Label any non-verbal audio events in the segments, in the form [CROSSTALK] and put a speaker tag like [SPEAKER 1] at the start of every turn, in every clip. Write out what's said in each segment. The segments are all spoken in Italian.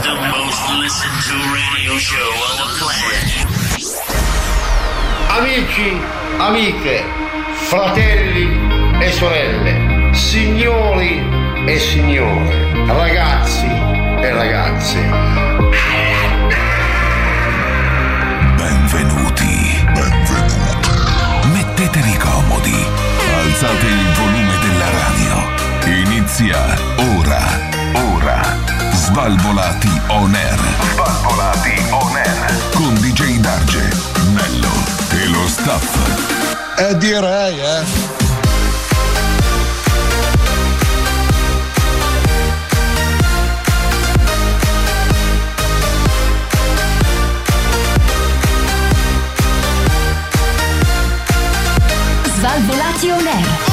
[SPEAKER 1] most listened to radio show on the planet.
[SPEAKER 2] Amici, amiche, fratelli e sorelle, signori e signore, ragazzi e ragazze.
[SPEAKER 3] Benvenuti. Benvenuti. Mettetevi comodi. Alzate il volume della radio. Inizia ora. Ora. Svalvolati on air. Svalvolati on air. Con DJ Darge, Nello e lo staff.
[SPEAKER 4] Eh direi, eh.
[SPEAKER 5] Svalvolati on air.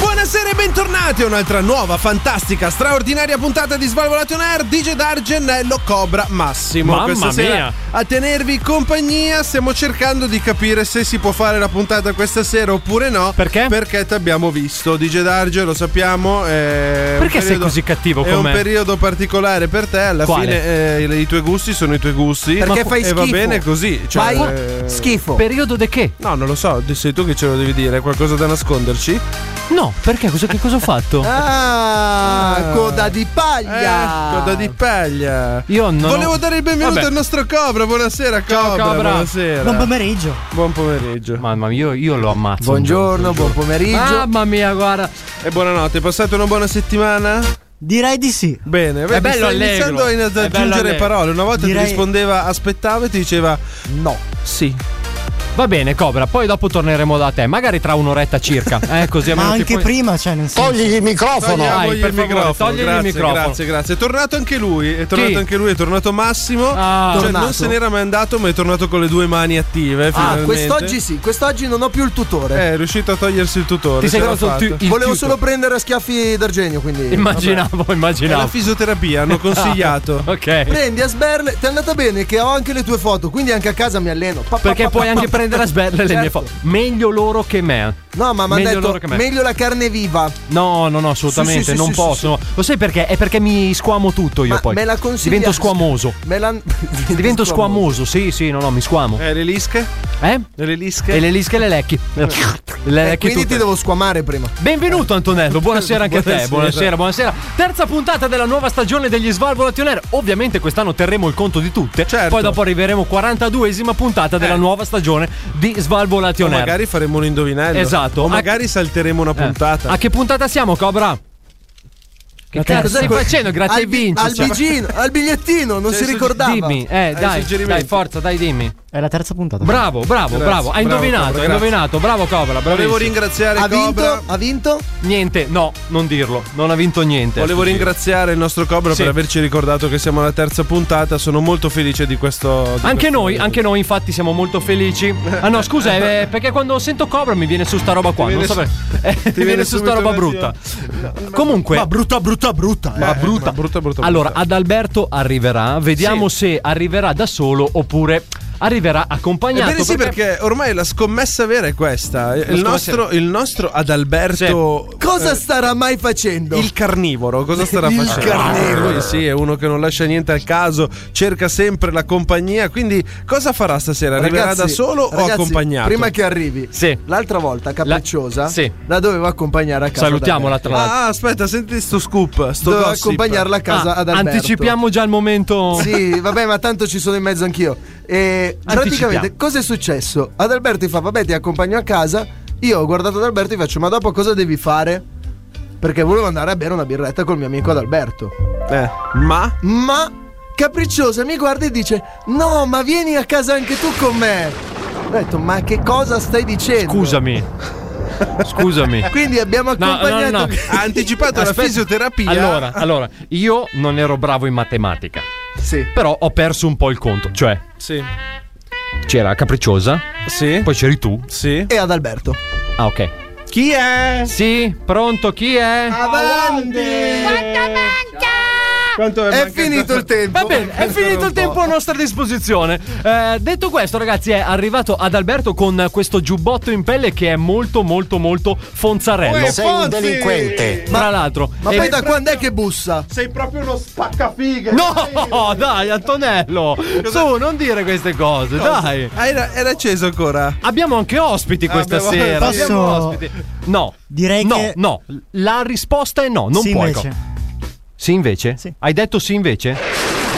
[SPEAKER 6] Buonasera e bentornati a un'altra nuova, fantastica, straordinaria puntata di Svalvolati on Air DJ D'Argenello Cobra Massimo
[SPEAKER 7] Mamma
[SPEAKER 6] Questa sera
[SPEAKER 7] mia.
[SPEAKER 6] a tenervi compagnia stiamo cercando di capire se si può fare la puntata questa sera oppure no Perché? Perché ti abbiamo visto DJ D'Arge, lo sappiamo è un
[SPEAKER 7] Perché sei così cattivo
[SPEAKER 6] È
[SPEAKER 7] con
[SPEAKER 6] un
[SPEAKER 7] me?
[SPEAKER 6] periodo particolare per te, alla
[SPEAKER 7] Quale?
[SPEAKER 6] fine eh, i tuoi gusti sono i tuoi gusti
[SPEAKER 8] Perché fai
[SPEAKER 6] E
[SPEAKER 8] schifo.
[SPEAKER 6] va bene così cioè,
[SPEAKER 8] Fai
[SPEAKER 6] eh,
[SPEAKER 8] schifo.
[SPEAKER 7] Periodo de che?
[SPEAKER 6] No, non lo so, sei tu che ce lo devi dire, qualcosa da nasconderci?
[SPEAKER 7] No, perché? Cosa, che cosa ho fatto?
[SPEAKER 8] Ah, coda di paglia.
[SPEAKER 6] Eh, coda di paglia.
[SPEAKER 7] Io non.
[SPEAKER 6] Volevo dare il benvenuto
[SPEAKER 7] Vabbè.
[SPEAKER 6] al nostro Cobra. Buonasera, Cobra.
[SPEAKER 7] Ciao, Cobra.
[SPEAKER 6] Buonasera.
[SPEAKER 9] Buon pomeriggio.
[SPEAKER 6] Buon pomeriggio.
[SPEAKER 7] [LAUGHS] Mamma mia, io, io lo ammazzo.
[SPEAKER 8] Buongiorno, buon pomeriggio.
[SPEAKER 7] Mamma mia, guarda.
[SPEAKER 6] E buonanotte. Passate una buona settimana?
[SPEAKER 9] Direi di sì.
[SPEAKER 6] Bene, vedi,
[SPEAKER 7] bello
[SPEAKER 6] stai
[SPEAKER 7] allegro.
[SPEAKER 6] iniziando in- ad
[SPEAKER 7] È bello
[SPEAKER 6] aggiungere
[SPEAKER 7] allegro.
[SPEAKER 6] parole. Una volta
[SPEAKER 9] Direi-
[SPEAKER 6] ti rispondeva aspettavo e ti diceva no. Sì.
[SPEAKER 7] Va bene, Cobra, poi dopo torneremo da te, magari tra un'oretta [LAUGHS] circa. Eh, così
[SPEAKER 9] Ma
[SPEAKER 7] almeno ti
[SPEAKER 9] anche
[SPEAKER 7] puoi-
[SPEAKER 9] prima, cioè, nel senso.
[SPEAKER 4] Togli il microfono.
[SPEAKER 7] Dai,
[SPEAKER 6] Togliamogli
[SPEAKER 7] per
[SPEAKER 6] il
[SPEAKER 7] favore,
[SPEAKER 6] microfono.
[SPEAKER 7] toglieli il
[SPEAKER 6] grazie,
[SPEAKER 7] microfono.
[SPEAKER 6] Grazie, grazie. È tornato anche lui. È tornato
[SPEAKER 7] Chi?
[SPEAKER 6] anche lui, è tornato Massimo.
[SPEAKER 7] Ah.
[SPEAKER 6] cioè, non
[SPEAKER 8] Tornato.
[SPEAKER 6] se n'era mai andato, ma è tornato con le due mani attive.
[SPEAKER 8] Ah,
[SPEAKER 6] finalmente.
[SPEAKER 8] quest'oggi sì, quest'oggi non ho più il tutore.
[SPEAKER 6] Eh, È riuscito a togliersi il tutore.
[SPEAKER 7] Ti sei
[SPEAKER 6] ce l'ha
[SPEAKER 7] preso il
[SPEAKER 6] fatta.
[SPEAKER 7] tu- il
[SPEAKER 8] Volevo
[SPEAKER 7] tutor.
[SPEAKER 8] solo prendere a schiaffi d'argenio, quindi.
[SPEAKER 7] Immaginavo,
[SPEAKER 6] È la
[SPEAKER 7] immaginavo. Ah, [LAUGHS]
[SPEAKER 6] fisioterapia, hanno consigliato.
[SPEAKER 7] Ok.
[SPEAKER 8] Prendi a sberle, ti è andata bene che ho anche le tue foto, quindi anche a casa mi alleno. Pa, pa,
[SPEAKER 7] Perché
[SPEAKER 8] pa, pa,
[SPEAKER 7] puoi anche
[SPEAKER 8] pa.
[SPEAKER 7] prendere a sberle le mie
[SPEAKER 8] Certo.
[SPEAKER 7] foto. Meglio loro che me.
[SPEAKER 8] No, ma mi hanno
[SPEAKER 7] Meglio
[SPEAKER 8] detto
[SPEAKER 7] loro che me.
[SPEAKER 8] meglio la carne viva.
[SPEAKER 7] No, no, no, assolutamente,
[SPEAKER 8] Sì, sì, sì,
[SPEAKER 7] non
[SPEAKER 8] sì,
[SPEAKER 7] posso. Lo sai perché? È perché mi squamo tutto io
[SPEAKER 8] Ma
[SPEAKER 7] poi.
[SPEAKER 8] me la consiglia-
[SPEAKER 7] Divento squamoso.
[SPEAKER 8] Me la... [LAUGHS]
[SPEAKER 7] Divento squamoso, sì, sì, no, no, mi squamo.
[SPEAKER 6] Eh, le lische?
[SPEAKER 7] Eh?
[SPEAKER 6] E le lische?
[SPEAKER 7] E le lische e le lecchi. Le
[SPEAKER 8] Eh,
[SPEAKER 7] lecchi
[SPEAKER 8] quindi
[SPEAKER 7] tutte.
[SPEAKER 8] ti devo squamare prima.
[SPEAKER 7] Benvenuto Antonello, buonasera anche a te. Buonasera,
[SPEAKER 6] Buonasera.
[SPEAKER 7] buonasera. Terza puntata della nuova stagione degli Svalvolati On Air. Ovviamente quest'anno terremo il conto di tutte.
[SPEAKER 6] Certo.
[SPEAKER 7] Poi dopo arriveremo 42esima puntata
[SPEAKER 8] Eh.
[SPEAKER 7] della nuova stagione di
[SPEAKER 8] Oh,
[SPEAKER 7] Svalvolati
[SPEAKER 6] O
[SPEAKER 7] On Air.
[SPEAKER 6] magari faremo un indovinello.
[SPEAKER 7] Esatto.
[SPEAKER 6] O
[SPEAKER 7] A-
[SPEAKER 6] magari salteremo una
[SPEAKER 7] Eh.
[SPEAKER 6] puntata.
[SPEAKER 7] A che puntata siamo, Cobra? Che cazzo stai facendo? Grazie
[SPEAKER 8] Al,
[SPEAKER 7] ai
[SPEAKER 8] bi-
[SPEAKER 7] Vinci.
[SPEAKER 8] al
[SPEAKER 7] cioè.
[SPEAKER 8] bigino, al bigliettino, non si ricordava.
[SPEAKER 7] Dimmi, eh, dai,
[SPEAKER 6] suggerimenti?
[SPEAKER 7] dai, forza, dai, dimmi.
[SPEAKER 9] È la terza puntata.
[SPEAKER 7] Bravo, bravo,
[SPEAKER 6] Grazie,
[SPEAKER 7] bravo. Hai
[SPEAKER 6] bravo,
[SPEAKER 7] indovinato,
[SPEAKER 6] Cobra,
[SPEAKER 7] hai
[SPEAKER 6] grazie.
[SPEAKER 7] indovinato. Bravo, Cobra,
[SPEAKER 6] Volevo
[SPEAKER 7] bravissimo.
[SPEAKER 6] ringraziare
[SPEAKER 8] Ha
[SPEAKER 6] Cobra.
[SPEAKER 8] vinto? Ha vinto?
[SPEAKER 7] Niente, no, non dirlo. Non ha vinto niente.
[SPEAKER 6] Volevo ringraziare il nostro Cobra
[SPEAKER 7] Sì.
[SPEAKER 6] per averci ricordato che siamo alla terza puntata. Sono molto felice di questo. di
[SPEAKER 7] Anche
[SPEAKER 6] questo
[SPEAKER 7] noi,
[SPEAKER 6] momento.
[SPEAKER 7] anche noi infatti siamo molto
[SPEAKER 6] [LAUGHS]
[SPEAKER 7] felici. Ah no, scusa, eh, perché quando sento Cobra mi viene su sta roba qua,
[SPEAKER 6] [LAUGHS] Ti
[SPEAKER 7] non
[SPEAKER 6] viene
[SPEAKER 7] so
[SPEAKER 6] su-
[SPEAKER 7] perché. Eh, [LAUGHS] mi viene,
[SPEAKER 6] viene
[SPEAKER 7] su sta
[SPEAKER 6] subito
[SPEAKER 7] roba
[SPEAKER 6] un
[SPEAKER 7] brutta. [LAUGHS] Comunque,
[SPEAKER 9] Ma brutta, brutta, brutta. eh.
[SPEAKER 6] Ma brutta, brutta, brutta.
[SPEAKER 7] allora
[SPEAKER 6] brutta.
[SPEAKER 7] ad Alberto arriverà, vediamo se arriverà da solo oppure arriverà accompagnato.
[SPEAKER 6] Ebbene sì, perché ormai la scommessa vera è questa. Il
[SPEAKER 7] scommessa
[SPEAKER 6] nostro, il nostro Adalberto. eh,
[SPEAKER 8] Cosa starà mai facendo?
[SPEAKER 6] Il carnivoro, cosa starà
[SPEAKER 8] Il
[SPEAKER 6] facendo?
[SPEAKER 8] carnivoro.
[SPEAKER 6] Lui sì, è uno che non lascia niente al caso, cerca sempre la compagnia. Quindi, cosa farà stasera? Arriverà
[SPEAKER 8] Ragazzi,
[SPEAKER 6] da solo
[SPEAKER 8] ragazzi,
[SPEAKER 6] o accompagnato?
[SPEAKER 8] Prima che arrivi,
[SPEAKER 7] Sì.
[SPEAKER 8] l'altra volta capricciosa,
[SPEAKER 7] La-
[SPEAKER 8] la,
[SPEAKER 7] sì.
[SPEAKER 8] dovevo accompagnare a casa.
[SPEAKER 7] salutiamola
[SPEAKER 8] da
[SPEAKER 7] tra l'altro.
[SPEAKER 6] Ah, aspetta, senti sto scoop.
[SPEAKER 8] me.
[SPEAKER 6] Sto
[SPEAKER 8] Dovevo
[SPEAKER 6] gossip.
[SPEAKER 8] accompagnarla a casa
[SPEAKER 7] Ah,
[SPEAKER 8] ad Alberto.
[SPEAKER 7] Anticipiamo già il momento.
[SPEAKER 8] [LAUGHS] Sì, vabbè, ma tanto ci sono in mezzo anch'io. E praticamente,
[SPEAKER 7] Anticipiamo.
[SPEAKER 8] cosa è successo? Ad Alberto gli fa, vabbè, ti accompagno a casa. Io ho guardato ad Alberto e gli faccio, ma dopo cosa devi fare? Perché volevo andare a bere una birretta col mio amico Adalberto.
[SPEAKER 6] Eh, ma
[SPEAKER 8] Ma capricciosa mi guarda e dice, no, ma vieni a casa anche tu con me. Ho detto, ma che cosa stai dicendo?
[SPEAKER 7] Scusami. Scusami.
[SPEAKER 8] Quindi abbiamo
[SPEAKER 7] No, no,
[SPEAKER 8] accompagnato.
[SPEAKER 7] no.
[SPEAKER 8] [LAUGHS]
[SPEAKER 6] ha anticipato la
[SPEAKER 7] Aspetta.
[SPEAKER 6] fisioterapia.
[SPEAKER 7] Allora, allora, io non ero bravo in matematica,
[SPEAKER 8] Sì.
[SPEAKER 7] però ho perso un po' il conto, cioè
[SPEAKER 6] Sì.
[SPEAKER 7] c'era Capricciosa,
[SPEAKER 6] Sì.
[SPEAKER 7] poi c'eri tu.
[SPEAKER 6] Sì.
[SPEAKER 8] E ad Alberto.
[SPEAKER 7] Ah, ok.
[SPEAKER 6] Chi è?
[SPEAKER 7] Sì, pronto, chi è?
[SPEAKER 6] Ah, Quanto
[SPEAKER 8] È finito il tempo.
[SPEAKER 7] Va bene, è finito il tempo a nostra disposizione. Eh, detto questo, ragazzi, è arrivato ad Alberto con questo giubbotto in pelle che è molto, molto, molto fonzarello.
[SPEAKER 6] Sei un delinquente.
[SPEAKER 7] Tra l'altro,
[SPEAKER 8] Ma
[SPEAKER 7] eh,
[SPEAKER 8] poi da quando è che bussa?
[SPEAKER 6] Sei proprio uno spaccafighe.
[SPEAKER 7] No, dai, Antonello. Su, non dire queste cose, dai.
[SPEAKER 6] Ah, era, era acceso ancora.
[SPEAKER 7] Abbiamo anche ospiti questa
[SPEAKER 6] Abbiamo-
[SPEAKER 7] sera.
[SPEAKER 9] Posso-
[SPEAKER 7] Abbiamo ospiti. No.
[SPEAKER 9] Direi
[SPEAKER 7] no,
[SPEAKER 9] che-
[SPEAKER 7] No, La risposta è no, non
[SPEAKER 9] sì,
[SPEAKER 7] puoi.
[SPEAKER 9] invece.
[SPEAKER 7] Sì, invece?
[SPEAKER 9] Sì.
[SPEAKER 7] Hai detto sì invece?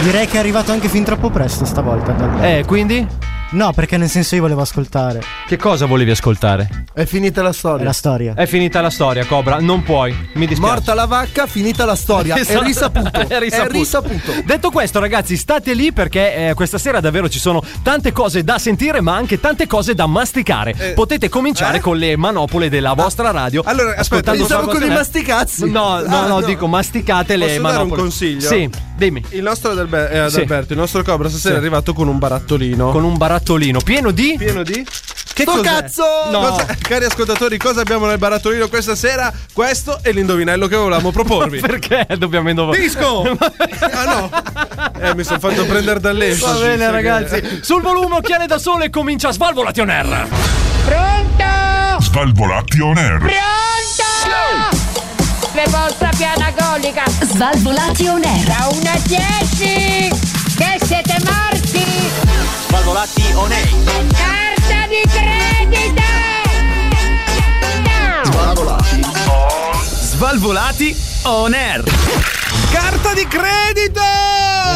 [SPEAKER 9] Direi che è arrivato anche fin troppo presto stavolta. Adalberto.
[SPEAKER 7] Eh, quindi?
[SPEAKER 9] No, perché nel senso io volevo ascoltare.
[SPEAKER 7] Che cosa volevi ascoltare?
[SPEAKER 8] È finita la
[SPEAKER 9] È
[SPEAKER 8] storia.
[SPEAKER 9] la storia.
[SPEAKER 7] È finita la storia, Cobra. Non puoi. Mi dispiace.
[SPEAKER 8] Morta la vacca, finita la storia. È
[SPEAKER 7] Esatto.
[SPEAKER 8] risaputo.
[SPEAKER 7] [LAUGHS] È risaputo.
[SPEAKER 8] È risaputo.
[SPEAKER 7] Detto questo, ragazzi, state lì perché eh, questa sera davvero ci sono tante cose da sentire, ma anche tante cose da masticare.
[SPEAKER 8] Eh.
[SPEAKER 7] Potete cominciare con le manopole della
[SPEAKER 8] Ah.
[SPEAKER 7] vostra radio.
[SPEAKER 6] Allora, aspetta,
[SPEAKER 7] ascoltando
[SPEAKER 6] pensavo
[SPEAKER 7] Salvo
[SPEAKER 8] con i
[SPEAKER 7] Sera-
[SPEAKER 8] masticazzi.
[SPEAKER 7] No, no,
[SPEAKER 8] Ah,
[SPEAKER 7] no,
[SPEAKER 8] no.
[SPEAKER 7] dico masticate le
[SPEAKER 6] Posso dare un
[SPEAKER 7] manopole.
[SPEAKER 6] consiglio?
[SPEAKER 7] Sì, dimmi.
[SPEAKER 6] Il nostro Adalbe- eh,
[SPEAKER 7] Sì.
[SPEAKER 6] Adalberto, il nostro Cobra stasera è arrivato con un barattolino.
[SPEAKER 7] Con un barattolino pieno di.
[SPEAKER 6] pieno di che
[SPEAKER 8] Sto
[SPEAKER 6] cos'è?
[SPEAKER 8] cazzo!
[SPEAKER 7] No.
[SPEAKER 6] Cosa- [LAUGHS] cari ascoltatori cosa abbiamo nel barattolino questa sera questo è l'indovinello che volevamo proporvi
[SPEAKER 7] [LAUGHS] Perché dobbiamo indovinare?
[SPEAKER 6] disco [LAUGHS] ah no eh, mi sono fatto prendere dall'enfasi
[SPEAKER 7] Va
[SPEAKER 6] sai
[SPEAKER 7] bene,
[SPEAKER 6] che-
[SPEAKER 7] ragazzi. Sul volume, occhiale da sole, comincia Svalvolati on air.
[SPEAKER 3] Svalvolati on air.
[SPEAKER 10] Le vostra piana golica
[SPEAKER 5] Svalvolati on air.
[SPEAKER 10] da 1 a 10 che siete morti
[SPEAKER 1] Svalvolati on air.
[SPEAKER 10] carta di credito
[SPEAKER 11] Svalvolati on air.
[SPEAKER 6] Carta di credito!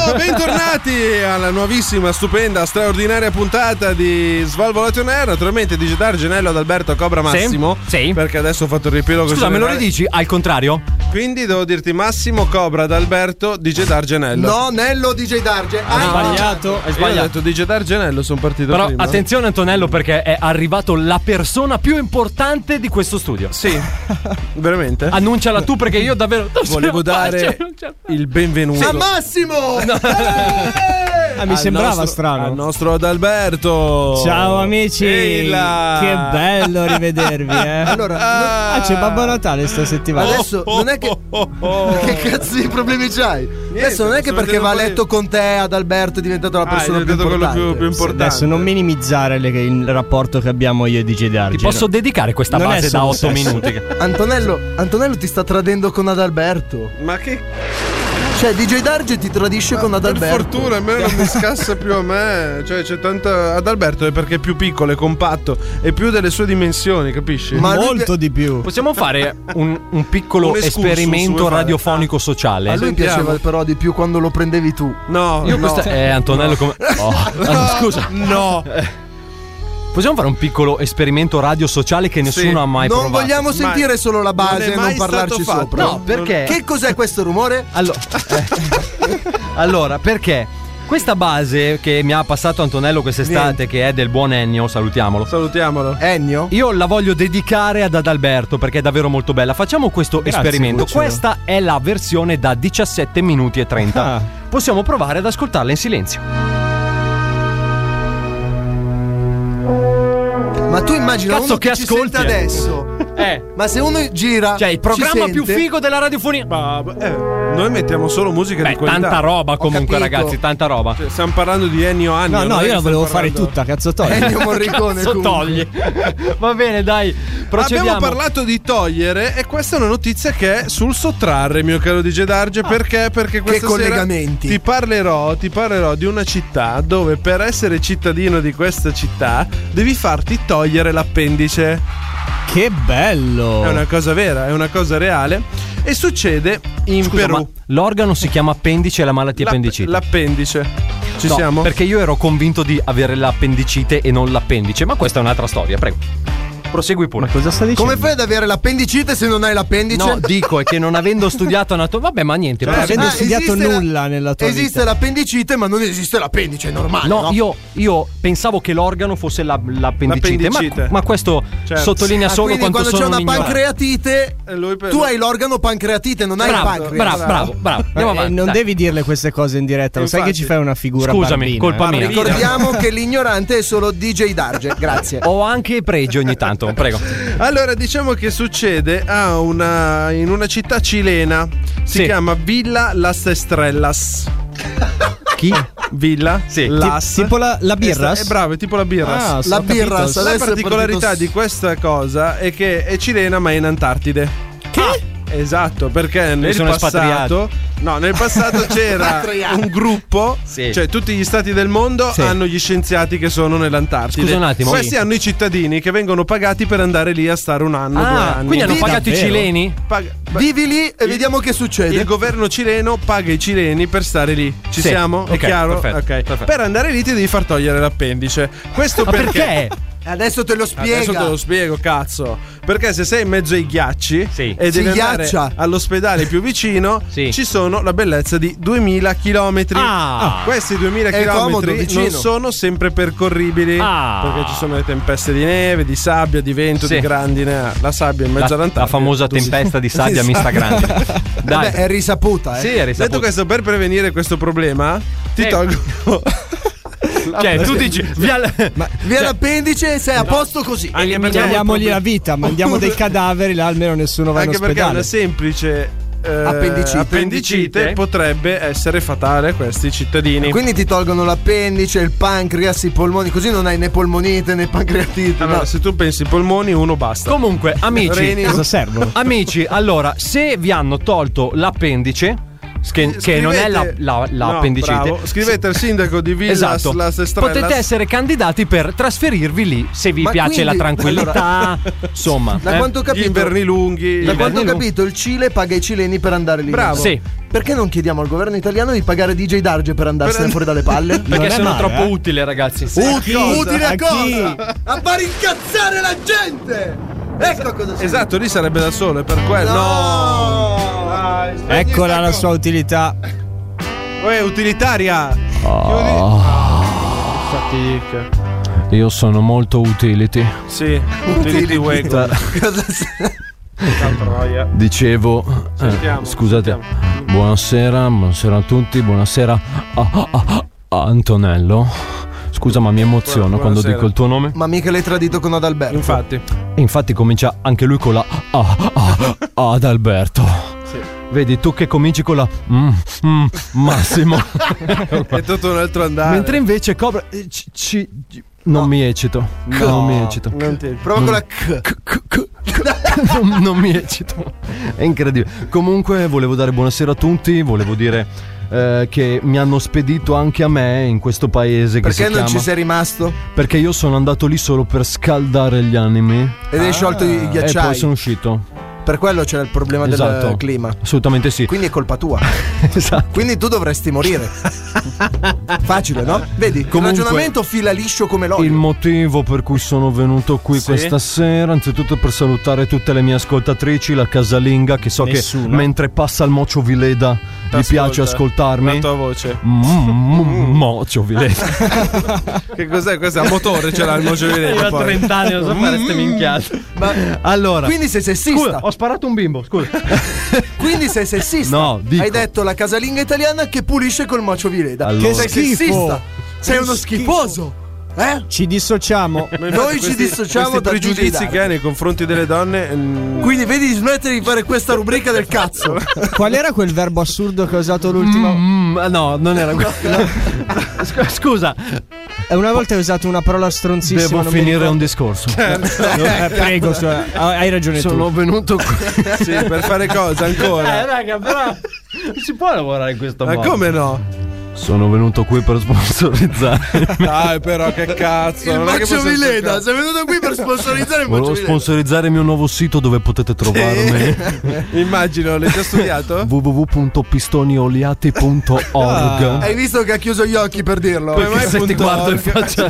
[SPEAKER 6] Oh, Bentornati alla nuovissima, stupenda, straordinaria puntata di Svalvolation Air. Naturalmente di Gitar Genello ad Alberto Cobra Massimo.
[SPEAKER 7] sì.
[SPEAKER 6] Perché adesso ho fatto il riepilogo.
[SPEAKER 7] Scusa, me lo
[SPEAKER 6] generale.
[SPEAKER 7] ridici al contrario?
[SPEAKER 6] Quindi devo dirti Massimo Cobra ad Alberto di Gitar Genello.
[SPEAKER 8] No, Nello DJ Darge. Ah,
[SPEAKER 7] sbagliato. Esatto, Hai
[SPEAKER 6] Io ho
[SPEAKER 7] sbagliato.
[SPEAKER 6] detto di Jedar Genello, sono partito
[SPEAKER 7] Però
[SPEAKER 6] prima.
[SPEAKER 7] attenzione Antonello perché è arrivato la persona più importante di questo studio.
[SPEAKER 12] [LAUGHS]
[SPEAKER 6] Sì, veramente. cioè,
[SPEAKER 7] Annunciala tu perché
[SPEAKER 8] [LAUGHS]
[SPEAKER 7] io davvero non ce [LAUGHS]
[SPEAKER 6] Volevo
[SPEAKER 7] la faccio,
[SPEAKER 6] dare
[SPEAKER 7] non ce la faccio.
[SPEAKER 6] il benvenuto.
[SPEAKER 12] [LAUGHS]
[SPEAKER 8] a Massimo!
[SPEAKER 12] Ah, mi
[SPEAKER 6] Eh! al
[SPEAKER 12] sembrava
[SPEAKER 6] nostro- Al
[SPEAKER 12] strano.
[SPEAKER 6] nostro
[SPEAKER 9] oh.
[SPEAKER 6] Adalberto.
[SPEAKER 12] Ciao amici,
[SPEAKER 6] Ehi là.
[SPEAKER 12] che bello rivedervi.
[SPEAKER 9] [LAUGHS]
[SPEAKER 6] [LAUGHS]
[SPEAKER 12] Eh.
[SPEAKER 8] Allora,
[SPEAKER 12] ah, c'è Babbo Natale sta
[SPEAKER 9] Oh,
[SPEAKER 12] settimana.
[SPEAKER 8] adesso
[SPEAKER 6] Oh,
[SPEAKER 8] non è che. Che cazzo di problemi c'hai? Adesso non è che
[SPEAKER 6] sono
[SPEAKER 8] perché
[SPEAKER 6] venuto
[SPEAKER 8] va a
[SPEAKER 6] poi-
[SPEAKER 8] letto con te ad Alberto è diventato la
[SPEAKER 6] Ah,
[SPEAKER 8] persona
[SPEAKER 6] hai
[SPEAKER 8] più
[SPEAKER 6] detto quello
[SPEAKER 8] importante.
[SPEAKER 6] più, più importante.
[SPEAKER 12] Adesso non minimizzare le- il rapporto che abbiamo io e DJ Darge.
[SPEAKER 7] Ti posso dedicare questa
[SPEAKER 12] Non è
[SPEAKER 7] base da
[SPEAKER 12] solo
[SPEAKER 7] 8
[SPEAKER 12] sesso.
[SPEAKER 7] minuti.
[SPEAKER 8] Antonello, Antonello ti sta tradendo con Adalberto.
[SPEAKER 6] Ma che
[SPEAKER 8] Cioè, DJ Darge ti tradisce con
[SPEAKER 6] per
[SPEAKER 8] Adalberto.
[SPEAKER 6] fortuna almeno non mi scassa più a me. Cioè, c'è tanta. Adalberto è perché è più piccolo, è compatto, è più delle sue dimensioni, capisci?
[SPEAKER 8] [LAUGHS] Ma lui-
[SPEAKER 12] Molto di più.
[SPEAKER 7] Possiamo
[SPEAKER 6] [LAUGHS]
[SPEAKER 7] fare un, un piccolo
[SPEAKER 6] Un excursus,
[SPEAKER 7] esperimento
[SPEAKER 6] vuoi fare? Ah.
[SPEAKER 7] radiofonico sociale?
[SPEAKER 8] A lui
[SPEAKER 6] Sentiamo.
[SPEAKER 8] piaceva però di più quando lo prendevi tu.
[SPEAKER 6] no,
[SPEAKER 7] Io
[SPEAKER 6] no.
[SPEAKER 7] questa- Eh, Antonello
[SPEAKER 6] [LAUGHS]
[SPEAKER 7] come. Oh, [LAUGHS]
[SPEAKER 12] Ah,
[SPEAKER 7] Scusa.
[SPEAKER 12] [LAUGHS]
[SPEAKER 6] No,
[SPEAKER 7] Possiamo fare un piccolo esperimento radio sociale che nessuno ha mai
[SPEAKER 8] non
[SPEAKER 7] provato?
[SPEAKER 8] vogliamo sentire solo la
[SPEAKER 6] Non è
[SPEAKER 8] base e non
[SPEAKER 6] mai stato
[SPEAKER 8] parlarci
[SPEAKER 6] fatto.
[SPEAKER 8] sopra.
[SPEAKER 7] No, perché?
[SPEAKER 8] Che cos'è questo rumore?
[SPEAKER 7] Allora, [LAUGHS] allora, perché questa base che mi ha passato Antonello quest'estate, che è del buon Ennio, salutiamolo.
[SPEAKER 6] salutiamolo.
[SPEAKER 8] Ennio?
[SPEAKER 7] Io la voglio dedicare ad Adalberto perché è davvero molto bella. Facciamo questo esperimento.
[SPEAKER 12] Guccio.
[SPEAKER 7] Questa è la versione da 17 minuti e 30.
[SPEAKER 12] Ah.
[SPEAKER 7] Possiamo provare ad ascoltarla in silenzio.
[SPEAKER 8] Ma tu immagina
[SPEAKER 7] Cazzo,
[SPEAKER 8] uno
[SPEAKER 7] che
[SPEAKER 8] che ci sente
[SPEAKER 7] ascolti, eh.
[SPEAKER 8] adesso.
[SPEAKER 7] [LAUGHS] Eh.
[SPEAKER 8] Ma se uno gira
[SPEAKER 7] Cioè, il
[SPEAKER 8] ci
[SPEAKER 7] programma più
[SPEAKER 8] sente,
[SPEAKER 7] figo della radiofonia.
[SPEAKER 6] Ah, beh, eh, noi mettiamo solo musica
[SPEAKER 7] Beh,
[SPEAKER 6] di qualità.
[SPEAKER 7] tanta roba comunque,
[SPEAKER 8] capito.
[SPEAKER 7] ragazzi, tanta roba.
[SPEAKER 6] Cioè, stiamo parlando di Ennio Anni.
[SPEAKER 12] No, no,
[SPEAKER 6] non
[SPEAKER 12] io
[SPEAKER 6] è che
[SPEAKER 12] la
[SPEAKER 6] stiamo
[SPEAKER 12] volevo fare
[SPEAKER 6] parlando-
[SPEAKER 12] tutta, cazzo togli.
[SPEAKER 7] [LAUGHS]
[SPEAKER 8] Ennio Morricone
[SPEAKER 7] Cazzo,
[SPEAKER 8] comunque.
[SPEAKER 7] togli. [LAUGHS] Va bene, dai. Procediamo.
[SPEAKER 6] Abbiamo parlato di togliere e questa è una notizia che è sul sottrarre, mio caro DJ Darge, perché? Perché questa sera
[SPEAKER 8] collegamenti.
[SPEAKER 6] ti parlerò, ti parlerò di una città dove per essere cittadino di questa città devi farti togliere l'appendice.
[SPEAKER 12] Che bello.
[SPEAKER 6] È una cosa vera, è una cosa reale e succede in
[SPEAKER 7] Scusa, ma
[SPEAKER 6] Perù.
[SPEAKER 7] l'organo si chiama appendice e la malattia
[SPEAKER 6] L'app-
[SPEAKER 7] appendicite.
[SPEAKER 6] L'appendice. Ci
[SPEAKER 7] No,
[SPEAKER 6] siamo?
[SPEAKER 7] Perché io ero convinto di avere l'appendicite e non l'appendice, ma questa è un'altra storia, prego. Prosegui pure.
[SPEAKER 12] Cosa sta dicendo?
[SPEAKER 8] Come fai ad avere l'appendicite se non hai l'appendice?
[SPEAKER 7] No, dico è che non avendo studiato anatomia, vabbè, ma niente.
[SPEAKER 12] Cioè,
[SPEAKER 7] però-
[SPEAKER 12] avendo
[SPEAKER 8] [LAUGHS] Ah,
[SPEAKER 12] studiato
[SPEAKER 8] esiste la-
[SPEAKER 12] nulla nella tua
[SPEAKER 8] Esiste
[SPEAKER 12] vita.
[SPEAKER 8] l'appendicite, ma non esiste l'appendice, è
[SPEAKER 6] eh,
[SPEAKER 8] normale.
[SPEAKER 7] No,
[SPEAKER 8] No,
[SPEAKER 7] io, io pensavo che l'organo fosse la- l'appendicite,
[SPEAKER 6] L'appendicite.
[SPEAKER 7] Ma, ma questo
[SPEAKER 6] Certo.
[SPEAKER 7] sottolinea
[SPEAKER 8] Ah,
[SPEAKER 7] solo
[SPEAKER 8] quindi
[SPEAKER 7] quanto
[SPEAKER 8] quando
[SPEAKER 7] sono
[SPEAKER 8] c'è una
[SPEAKER 7] un ignorante.
[SPEAKER 8] pancreatite,
[SPEAKER 6] E lui per-
[SPEAKER 8] tu hai l'organo pancreatite, non hai il
[SPEAKER 7] Bravo,
[SPEAKER 8] pancreas.
[SPEAKER 7] bravo, bravo, bravo. Andiamo
[SPEAKER 12] Eh,
[SPEAKER 7] avanti.
[SPEAKER 12] non
[SPEAKER 7] dai.
[SPEAKER 12] devi dirle queste cose in diretta, lo sai che
[SPEAKER 6] Infatti.
[SPEAKER 12] ci fai una figura
[SPEAKER 7] Scusami,
[SPEAKER 12] barbina,
[SPEAKER 7] colpa
[SPEAKER 12] eh?
[SPEAKER 7] [LAUGHS] mia.
[SPEAKER 8] Ricordiamo che l'ignorante è solo DJ Darge. Grazie.
[SPEAKER 7] Ho anche i pregi ogni pronto, prego.
[SPEAKER 6] Allora, diciamo che succede a una, in una città cilena. Si chiama Villa Las Estrellas.
[SPEAKER 12] [LAUGHS] Chi?
[SPEAKER 6] Villa?
[SPEAKER 12] Sì.
[SPEAKER 6] Las.
[SPEAKER 12] Ti- tipo la- la Birras?
[SPEAKER 6] Estre- eh, bravo, è tipo la Birras.
[SPEAKER 12] Ah, so, La ho capito. Birras,
[SPEAKER 6] La
[SPEAKER 12] adesso è
[SPEAKER 6] particolarità
[SPEAKER 12] partito-
[SPEAKER 6] di questa cosa è che è cilena ma è in Antartide. Che?
[SPEAKER 7] Ah,
[SPEAKER 6] Esatto, perché nel
[SPEAKER 12] sono
[SPEAKER 6] passato,
[SPEAKER 12] espatriati.
[SPEAKER 6] no, nel
[SPEAKER 7] [LAUGHS]
[SPEAKER 6] passato c'era
[SPEAKER 12] Espatriati.
[SPEAKER 6] un gruppo,
[SPEAKER 12] Sì.
[SPEAKER 6] cioè tutti gli stati del mondo
[SPEAKER 12] Sì.
[SPEAKER 6] hanno gli scienziati che sono nell'Antartide.
[SPEAKER 7] Scusa un attimo.
[SPEAKER 6] Questi
[SPEAKER 7] Sì.
[SPEAKER 6] hanno i cittadini che vengono pagati per andare lì a stare un anno,
[SPEAKER 7] Ah,
[SPEAKER 6] due anni.
[SPEAKER 7] quindi hanno pagato i cileni?
[SPEAKER 6] Vivi lì e vediamo che succede. Il governo cileno paga i cileni per stare lì. Ci
[SPEAKER 7] Sì.
[SPEAKER 6] siamo? È
[SPEAKER 7] Ok,
[SPEAKER 6] chiaro?
[SPEAKER 7] perfetto,
[SPEAKER 6] Ok.
[SPEAKER 7] perfetto.
[SPEAKER 6] Per andare lì ti devi far togliere l'appendice. Questo
[SPEAKER 8] Ma
[SPEAKER 6] perché?
[SPEAKER 8] perché? Adesso te lo spiega.
[SPEAKER 6] Adesso te lo spiego, cazzo. Perché se sei in mezzo ai ghiacci e
[SPEAKER 8] Si
[SPEAKER 6] devi andare
[SPEAKER 8] ghiaccia.
[SPEAKER 6] all'ospedale più vicino, ci sono la bellezza di 2000 km.
[SPEAKER 8] Ah.
[SPEAKER 6] Questi 2000
[SPEAKER 8] È comodo,
[SPEAKER 6] km non
[SPEAKER 8] vicino.
[SPEAKER 6] sono sempre percorribili perché ci sono le tempeste di neve, di sabbia, di vento,
[SPEAKER 7] Ah. Sì.
[SPEAKER 6] di grandine. La sabbia in mezzo
[SPEAKER 7] La-
[SPEAKER 6] all'Antartide.
[SPEAKER 7] la famosa
[SPEAKER 6] Tu si-
[SPEAKER 7] tempesta
[SPEAKER 6] [LAUGHS]
[SPEAKER 7] di sabbia mi sta grande. Dai.
[SPEAKER 8] Beh, è risaputa, eh.
[SPEAKER 6] Sì, detto questo, per prevenire questo problema, ti tolgo.
[SPEAKER 7] Eh. [LAUGHS] Cioè,
[SPEAKER 6] [LAUGHS]
[SPEAKER 7] tu dici, Cioè. via,
[SPEAKER 8] Via l'appendice e sei a posto così.
[SPEAKER 6] Anche perché-
[SPEAKER 12] Tagliamogli la vita, mandiamo
[SPEAKER 7] [LAUGHS]
[SPEAKER 12] dei cadaveri, là almeno nessuno va in
[SPEAKER 6] Anche perché
[SPEAKER 12] ospedale.
[SPEAKER 6] una semplice eh,
[SPEAKER 8] Appendicite.
[SPEAKER 6] appendicite potrebbe essere fatale a questi cittadini.
[SPEAKER 8] Quindi ti tolgono l'appendice, il pancreas, i polmoni, così non hai né polmonite né pancreatite.
[SPEAKER 6] Allora,
[SPEAKER 8] no.
[SPEAKER 6] se tu pensi ai polmoni, uno basta.
[SPEAKER 7] Comunque, amici,
[SPEAKER 6] Reni-
[SPEAKER 7] Amici, allora, se vi hanno tolto l'appendice, che, che non è la, la,
[SPEAKER 6] No,
[SPEAKER 7] l'appendicite,
[SPEAKER 6] bravo. Scrivete al sindaco di Villa
[SPEAKER 7] Esatto.
[SPEAKER 6] Las Estrellas.
[SPEAKER 7] Potete essere candidati per trasferirvi lì se vi
[SPEAKER 8] Ma
[SPEAKER 7] piace
[SPEAKER 8] quindi-
[SPEAKER 7] la tranquillità. insomma,
[SPEAKER 8] Da
[SPEAKER 7] eh.
[SPEAKER 8] quanto ho capito,
[SPEAKER 6] lunghi.
[SPEAKER 8] Da
[SPEAKER 7] Gli
[SPEAKER 8] quanto ho
[SPEAKER 7] inverni
[SPEAKER 8] capito, il Cile paga i cileni per andare lì.
[SPEAKER 7] Bravo. Sì.
[SPEAKER 8] Perché non chiediamo al governo italiano di pagare DJ Darge per andarsene fuori dalle palle?
[SPEAKER 7] perché sono
[SPEAKER 8] eh?
[SPEAKER 7] troppo utile, ragazzi.
[SPEAKER 8] utile a cosa? A far incazzare la gente! Ecco cosa c'è.
[SPEAKER 6] Esatto, lì sarebbe da solo, è per quello. No! Dai, spegni
[SPEAKER 12] Eccola
[SPEAKER 6] sta
[SPEAKER 12] la sua utilità.
[SPEAKER 6] co- Uè, eh, utilitaria!
[SPEAKER 8] Ah,
[SPEAKER 6] Fatica.
[SPEAKER 7] Io sono molto utility.
[SPEAKER 6] Sì, utility wagon.
[SPEAKER 8] Cosa
[SPEAKER 6] La troia.
[SPEAKER 7] Dicevo, eh,
[SPEAKER 6] Sentiamo,
[SPEAKER 7] scusate, buonasera, buonasera a tutti, buonasera a, a- a- Antonello. Scusa, ma mi emoziono
[SPEAKER 8] Buona-
[SPEAKER 7] quando
[SPEAKER 8] buonasera.
[SPEAKER 7] dico il tuo nome.
[SPEAKER 8] Ma mica l'hai tradito con Adalberto.
[SPEAKER 6] Infatti.
[SPEAKER 7] E infatti comincia anche lui con la A, A- A- ad Alberto. Vedi, tu che cominci con la mm, mm, Massimo.
[SPEAKER 6] È tutto un altro andare.
[SPEAKER 7] Mentre invece Cobra. eh, ci- ci- non mi eccito. Non mi eccito.
[SPEAKER 6] Non ti- Mm.
[SPEAKER 8] Prova con la
[SPEAKER 7] [LAUGHS] non, non mi eccito. È incredibile. Comunque, volevo dare buonasera a tutti. Volevo dire eh, che mi hanno spedito anche a me in questo paese. che si
[SPEAKER 8] Perché non
[SPEAKER 7] chiama-
[SPEAKER 8] ci sei rimasto?
[SPEAKER 7] Perché io sono andato lì solo per scaldare gli animi.
[SPEAKER 8] Ed hai sciolto
[SPEAKER 6] Ah,
[SPEAKER 8] i
[SPEAKER 7] E poi
[SPEAKER 8] ghiacciai.
[SPEAKER 7] sono uscito.
[SPEAKER 8] Per quello c'era il problema del
[SPEAKER 7] Esatto.
[SPEAKER 8] clima.
[SPEAKER 7] Assolutamente sì. [LAUGHS] Esatto.
[SPEAKER 8] Quindi è colpa tua. Quindi tu dovresti morire. Facile, no? Vedi,
[SPEAKER 7] Comunque-
[SPEAKER 8] il ragionamento fila liscio come l'olio.
[SPEAKER 7] Il motivo per cui sono venuto qui
[SPEAKER 8] Sì.
[SPEAKER 7] questa sera, anzitutto per salutare tutte le mie ascoltatrici, la casalinga che so che
[SPEAKER 6] Nessuna.
[SPEAKER 7] mentre passa il mocio Vileda gli
[SPEAKER 6] T'ascolta.
[SPEAKER 7] piace ascoltarmi.
[SPEAKER 6] La tua voce.
[SPEAKER 7] Mm, mm,
[SPEAKER 8] [LAUGHS]
[SPEAKER 7] mocio Vileda.
[SPEAKER 6] Che cos'è questo? A motore ce l'ha il
[SPEAKER 7] Io
[SPEAKER 6] mocevilente.
[SPEAKER 7] a 30 anni lo so fare
[SPEAKER 6] Mm.
[SPEAKER 7] ste minchiate. Allora,
[SPEAKER 8] Quindi sei sessista.
[SPEAKER 7] Scusa, ho sparato un bimbo,
[SPEAKER 6] [LAUGHS]
[SPEAKER 7] scusa.
[SPEAKER 8] Quindi sei sessista.
[SPEAKER 7] [LAUGHS] No, dico.
[SPEAKER 8] Hai detto la casalinga italiana che pulisce col macio Vileda.
[SPEAKER 7] Allora.
[SPEAKER 8] Sei
[SPEAKER 12] Schifo.
[SPEAKER 8] sessista. Sei
[SPEAKER 12] Che
[SPEAKER 8] uno
[SPEAKER 12] schifo.
[SPEAKER 8] schifoso. Eh?
[SPEAKER 12] Ci dissociamo.
[SPEAKER 8] Noi ci dissociamo
[SPEAKER 6] Questi
[SPEAKER 8] dal
[SPEAKER 6] pregiudizi
[SPEAKER 8] pregiudizio.
[SPEAKER 6] che hai nei confronti delle donne. mm,
[SPEAKER 8] Quindi vedi di smettere di fare questa rubrica del cazzo.
[SPEAKER 12] [LAUGHS] Qual era quel verbo assurdo che ho usato l'ultimo?
[SPEAKER 7] Mm, no, non [LAUGHS] era quello. Scusa,
[SPEAKER 12] Eh, Una volta hai usato una parola stronzissima.
[SPEAKER 7] devo
[SPEAKER 12] non mi
[SPEAKER 7] finire
[SPEAKER 12] ricordo.
[SPEAKER 7] un discorso.
[SPEAKER 12] Eh, prego, cioè, hai ragione
[SPEAKER 7] Sono
[SPEAKER 12] tu.
[SPEAKER 7] [LAUGHS] venuto qui.
[SPEAKER 6] [LAUGHS] Sì, per fare cosa ancora?
[SPEAKER 7] Eh, raga, però si può lavorare in questo
[SPEAKER 6] Ma come no?
[SPEAKER 7] Sono venuto qui per sponsorizzare.
[SPEAKER 6] [LAUGHS] Dai, però, che cazzo.
[SPEAKER 8] Il
[SPEAKER 6] non è che
[SPEAKER 8] macio
[SPEAKER 6] possiamo
[SPEAKER 8] Vileda.
[SPEAKER 6] cercare-
[SPEAKER 8] Sei venuto qui per sponsorizzare il macio
[SPEAKER 7] Volevo
[SPEAKER 8] Vileda.
[SPEAKER 7] sponsorizzare il mio nuovo sito dove potete trovarmi
[SPEAKER 6] [LAUGHS] Immagino, l'hai già studiato?
[SPEAKER 7] www.pistonioliati.org.
[SPEAKER 8] Hai visto che ha chiuso gli occhi per dirlo?
[SPEAKER 6] Ah, eh, Come mai
[SPEAKER 7] Se ti
[SPEAKER 6] punto
[SPEAKER 7] guardo in
[SPEAKER 6] org?
[SPEAKER 7] faccia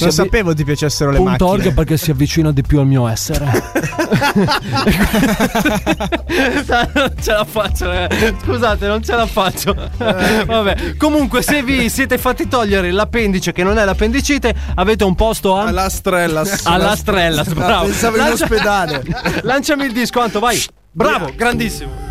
[SPEAKER 12] Non sapevo ti piacessero le
[SPEAKER 7] punto
[SPEAKER 12] macchine.
[SPEAKER 7] org perché si avvicina di più al mio essere. non ce la faccio, ragazzi. scusate, non ce la faccio.
[SPEAKER 8] Eh.
[SPEAKER 7] Vabbè, comunque, se vi siete fatti togliere l'appendice che non è l'appendicite, avete un posto a.
[SPEAKER 6] Alla strella.
[SPEAKER 7] Alla strella, bravo.
[SPEAKER 8] Pensavo in
[SPEAKER 7] Lancia-
[SPEAKER 8] ospedale.
[SPEAKER 7] Lanciami il disco, Anto, vai. Bravo, grandissimo.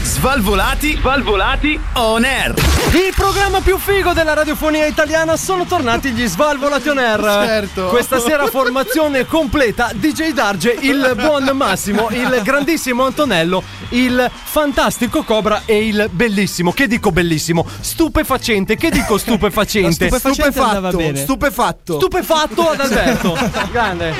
[SPEAKER 13] Svalvolati. Svalvolati on air.
[SPEAKER 7] Il programma più figo della radiofonia italiana sono tornati gli Svalvolati on Air.
[SPEAKER 6] Certo.
[SPEAKER 7] Questa sera formazione completa DJ Darge, il buon Massimo, il grandissimo Antonello, il fantastico Cobra e il bellissimo, che dico bellissimo, stupefacente, che dico stupefacente,
[SPEAKER 8] Stupefatto, stupefatto.
[SPEAKER 7] Stupefatto ad Alberto. Grande.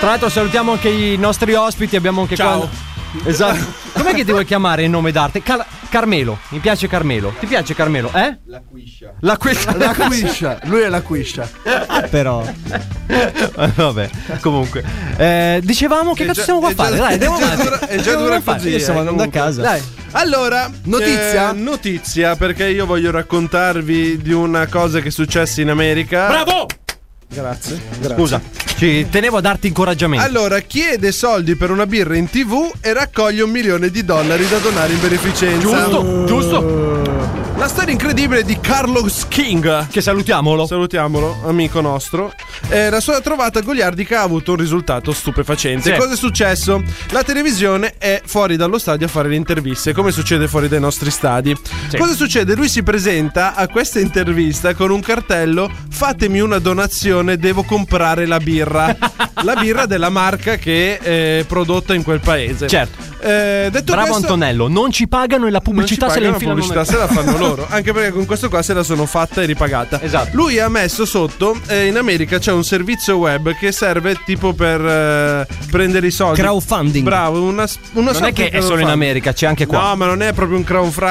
[SPEAKER 7] Tra l'altro salutiamo anche i nostri ospiti, abbiamo anche
[SPEAKER 8] Ciao.
[SPEAKER 7] qua. Esatto. Com'è che ti vuoi chiamare in nome d'arte? Cal- Carmelo. Mi piace Carmelo. Ti piace Carmelo, eh? La quiscia. La quiscia.
[SPEAKER 8] La quiscia, lui è la quiscia.
[SPEAKER 7] Però. Vabbè, comunque. Eh, dicevamo che
[SPEAKER 6] È
[SPEAKER 7] cazzo
[SPEAKER 6] già-
[SPEAKER 7] stiamo qua a
[SPEAKER 6] è già- [LAUGHS]
[SPEAKER 7] fare? Dai,
[SPEAKER 6] è
[SPEAKER 7] andiamo
[SPEAKER 6] già
[SPEAKER 7] avanti.
[SPEAKER 6] dura- è già
[SPEAKER 7] Andiamo
[SPEAKER 6] dura
[SPEAKER 7] avanti.
[SPEAKER 6] così,
[SPEAKER 7] Io stiamo
[SPEAKER 6] eh,
[SPEAKER 7] andando a casa.
[SPEAKER 6] comunque. Dai. Allora,
[SPEAKER 7] Notizia?
[SPEAKER 6] eh, notizia, perché io voglio raccontarvi di una cosa che è successa in America.
[SPEAKER 7] Bravo!
[SPEAKER 6] Grazie.
[SPEAKER 7] Scusa, ci tenevo a darti incoraggiamento.
[SPEAKER 6] Allora, chiede soldi per una birra in tv e raccoglie un milione di dollari da donare in beneficenza.
[SPEAKER 7] Giusto, giusto.
[SPEAKER 6] La storia incredibile di Carlos King.
[SPEAKER 7] Che salutiamolo.
[SPEAKER 6] Salutiamolo, amico nostro. Eh, la sua trovata goliardica ha avuto un risultato stupefacente.
[SPEAKER 14] Sì.
[SPEAKER 6] Cosa è successo? La televisione è fuori dallo stadio a fare le interviste, come succede fuori dai nostri stadi.
[SPEAKER 14] Sì.
[SPEAKER 6] Cosa succede? Lui si presenta a questa intervista con un cartello: Fatemi una donazione, devo comprare la
[SPEAKER 7] [LAUGHS]
[SPEAKER 6] birra. la birra della marca che è eh, prodotta in quel paese.
[SPEAKER 7] Certo.
[SPEAKER 6] Eh, detto
[SPEAKER 7] Bravo
[SPEAKER 6] questo-
[SPEAKER 7] Antonello, non ci pagano e la pubblicità
[SPEAKER 6] non ci
[SPEAKER 7] se la
[SPEAKER 6] pagano,
[SPEAKER 7] infilano.
[SPEAKER 6] pubblicità
[SPEAKER 7] [LAUGHS]
[SPEAKER 6] se la fanno loro. Anche perché con questo qua se la sono fatta e ripagata. Esatto. Lui ha messo sotto, eh, in America c'è un servizio web che serve tipo per eh, prendere i soldi.
[SPEAKER 7] Crowdfunding.
[SPEAKER 6] Bravo, una, s- una
[SPEAKER 7] non
[SPEAKER 6] sorta
[SPEAKER 7] è che
[SPEAKER 6] di
[SPEAKER 7] è solo in
[SPEAKER 6] crowdfunding.
[SPEAKER 7] America, c'è anche qua.
[SPEAKER 6] No, ma non è proprio un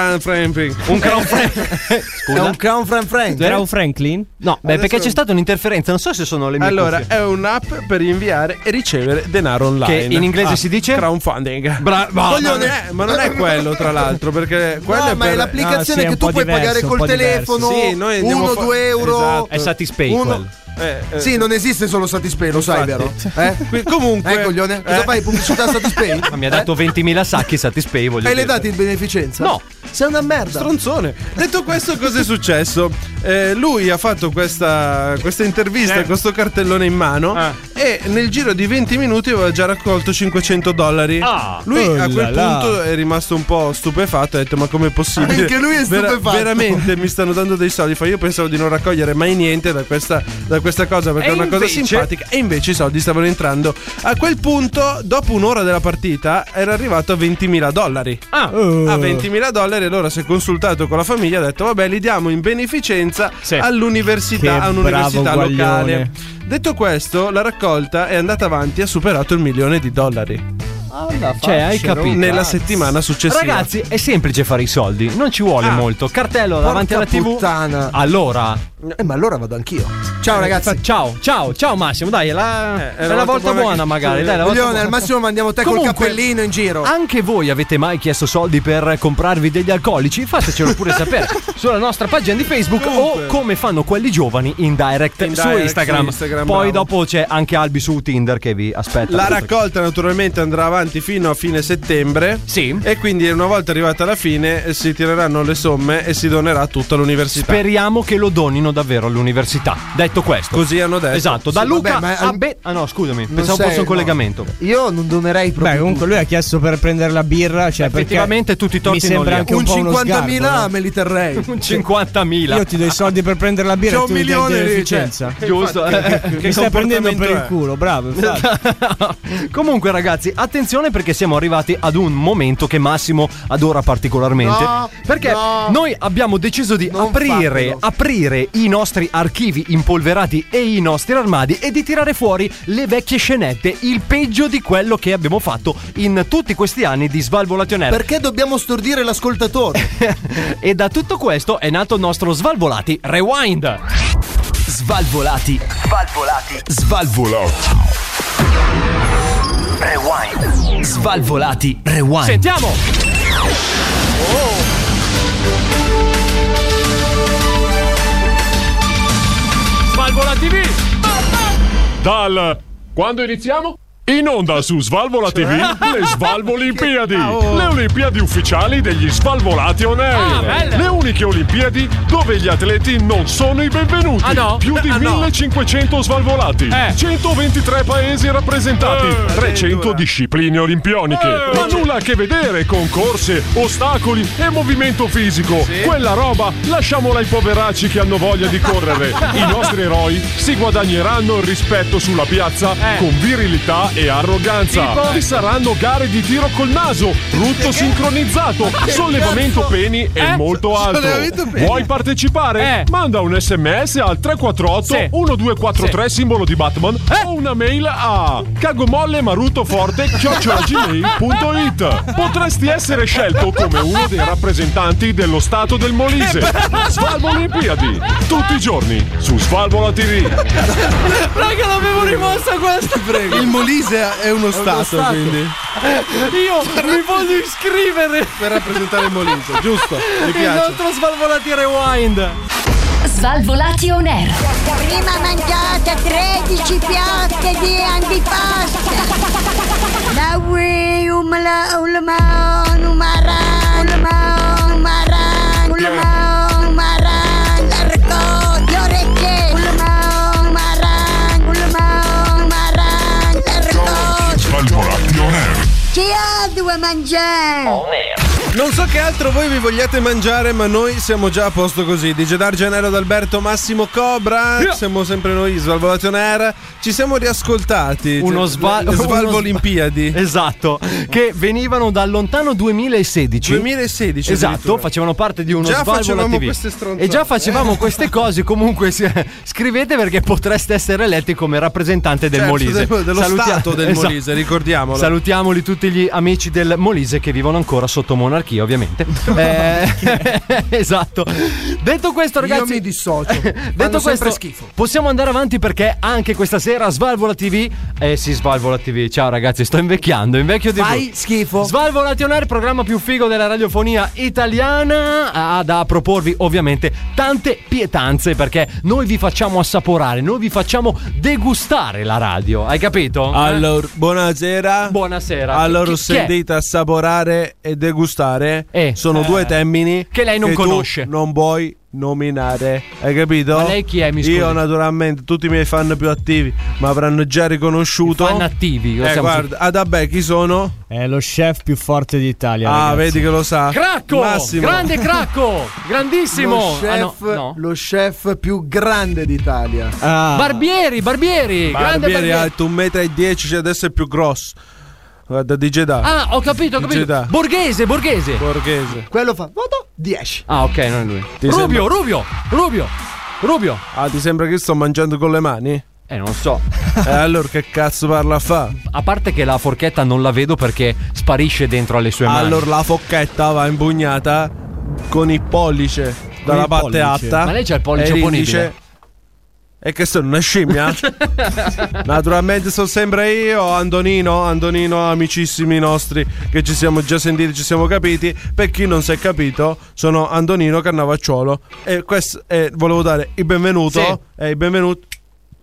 [SPEAKER 6] crowdfunding.
[SPEAKER 7] Un
[SPEAKER 6] [LAUGHS]
[SPEAKER 7] crowdfunding.
[SPEAKER 6] È un
[SPEAKER 8] crown Frank Frank.
[SPEAKER 6] eh?
[SPEAKER 7] Crown Franklin? No, beh,
[SPEAKER 6] Adesso-
[SPEAKER 7] perché c'è stata un'interferenza, non so se sono le mie
[SPEAKER 6] Allora,
[SPEAKER 7] cuffie.
[SPEAKER 6] è un'app per inviare e ricevere denaro online.
[SPEAKER 7] Che in inglese
[SPEAKER 6] Ah,
[SPEAKER 7] si dice?
[SPEAKER 6] Crowdfunding. [LAUGHS]
[SPEAKER 7] Bra- no,
[SPEAKER 6] Voglio-
[SPEAKER 7] ma non è-
[SPEAKER 6] ma
[SPEAKER 8] [LAUGHS]
[SPEAKER 6] non è quello, tra l'altro, perché quello è
[SPEAKER 8] ma è
[SPEAKER 6] per-
[SPEAKER 8] l'applicazione
[SPEAKER 6] Ah, sì, è
[SPEAKER 8] che
[SPEAKER 6] un
[SPEAKER 8] tu
[SPEAKER 6] po'
[SPEAKER 8] puoi
[SPEAKER 6] diverso,
[SPEAKER 8] pagare
[SPEAKER 6] un
[SPEAKER 8] col
[SPEAKER 6] po' diverso.
[SPEAKER 8] telefono,
[SPEAKER 6] Sì, noi andiamo
[SPEAKER 8] 1,
[SPEAKER 6] a fa-
[SPEAKER 8] 2 euro.
[SPEAKER 6] Esatto.
[SPEAKER 7] È Satispay
[SPEAKER 8] Uno-
[SPEAKER 7] quello.
[SPEAKER 6] Eh, eh,
[SPEAKER 8] Sì, non esiste solo Satispay, lo sai, vero?
[SPEAKER 6] Infatti. [LAUGHS]
[SPEAKER 8] Eh?
[SPEAKER 6] Qui-
[SPEAKER 8] Eh,
[SPEAKER 6] comunque-
[SPEAKER 8] coglione, cosa
[SPEAKER 6] Eh.
[SPEAKER 8] fai? Pubblicità Satispay?
[SPEAKER 7] Ma mi ha dato 20.000 sacchi Satispay, voglio
[SPEAKER 8] E le
[SPEAKER 7] dire.
[SPEAKER 8] date in beneficenza?
[SPEAKER 7] No.
[SPEAKER 8] Sei una merda.
[SPEAKER 6] Stronzone. Detto questo, cosa è successo? Eh, lui ha fatto questa, questa intervista
[SPEAKER 14] Eh.
[SPEAKER 6] con questo cartellone in mano e nel giro di 20 minuti aveva già raccolto 500 dollari.
[SPEAKER 14] Ah.
[SPEAKER 6] lui
[SPEAKER 14] Oh
[SPEAKER 6] a
[SPEAKER 14] là
[SPEAKER 6] quel
[SPEAKER 14] là.
[SPEAKER 6] punto è rimasto un po' stupefatto e ha detto ma com'è possibile?
[SPEAKER 14] Anche lui è stupefatto.
[SPEAKER 6] veramente mi stanno dando dei soldi. Fa, io pensavo di non raccogliere mai niente da questa, da questa cosa perché
[SPEAKER 14] E
[SPEAKER 6] è una cosa
[SPEAKER 14] invece?
[SPEAKER 6] simpatica e invece i soldi stavano entrando. A quel punto, dopo un'ora della partita, era arrivato a 20.000 dollari.
[SPEAKER 7] Ah,
[SPEAKER 6] a 20.000 dollari. Allora si è consultato con la famiglia, ha detto: Vabbè, li diamo in beneficenza
[SPEAKER 14] Che
[SPEAKER 6] all'università, a un'università
[SPEAKER 14] bravo
[SPEAKER 6] locale.
[SPEAKER 14] guaglione.
[SPEAKER 6] Detto questo, la raccolta è andata avanti e ha superato il milione di dollari.
[SPEAKER 7] Cioè, hai
[SPEAKER 6] Faccero.
[SPEAKER 7] capito.
[SPEAKER 6] Nella settimana successiva. Ah.
[SPEAKER 7] Ragazzi, è semplice fare i soldi, non ci vuole molto. Cartello davanti alla
[SPEAKER 8] Porca
[SPEAKER 7] TV.
[SPEAKER 8] puttana.
[SPEAKER 7] Allora.
[SPEAKER 8] Eh, ma allora vado anch'io. Ciao,
[SPEAKER 7] Eh,
[SPEAKER 8] ragazzi.
[SPEAKER 7] fa- Ciao, ciao, ciao Massimo. Dai, è
[SPEAKER 6] Eh,
[SPEAKER 7] la, è la volta buona, magari. Dai, la volta
[SPEAKER 8] Coglione,
[SPEAKER 7] buona.
[SPEAKER 8] al massimo mandiamo te
[SPEAKER 7] Comunque- ah,
[SPEAKER 8] col cappellino in giro.
[SPEAKER 7] Anche voi avete mai chiesto soldi per comprarvi degli alcolici? Fatecelo pure sapere sulla nostra pagina di Facebook o come fanno quelli giovani in direct,
[SPEAKER 6] In
[SPEAKER 7] su,
[SPEAKER 6] direct su
[SPEAKER 7] Instagram.
[SPEAKER 6] Instagram,
[SPEAKER 7] Poi
[SPEAKER 6] bravo.
[SPEAKER 7] dopo c'è anche Albi su Tinder che vi aspetta.
[SPEAKER 6] La raccolta naturalmente andrà avanti fino a fine settembre. Sì. E quindi una volta arrivata alla fine eh, si tireranno le somme e si donerà tutto all'università.
[SPEAKER 7] Speriamo che lo donino davvero all'università. Detto questo,
[SPEAKER 6] Così hanno detto.
[SPEAKER 7] Esatto, da
[SPEAKER 8] Sì,
[SPEAKER 7] Luca
[SPEAKER 8] vabbè, ma-
[SPEAKER 7] a Be- Ah no, scusami,
[SPEAKER 8] Non
[SPEAKER 7] pensavo
[SPEAKER 8] sei-
[SPEAKER 7] fosse un
[SPEAKER 8] no.
[SPEAKER 6] [LAUGHS]
[SPEAKER 7] collegamento.
[SPEAKER 8] Io non donerei proprio.
[SPEAKER 12] Beh, comunque lui ha chiesto per prendere la birra. Cioè,
[SPEAKER 7] Effettivamente
[SPEAKER 12] perché
[SPEAKER 7] tutti i torti
[SPEAKER 12] Mi sembra
[SPEAKER 7] non li ha.
[SPEAKER 12] anche un,
[SPEAKER 8] un
[SPEAKER 12] po' uno sgarbo, eh.
[SPEAKER 8] 50.000
[SPEAKER 12] no?
[SPEAKER 8] me li terrei.
[SPEAKER 15] [LAUGHS]
[SPEAKER 7] Un 50.000.
[SPEAKER 12] Io ti do i soldi per prendere la birra
[SPEAKER 8] C'è
[SPEAKER 12] e
[SPEAKER 8] un
[SPEAKER 12] tu mi dai
[SPEAKER 8] milione lì,
[SPEAKER 12] beneficenza. [LAUGHS]
[SPEAKER 8] cioè.
[SPEAKER 7] Giusto, eh.
[SPEAKER 12] Mi stai prendendo per il culo, bravo. infatti.
[SPEAKER 7] [LAUGHS] Comunque, ragazzi, attenzione perché siamo arrivati ad un momento che Massimo adora particolarmente.
[SPEAKER 14] No,
[SPEAKER 7] perché
[SPEAKER 14] no.
[SPEAKER 7] noi abbiamo deciso di aprire,
[SPEAKER 14] fatelo.
[SPEAKER 7] aprire i nostri archivi impolverati e i nostri armadi e di tirare fuori le vecchie scenette, il peggio di quello che abbiamo fatto in tutti questi anni di Svalvolationella.
[SPEAKER 8] Perché dobbiamo stordire l'ascoltatore?
[SPEAKER 7] [LAUGHS] e da tutto questo è nato il nostro Svalvolati Rewind.
[SPEAKER 13] Svalvolati. Svalvolati. Svalvolati. Rewind. Svalvolati. Rewind.
[SPEAKER 7] Sentiamo!
[SPEAKER 15] Dal. Quando iniziamo? In onda su Svalvola TV
[SPEAKER 16] Cioè?
[SPEAKER 15] le Svalvo
[SPEAKER 16] [LAUGHS]
[SPEAKER 15] Olimpiadi, le Olimpiadi ufficiali degli Svalvolati On Air.
[SPEAKER 16] Ah, belle.
[SPEAKER 15] le uniche Olimpiadi dove gli atleti non sono i benvenuti.
[SPEAKER 16] Ah, no?
[SPEAKER 15] Più di
[SPEAKER 16] Ah, no. Eh.
[SPEAKER 15] 1500 Svalvolati, 123 paesi rappresentati, 300 discipline olimpioniche.
[SPEAKER 16] Eh,
[SPEAKER 15] Ma nulla a che vedere con corse, ostacoli e movimento fisico. Quella roba lasciamola ai poveracci che hanno voglia
[SPEAKER 16] [LAUGHS]
[SPEAKER 15] di correre. I nostri eroi si guadagneranno il rispetto sulla piazza con virilità e arroganza.
[SPEAKER 16] Eh. Tipo?
[SPEAKER 15] Ci saranno gare di tiro col naso, rutto sincronizzato,
[SPEAKER 16] Che
[SPEAKER 15] sollevamento
[SPEAKER 16] cazzo?
[SPEAKER 15] peni e
[SPEAKER 16] Eh?
[SPEAKER 15] molto
[SPEAKER 16] Sollevamento
[SPEAKER 15] altro.
[SPEAKER 16] peni? Eh.
[SPEAKER 15] Vuoi partecipare? Manda un sms al 348
[SPEAKER 16] Sì. Eh?
[SPEAKER 15] 1243 simbolo di Batman o una mail a cagomolle maruto forte chiocciolagmail.it Potresti essere scelto come uno dei rappresentanti dello stato del Molise.
[SPEAKER 16] Eh,
[SPEAKER 15] Svalvo Olimpiadi, tutti i giorni su Svalvola TV.
[SPEAKER 16] Raga, l'avevo rimossa questa.
[SPEAKER 6] Prego. Il Molise è uno stato,
[SPEAKER 16] stato.
[SPEAKER 6] quindi.
[SPEAKER 7] Io mi voglio iscrivere
[SPEAKER 6] per rappresentare il Molise, giusto? Mi
[SPEAKER 7] Il
[SPEAKER 6] piace.
[SPEAKER 7] nostro Svalvolati Rewind.
[SPEAKER 5] Svalvolati on air.
[SPEAKER 10] Prima mangiate 13 piatte di antipasto. La ui umla ulma numara ulma numara ulma numara l'arco le orecchie ulma numara ulma numara l'arco
[SPEAKER 3] Svalvolati on air.
[SPEAKER 10] chi ha due mangiare?
[SPEAKER 6] Non so che altro voi vi vogliate mangiare, ma noi siamo già a posto così. Di Gedar Gennaro d'Alberto Massimo Cobra. Siamo sempre noi, Svalvolati on Air. Ci siamo riascoltati.
[SPEAKER 7] Uno
[SPEAKER 6] Le-
[SPEAKER 7] sval-
[SPEAKER 6] le Svalvo
[SPEAKER 7] uno-
[SPEAKER 6] Olimpiadi.
[SPEAKER 7] Esatto, che venivano da lontano 2016.
[SPEAKER 6] 2016
[SPEAKER 7] Esatto,
[SPEAKER 6] addirittura.
[SPEAKER 7] facevano parte di uno
[SPEAKER 6] Già
[SPEAKER 7] Svalvola
[SPEAKER 6] facevamo
[SPEAKER 7] TV.
[SPEAKER 6] queste stronzate.
[SPEAKER 7] E già facevamo queste cose, comunque si- scrivete perché potreste essere eletti come rappresentante del
[SPEAKER 6] Certo,
[SPEAKER 7] Molise.
[SPEAKER 6] dello- dello
[SPEAKER 7] Salutia-
[SPEAKER 6] stato del
[SPEAKER 7] Esatto.
[SPEAKER 6] Molise, ricordiamolo.
[SPEAKER 7] Salutiamoli tutti gli amici del Molise che vivono ancora sotto monarchia,
[SPEAKER 8] [LAUGHS]
[SPEAKER 7] ovviamente. Eh, [LAUGHS] esatto. Detto questo, ragazzi,
[SPEAKER 8] Io mi
[SPEAKER 7] [LAUGHS]
[SPEAKER 8] dissocio.
[SPEAKER 7] Detto
[SPEAKER 8] Fanno
[SPEAKER 7] questo,
[SPEAKER 8] sempre schifo.
[SPEAKER 7] possiamo andare avanti perché anche questa sera Svalvola TV. Eh sì, Svalvola TV. Ciao ragazzi, sto invecchiando, invecchio di
[SPEAKER 8] Fai
[SPEAKER 7] brutto.
[SPEAKER 8] schifo.
[SPEAKER 7] Svalvolati on Air, programma più figo della radiofonia italiana, ha da proporvi ovviamente tante pietanze perché noi vi facciamo assaporare, noi vi facciamo degustare la radio, hai capito? Eh?
[SPEAKER 6] Allora, buonasera.
[SPEAKER 7] Buonasera.
[SPEAKER 6] Allora,
[SPEAKER 7] Chi-
[SPEAKER 6] ho
[SPEAKER 7] chi è?
[SPEAKER 6] sentito assaporare e degustare. Sono
[SPEAKER 7] Eh.
[SPEAKER 6] due termini
[SPEAKER 7] Che lei non
[SPEAKER 6] tu
[SPEAKER 7] conosce.
[SPEAKER 6] non vuoi nominare. Hai capito?
[SPEAKER 7] Ma lei chi è, mi scusi?
[SPEAKER 6] Io, naturalmente, tutti i miei fan più attivi mi avranno già riconosciuto.
[SPEAKER 7] Fan attivi, lo
[SPEAKER 6] Eh,
[SPEAKER 7] siamo su-
[SPEAKER 6] guarda, ah, vabbè, chi sono?
[SPEAKER 12] È lo chef più forte d'Italia.
[SPEAKER 6] ah,
[SPEAKER 12] ragazzi.
[SPEAKER 6] vedi che lo sa.
[SPEAKER 7] Cracco!
[SPEAKER 6] Massimo.
[SPEAKER 7] Grande cracco! Grandissimo!
[SPEAKER 8] Lo
[SPEAKER 7] Ah, no,
[SPEAKER 8] chef,
[SPEAKER 7] no.
[SPEAKER 8] lo chef più grande d'Italia.
[SPEAKER 12] Ah.
[SPEAKER 7] Barbieri, Barbieri, grande
[SPEAKER 6] Barbieri eh.
[SPEAKER 7] Barbieri.
[SPEAKER 6] alto 1,10 m, cioè adesso è più grosso. Guarda, di Jedi.
[SPEAKER 7] Ah, ho capito, ho
[SPEAKER 6] Dice da.
[SPEAKER 7] capito. Borghese, borghese.
[SPEAKER 6] Borghese.
[SPEAKER 8] Quello fa, vado, 10.
[SPEAKER 7] Ah, ok, non è lui.
[SPEAKER 6] Ti
[SPEAKER 7] Rubio,
[SPEAKER 6] sembra-
[SPEAKER 7] Rubio, Rubio, Rubio.
[SPEAKER 6] Ah, ti sembra che sto mangiando con
[SPEAKER 7] [LAUGHS]
[SPEAKER 6] le mani?
[SPEAKER 7] Eh, non so.
[SPEAKER 6] E allora che cazzo parla a fa?
[SPEAKER 7] A parte che la forchetta non la vedo perché sparisce dentro alle sue mani.
[SPEAKER 6] Allora la focchetta va impugnata con il pollice dalla
[SPEAKER 7] il
[SPEAKER 6] parte
[SPEAKER 7] pollice.
[SPEAKER 6] alta.
[SPEAKER 7] Ma lei c'ha il pollice
[SPEAKER 6] e
[SPEAKER 7] opponibile?
[SPEAKER 6] E che sono
[SPEAKER 7] [LAUGHS]
[SPEAKER 6] una scimmia? Naturalmente sono sempre io, Antonino, Antonino, amicissimi nostri che ci siamo già sentiti, ci siamo capiti. Per chi non si è capito, sono Antonino Carnavacciolo. E questo è, volevo dare il benvenuto.
[SPEAKER 7] Sì.
[SPEAKER 6] E il benvenuto.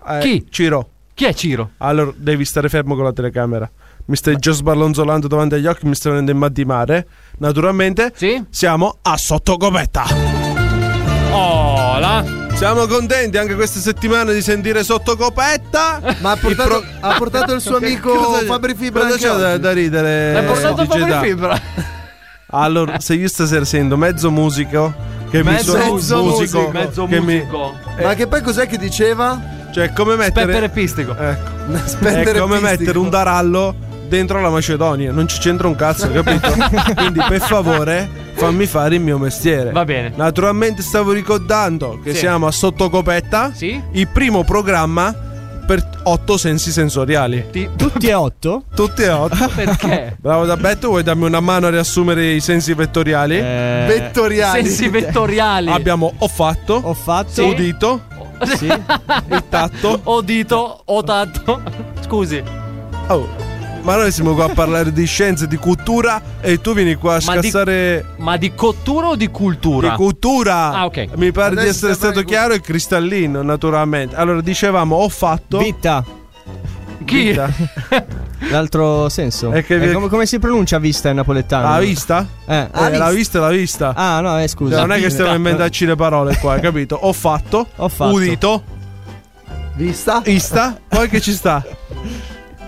[SPEAKER 6] a
[SPEAKER 7] Chi?
[SPEAKER 6] Ciro.
[SPEAKER 7] Chi è Ciro?
[SPEAKER 6] Allora, devi stare fermo con la telecamera. Mi stai già sballonzolando davanti agli occhi, mi stai venendo in mal di mare. Naturalmente,
[SPEAKER 7] Sì?
[SPEAKER 6] siamo a Sottocopetta.
[SPEAKER 7] Oh, là.
[SPEAKER 6] Siamo contenti anche questa settimana di sentire Sottocopetta.
[SPEAKER 8] Ma ha portato,
[SPEAKER 6] pro-
[SPEAKER 8] ha portato
[SPEAKER 6] [LAUGHS]
[SPEAKER 8] il suo amico
[SPEAKER 6] Cosa c'è-
[SPEAKER 8] Fabri Fibra.
[SPEAKER 6] Cosa
[SPEAKER 8] anche
[SPEAKER 6] c'è da,
[SPEAKER 8] oggi?
[SPEAKER 6] da ridere?
[SPEAKER 7] L'hai portato
[SPEAKER 6] eh,
[SPEAKER 7] Fabri
[SPEAKER 6] Geda?
[SPEAKER 7] Fibra.
[SPEAKER 6] Allora, se io stasera sento mezzo musico, che
[SPEAKER 7] Mezzo
[SPEAKER 6] mi
[SPEAKER 7] musico,
[SPEAKER 6] sono musico,
[SPEAKER 7] mezzo
[SPEAKER 6] che mi-
[SPEAKER 7] musico.
[SPEAKER 8] Ma che poi cos'è che diceva? [LAUGHS]
[SPEAKER 6] cioè, come mettere.
[SPEAKER 7] Peperepistico.
[SPEAKER 6] Ecco.
[SPEAKER 8] Spendere
[SPEAKER 6] è come
[SPEAKER 8] pistico.
[SPEAKER 6] mettere un darallo dentro la Macedonia, non ci c'entra un cazzo, capito? Quindi per favore fammi fare il mio mestiere.
[SPEAKER 7] Va bene.
[SPEAKER 6] Naturalmente stavo ricordando che
[SPEAKER 7] Sì.
[SPEAKER 6] siamo a Sottocopetta,
[SPEAKER 7] Sì?
[SPEAKER 6] il primo programma per otto sensi sensoriali.
[SPEAKER 12] Tutti e otto?
[SPEAKER 6] Tutti e otto. [LAUGHS]
[SPEAKER 7] Perché?
[SPEAKER 6] Bravo Dabetto, vuoi darmi una mano a riassumere i sensi vettoriali?
[SPEAKER 12] Eh,
[SPEAKER 8] Vettoriali.
[SPEAKER 7] Sensi vettoriali.
[SPEAKER 6] Abbiamo ho fatto,
[SPEAKER 12] Ho fatto.
[SPEAKER 7] Sì.
[SPEAKER 6] udito,
[SPEAKER 12] Sì.
[SPEAKER 6] il tatto.
[SPEAKER 7] Ho dito, ho tanto. [LAUGHS] Scusi.
[SPEAKER 6] Oh, Ma noi siamo qua a parlare di scienze, di cultura e tu vieni qua a
[SPEAKER 7] Ma di-
[SPEAKER 6] scassare
[SPEAKER 7] Ma di cottura o di cultura?
[SPEAKER 6] Di cultura.
[SPEAKER 7] Ah, ok.
[SPEAKER 6] Mi pare di
[SPEAKER 8] Adesso stiamo
[SPEAKER 6] essere stato
[SPEAKER 8] parlando di
[SPEAKER 6] chiaro e cristallino, naturalmente. Allora, dicevamo, ho fatto.
[SPEAKER 12] Vita.
[SPEAKER 7] Chi?
[SPEAKER 6] Vita.
[SPEAKER 12] L'altro senso.
[SPEAKER 6] È che vi-
[SPEAKER 12] Eh, come, come si pronuncia vista in napoletano?
[SPEAKER 6] La vista?
[SPEAKER 12] Eh,
[SPEAKER 6] Ah, la vista è la vista.
[SPEAKER 12] Ah, no, eh, scusa.
[SPEAKER 6] Cioè, non è che stiamo a inventarci le parole qua, hai capito? Ho fatto, ho
[SPEAKER 12] fatto.
[SPEAKER 6] udito,
[SPEAKER 8] vista,
[SPEAKER 6] ista, poi che ci sta?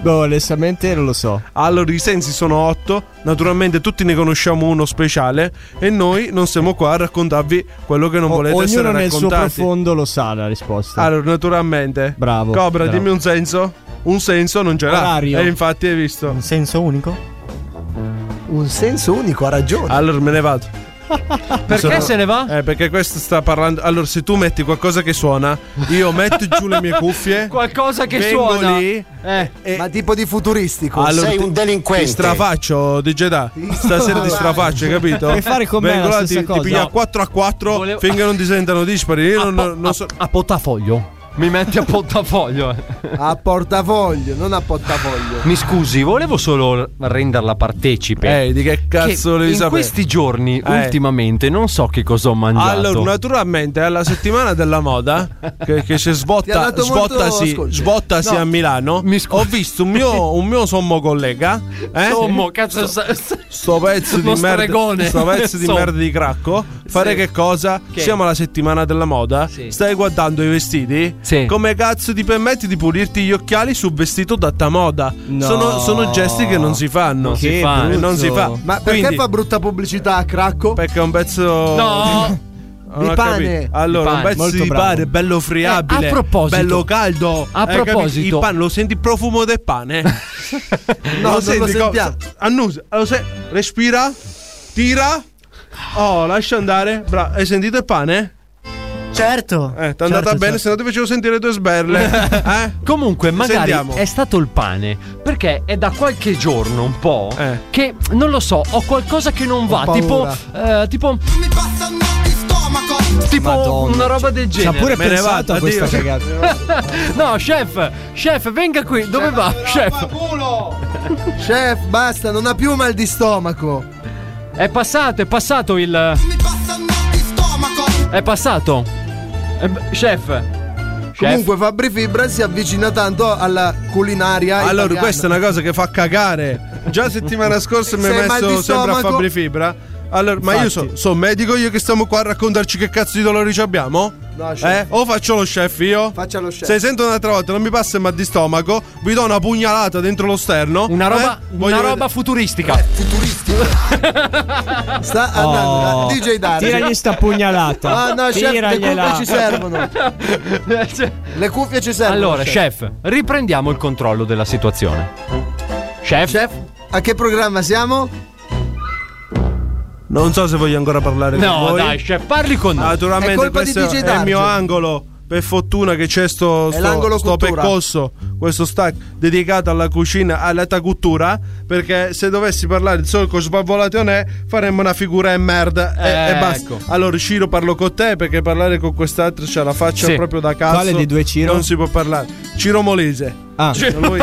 [SPEAKER 12] Boh, onestamente non lo so.
[SPEAKER 6] Allora, i sensi sono otto. Naturalmente, tutti ne conosciamo uno speciale. E noi non siamo qua a raccontarvi quello che non
[SPEAKER 12] O-
[SPEAKER 6] volete essere
[SPEAKER 12] ognuno nel suo
[SPEAKER 6] raccontati.
[SPEAKER 12] profondo lo sa la risposta.
[SPEAKER 6] Allora, naturalmente.
[SPEAKER 12] Bravo.
[SPEAKER 6] Cobra,
[SPEAKER 12] bravo.
[SPEAKER 6] dimmi un senso. Un senso non ce l'ha.
[SPEAKER 12] Orario.
[SPEAKER 6] E infatti hai visto. Un
[SPEAKER 12] senso unico?
[SPEAKER 8] Un senso unico, ha ragione.
[SPEAKER 6] Allora me ne vado.
[SPEAKER 7] [LAUGHS] Perché se ne va?
[SPEAKER 6] Eh, perché questo sta parlando. Allora, se tu metti qualcosa che suona, io metto giù le mie cuffie.
[SPEAKER 7] [LAUGHS] Qualcosa che
[SPEAKER 6] vengo
[SPEAKER 7] suona. Eh.
[SPEAKER 6] lì.
[SPEAKER 8] Ma tipo di futuristico.
[SPEAKER 6] Allora, ti- Ti strafaccio, DJ Da.
[SPEAKER 8] [LAUGHS]
[SPEAKER 6] Stasera ti strafaccio, hai capito?
[SPEAKER 12] Puoi fare con me
[SPEAKER 6] Vengo
[SPEAKER 12] la
[SPEAKER 6] là,
[SPEAKER 12] stessa
[SPEAKER 6] ti,
[SPEAKER 12] cosa?
[SPEAKER 6] Ti piglia
[SPEAKER 12] No.
[SPEAKER 6] 4 a 4
[SPEAKER 7] Volevo-
[SPEAKER 6] finché non ti sentano dispari. Io non, non so.
[SPEAKER 7] A portafoglio. Mi metti
[SPEAKER 6] [LAUGHS]
[SPEAKER 7] a portafoglio.
[SPEAKER 8] A portafoglio, non a portafoglio.
[SPEAKER 7] Mi scusi, volevo solo renderla partecipe.
[SPEAKER 6] Eh, di che cazzo devi
[SPEAKER 7] in
[SPEAKER 6] sapere?
[SPEAKER 7] questi giorni,
[SPEAKER 6] Eh.
[SPEAKER 7] ultimamente, non so che cosa ho mangiato.
[SPEAKER 6] Allora, naturalmente alla settimana della moda che, che si
[SPEAKER 8] Ti ha
[SPEAKER 6] sbotta,
[SPEAKER 8] dato molto
[SPEAKER 6] sbottasi,
[SPEAKER 8] ascolto.
[SPEAKER 6] sbottasi
[SPEAKER 8] No.
[SPEAKER 6] a Milano, ho visto un mio, un mio sommo collega. Eh?
[SPEAKER 7] Sommo, cazzo, sa-
[SPEAKER 6] Sto pezzo di
[SPEAKER 7] Lo
[SPEAKER 6] merda,
[SPEAKER 7] stregone.
[SPEAKER 6] sto pezzo di
[SPEAKER 7] Sommo.
[SPEAKER 6] merda di cracco. Fare
[SPEAKER 7] Sì.
[SPEAKER 6] che cosa?
[SPEAKER 7] Che?
[SPEAKER 6] Siamo alla settimana della moda.
[SPEAKER 7] Sì.
[SPEAKER 6] Stai guardando i vestiti?
[SPEAKER 7] Sì.
[SPEAKER 6] Come cazzo ti permetti di pulirti gli occhiali sul vestito da moda?
[SPEAKER 12] No.
[SPEAKER 6] Sono, sono gesti che non si fanno.
[SPEAKER 7] Non si Che fa. brutto.
[SPEAKER 6] Eh, Non si fa.
[SPEAKER 8] Ma perché
[SPEAKER 6] Quindi-
[SPEAKER 8] fa brutta pubblicità a Cracco?
[SPEAKER 6] Perché è un pezzo.
[SPEAKER 7] No.
[SPEAKER 6] Non
[SPEAKER 8] Di
[SPEAKER 6] ho
[SPEAKER 8] pane.
[SPEAKER 6] capito. Allora,
[SPEAKER 7] Di pane,
[SPEAKER 6] un pezzo
[SPEAKER 7] molto
[SPEAKER 6] di
[SPEAKER 7] bravo.
[SPEAKER 6] pane bello friabile.
[SPEAKER 7] Eh, a proposito.
[SPEAKER 6] bello caldo.
[SPEAKER 7] A
[SPEAKER 6] Hai capito?
[SPEAKER 7] proposito.
[SPEAKER 6] Il pane, lo senti il profumo del pane?
[SPEAKER 8] No, non lo sentiamo.
[SPEAKER 6] Annusa, lo se- respira, tira. Oh, lascia andare. Bra- hai sentito il pane?
[SPEAKER 9] Certo.
[SPEAKER 6] Eh, ti è andata bene, se no ti facevo sentire le tue sberle. eh?
[SPEAKER 7] Comunque, magari
[SPEAKER 6] Sentiamo.
[SPEAKER 7] è stato il pane. Perché è da qualche giorno un po' che non lo so, ho qualcosa che non va. Tipo, eh, tipo. Tipo una roba del genere.
[SPEAKER 12] pure
[SPEAKER 7] Me ne
[SPEAKER 12] pensato
[SPEAKER 7] vado,
[SPEAKER 12] a questa
[SPEAKER 7] addio.
[SPEAKER 12] cagata.
[SPEAKER 7] No, chef, chef, venga qui. Dove va, chef?
[SPEAKER 8] Chef, basta, non ha più mal di stomaco.
[SPEAKER 7] È passato, è passato il. È passato. Eh, b- Chef. Chef.
[SPEAKER 8] Comunque Fabri Fibra si avvicina tanto alla culinaria
[SPEAKER 6] Allora,
[SPEAKER 8] italiana.
[SPEAKER 6] questa è una cosa che fa cagare. Già settimana scorsa mi
[SPEAKER 8] Se
[SPEAKER 6] hai
[SPEAKER 8] hai mal di
[SPEAKER 6] messo sempre a
[SPEAKER 8] stomaco-
[SPEAKER 6] Fabri Fibra. Allora, ma io sono
[SPEAKER 8] Infatti.
[SPEAKER 6] medico, io che stiamo qua a raccontarci che cazzo di dolori ci abbiamo?
[SPEAKER 8] No,
[SPEAKER 6] Eh?
[SPEAKER 8] chef.
[SPEAKER 6] O faccio lo chef io?
[SPEAKER 8] Faccia lo chef.
[SPEAKER 6] Se sento un'altra volta non mi passa il mal di stomaco, vi do una pugnalata dentro lo sterno.
[SPEAKER 7] Una roba,
[SPEAKER 6] eh? Voglio
[SPEAKER 7] una
[SPEAKER 6] vedere-
[SPEAKER 7] roba futuristica.
[SPEAKER 8] Sta
[SPEAKER 7] Oh.
[SPEAKER 8] andando DJ Darge.
[SPEAKER 12] Tiragli sta pugnalata.
[SPEAKER 8] Ah no, chef, le cuffie
[SPEAKER 12] Tiragliela.
[SPEAKER 8] ci servono. Le cuffie ci servono.
[SPEAKER 7] [LAUGHS] Allora, chef, riprendiamo il controllo della situazione. Chef?
[SPEAKER 8] Chef, a che programma siamo?
[SPEAKER 6] Non so se voglio ancora parlare con
[SPEAKER 7] No,
[SPEAKER 6] voi.
[SPEAKER 7] dai, chef, parli con noi.
[SPEAKER 8] È
[SPEAKER 6] Naturalmente
[SPEAKER 8] colpa di
[SPEAKER 6] questo
[SPEAKER 8] DJ
[SPEAKER 6] è il
[SPEAKER 8] Darge.
[SPEAKER 6] mio angolo. Per fortuna che c'è sto,
[SPEAKER 8] È
[SPEAKER 6] sto,
[SPEAKER 8] l'angolo
[SPEAKER 6] sto
[SPEAKER 8] cottura.
[SPEAKER 6] percorso, questo stack dedicato alla cucina, alla taguttura, perché se dovessi parlare di solo con sbavvolate o ne, faremmo una figura e merda e,
[SPEAKER 7] Eh,
[SPEAKER 6] e basta.
[SPEAKER 7] ecco.
[SPEAKER 6] Allora Ciro parlo con te perché parlare con quest'altro c'ha la faccia
[SPEAKER 7] Sì.
[SPEAKER 6] proprio da cazzo.
[SPEAKER 12] Quale dei due Ciro?
[SPEAKER 6] Non si può parlare. Ciro Molise.
[SPEAKER 12] Ah.
[SPEAKER 6] Lui,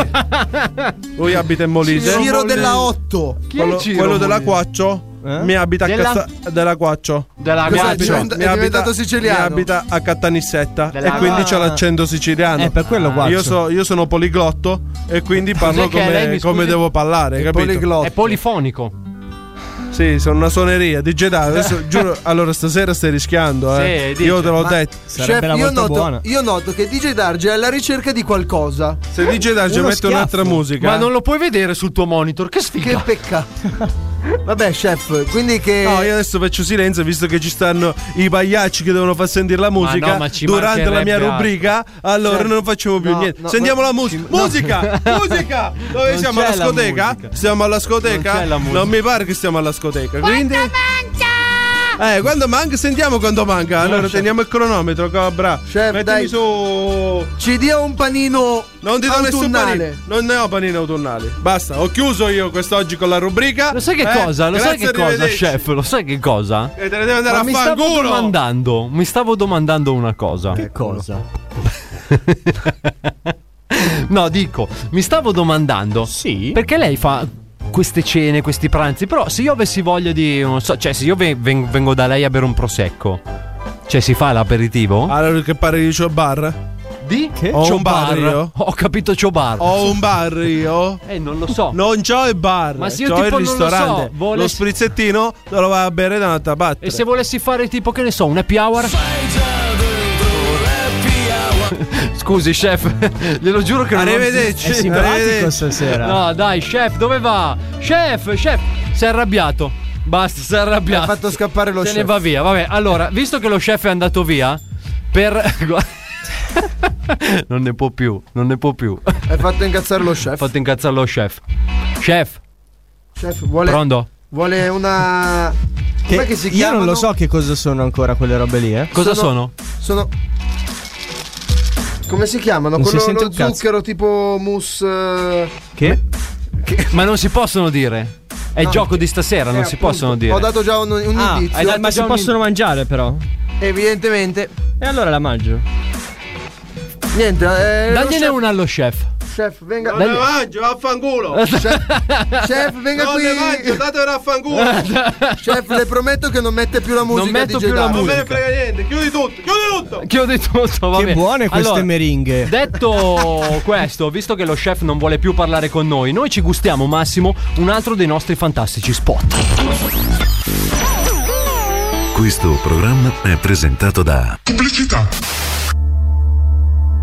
[SPEAKER 6] lui abita in Molise.
[SPEAKER 8] Giro della Eh? 8.
[SPEAKER 6] quello, quello della Quaccio mi abita
[SPEAKER 7] Della- Ah,
[SPEAKER 6] a Cazza- della Quaccio.
[SPEAKER 7] Della
[SPEAKER 8] Cos'è?
[SPEAKER 7] guardia.
[SPEAKER 8] Diventa- è diventato siciliano.
[SPEAKER 6] Mi abita a Cattanissetta
[SPEAKER 7] Della-
[SPEAKER 6] e quindi
[SPEAKER 7] Ah.
[SPEAKER 6] c'è l'accento siciliano. Ah.
[SPEAKER 12] Eh, per quello guaccio.
[SPEAKER 6] io, so- io sono poliglotto e quindi parlo
[SPEAKER 7] Cos'è che è? Lei mi
[SPEAKER 6] come,
[SPEAKER 7] scusi?
[SPEAKER 6] come devo parlare, capito?
[SPEAKER 7] È polifonico.
[SPEAKER 6] Sì, sono una suoneria. DJ Dai,
[SPEAKER 7] [LAUGHS]
[SPEAKER 6] adesso giuro, allora stasera stai rischiando, eh.
[SPEAKER 7] Sì,
[SPEAKER 6] io
[SPEAKER 7] dice,
[SPEAKER 6] te l'ho
[SPEAKER 8] ma-
[SPEAKER 6] detto.
[SPEAKER 12] Sarebbe la
[SPEAKER 8] chef, io
[SPEAKER 12] volta
[SPEAKER 8] noto,
[SPEAKER 12] buona.
[SPEAKER 8] io noto che DJ Darge è alla ricerca di qualcosa.
[SPEAKER 6] Se DJ Dai ci
[SPEAKER 12] Uno
[SPEAKER 6] mette un'altra
[SPEAKER 12] schiaffo.
[SPEAKER 6] musica. eh?
[SPEAKER 7] Ma non lo puoi vedere sul tuo monitor, che sfiga.
[SPEAKER 8] Che peccato.
[SPEAKER 7] [LAUGHS]
[SPEAKER 8] Vabbè, chef, quindi che
[SPEAKER 6] No, io adesso faccio silenzio visto che ci stanno i pagliacci che devono far sentire la musica
[SPEAKER 7] no, ma ci
[SPEAKER 6] durante la mia
[SPEAKER 7] mancherebbe
[SPEAKER 6] rubrica. Allora
[SPEAKER 8] Cioè,
[SPEAKER 6] non facevo più
[SPEAKER 8] no,
[SPEAKER 6] niente.
[SPEAKER 8] no,
[SPEAKER 6] Sentiamo
[SPEAKER 8] ma-
[SPEAKER 6] la musica.
[SPEAKER 7] [LAUGHS]
[SPEAKER 6] musica! Musica! Dove
[SPEAKER 7] Non
[SPEAKER 6] siamo
[SPEAKER 7] c'è
[SPEAKER 6] alla
[SPEAKER 7] la
[SPEAKER 6] scoteca?
[SPEAKER 7] musica.
[SPEAKER 6] Siamo alla scoteca?
[SPEAKER 7] c'è la musica.
[SPEAKER 6] Non mi pare che stiamo alla scoteca. Quindi Eh, quando manca sentiamo quando manca. Allora teniamo il cronometro, cobra.
[SPEAKER 8] Chef,
[SPEAKER 6] Mettimi
[SPEAKER 8] dai.
[SPEAKER 6] su
[SPEAKER 8] ci dia un panino
[SPEAKER 6] non ti do nessun
[SPEAKER 8] Autunnale.
[SPEAKER 6] panino. Non ne ho panini autunnali. Basta, ho chiuso io quest'oggi con la rubrica.
[SPEAKER 7] Lo sai che
[SPEAKER 6] Eh,
[SPEAKER 7] cosa? Lo sai
[SPEAKER 6] grazie,
[SPEAKER 7] che cosa,
[SPEAKER 6] arrivederci.
[SPEAKER 7] chef? Lo sai che cosa?
[SPEAKER 6] E te ne devi andare
[SPEAKER 7] Ma
[SPEAKER 6] a
[SPEAKER 7] mi
[SPEAKER 6] fare
[SPEAKER 7] stavo
[SPEAKER 6] culo.
[SPEAKER 7] domandando, mi stavo domandando una cosa.
[SPEAKER 12] Che cosa?
[SPEAKER 7] [LAUGHS] No, dico, mi stavo domandando.
[SPEAKER 12] Sì.
[SPEAKER 7] Perché lei fa queste cene, questi pranzi? Però se io avessi voglia di. Non so, cioè, se io ven- ven- vengo da lei a bere un prosecco. Cioè, si fa l'aperitivo?
[SPEAKER 6] Allora che pare di ciò bar?
[SPEAKER 7] Di? Che?
[SPEAKER 6] Ho un bar io.
[SPEAKER 7] Eh, Ho capito Ciobar.
[SPEAKER 6] Ho un bar io.
[SPEAKER 7] Eh, non lo so.
[SPEAKER 6] Non c'ho il bar.
[SPEAKER 7] Ma se io
[SPEAKER 6] c'ho
[SPEAKER 7] tipo
[SPEAKER 6] il
[SPEAKER 7] non lo so,
[SPEAKER 6] ristorante.
[SPEAKER 7] volessi-
[SPEAKER 6] Lo sprizzettino te lo vai a bere da un'altra parte.
[SPEAKER 7] E se volessi fare tipo, che ne so, un happy hour? [LAUGHS] Scusi, chef, glielo giuro che non Eh, ho-
[SPEAKER 6] Arrivederci. È simpatico Arrivederci. stasera.
[SPEAKER 7] No, dai, chef, dove va? Chef, chef, si è arrabbiato. Basta, si è arrabbiato.
[SPEAKER 8] Ha fatto scappare lo
[SPEAKER 7] Se ne
[SPEAKER 8] chef.
[SPEAKER 7] va via. Vabbè, allora, visto che lo chef è andato via, per. [LAUGHS] guarda- non ne può più, non ne può più.
[SPEAKER 8] Hai fatto incazzare lo chef.
[SPEAKER 7] Ha fatto incazzare lo chef. Chef,
[SPEAKER 8] Chef Cioè, vuole,
[SPEAKER 7] pronto?
[SPEAKER 8] vuole una.
[SPEAKER 12] Che-
[SPEAKER 8] Com'è che si
[SPEAKER 12] io
[SPEAKER 8] chiamano?
[SPEAKER 12] non lo so che cosa sono ancora quelle robe lì, eh.
[SPEAKER 7] Cosa sono?
[SPEAKER 8] Sono. Come si chiamano?
[SPEAKER 12] Non si
[SPEAKER 8] Quello
[SPEAKER 12] sente
[SPEAKER 8] lo
[SPEAKER 12] un cazzo.
[SPEAKER 8] zucchero tipo mousse. eh,
[SPEAKER 7] Che? Ma non si possono dire. È
[SPEAKER 8] No.
[SPEAKER 7] gioco di stasera, non
[SPEAKER 8] eh,
[SPEAKER 7] si
[SPEAKER 8] appunto.
[SPEAKER 7] possono dire.
[SPEAKER 8] Ho dato già un, un
[SPEAKER 12] Ah,
[SPEAKER 8] indizio.
[SPEAKER 12] hai dato ma si possono mangiare però.
[SPEAKER 8] Evidentemente.
[SPEAKER 12] E allora la mangio.
[SPEAKER 8] Niente, eh, lo
[SPEAKER 7] Dagliene
[SPEAKER 8] chef-
[SPEAKER 7] una allo chef.
[SPEAKER 8] Chef, venga.
[SPEAKER 6] Non ne mangio, vaffanculo.
[SPEAKER 8] Chef, chef, venga
[SPEAKER 6] non
[SPEAKER 8] qui.
[SPEAKER 6] ne mangio, datevela a fanculo.
[SPEAKER 8] Chef, le prometto che non mette più la musica.
[SPEAKER 7] metto
[SPEAKER 8] di
[SPEAKER 7] più la
[SPEAKER 8] Jedi.
[SPEAKER 7] musica.
[SPEAKER 6] Non me ne frega niente, chiudi tutto, chiudi tutto.
[SPEAKER 7] Chiudi tutto, va
[SPEAKER 12] Che
[SPEAKER 7] bene.
[SPEAKER 12] buone queste
[SPEAKER 7] Allora,
[SPEAKER 12] meringhe.
[SPEAKER 8] [LAUGHS]
[SPEAKER 7] Detto questo, visto che lo chef non vuole più parlare con noi, noi ci gustiamo, Massimo, un altro dei nostri fantastici spot.
[SPEAKER 17] Questo programma è presentato da Pubblicità.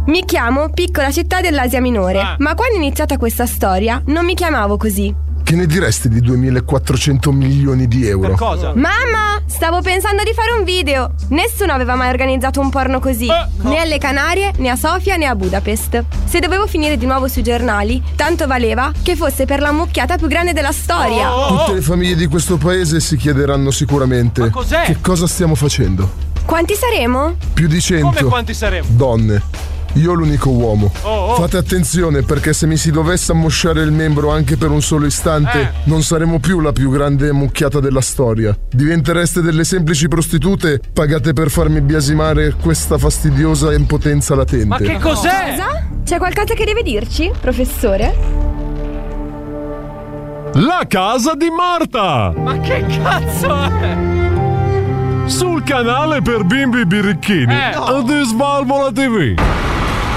[SPEAKER 18] Mi chiamo Piccola città dell'Asia Minore, ma quando è iniziata questa storia non mi chiamavo così.
[SPEAKER 19] Che ne diresti di 2400 milioni di euro?
[SPEAKER 7] cosa?
[SPEAKER 18] Mamma, stavo pensando di fare un video. Nessuno aveva mai organizzato un porno così, né alle Canarie, né a Sofia, né a Budapest. Se dovevo finire di nuovo sui giornali, tanto valeva che fosse per la mucchiata più grande della storia.
[SPEAKER 20] Oh,
[SPEAKER 19] Tutte le famiglie di questo paese si chiederanno sicuramente
[SPEAKER 18] cos'è?
[SPEAKER 19] che cosa stiamo facendo.
[SPEAKER 18] Quanti saremo?
[SPEAKER 19] Più di 100
[SPEAKER 7] saremo?
[SPEAKER 19] donne. Io l'unico uomo.
[SPEAKER 18] Oh, oh.
[SPEAKER 19] Fate attenzione perché se mi si dovesse ammosciare il membro anche per un solo istante,
[SPEAKER 18] Eh.
[SPEAKER 19] non saremo più la più grande mucchiata della storia. Diventereste delle semplici prostitute pagate per farmi biasimare questa fastidiosa impotenza latente.
[SPEAKER 18] Cosa? C'è qualcosa che deve dirci, professore?
[SPEAKER 15] La casa di Marta!
[SPEAKER 7] Ma che cazzo è?
[SPEAKER 15] Sul canale per bimbi biricchini
[SPEAKER 7] Eh.
[SPEAKER 15] di Svalvola TV.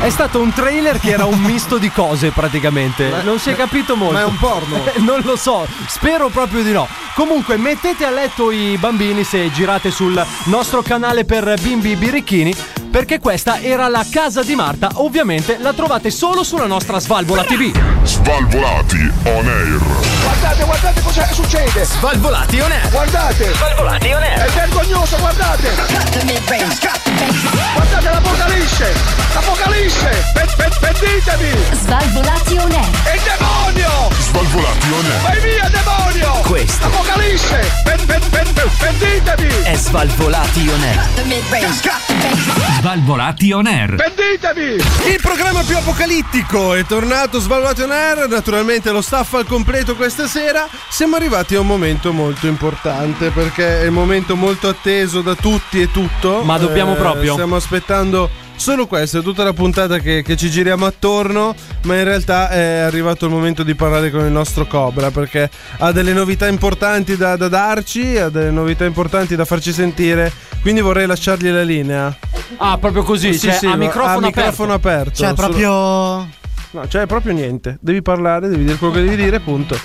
[SPEAKER 7] È stato un trailer che era un misto di cose praticamente. non si è capito molto.
[SPEAKER 8] ma è un porno?
[SPEAKER 7] Eh, [LAUGHS] non lo so, spero proprio di no. Comunque mettete a letto i bambini se girate sul nostro canale per bimbi birichini perché questa era la casa di Marta. Ovviamente la trovate solo sulla nostra Svalvola TV.
[SPEAKER 15] Svalvolati on air.
[SPEAKER 20] Guardate, guardate cosa succede!
[SPEAKER 13] Svalvolati on air!
[SPEAKER 20] Guardate!
[SPEAKER 13] Svalvolati on air!
[SPEAKER 20] È vergognoso, guardate! Guardate l'apocalisse! L'apocalisse! Pe- pe- Pentitevi!
[SPEAKER 5] Svalvolati on air.
[SPEAKER 20] È il demonio!
[SPEAKER 15] Svalvolati on air!
[SPEAKER 20] Vai via, demonio!
[SPEAKER 13] Questo.
[SPEAKER 20] Apocalisse! Pe- pe- pe- pe- Pentitevi!
[SPEAKER 13] È Svalvolati on air! Svalvolati on air!
[SPEAKER 20] Pentitevi!
[SPEAKER 6] Il programma più apocalittico è tornato Svalvolato on Air, naturalmente lo staff al completo questa sera. Siamo arrivati a un momento molto importante perché è un momento molto atteso da tutti e tutto. Eh,
[SPEAKER 7] Ma dobbiamo proprio.
[SPEAKER 6] Stiamo aspettando solo questo, è tutta la puntata che, che ci giriamo attorno, ma in realtà è arrivato il momento di parlare con il nostro Cobra perché ha delle novità importanti da, da darci, ha delle novità importanti da farci sentire, quindi vorrei lasciargli la linea.
[SPEAKER 7] Ah, proprio così,
[SPEAKER 6] Sì,
[SPEAKER 7] cioè,
[SPEAKER 6] sì,
[SPEAKER 7] a
[SPEAKER 6] ma-
[SPEAKER 7] microfono
[SPEAKER 6] a microfono aperto.
[SPEAKER 7] Cioè,
[SPEAKER 6] Solo-
[SPEAKER 7] proprio-
[SPEAKER 6] No, cioè proprio niente. Devi parlare, devi dire quello che devi dire, punto.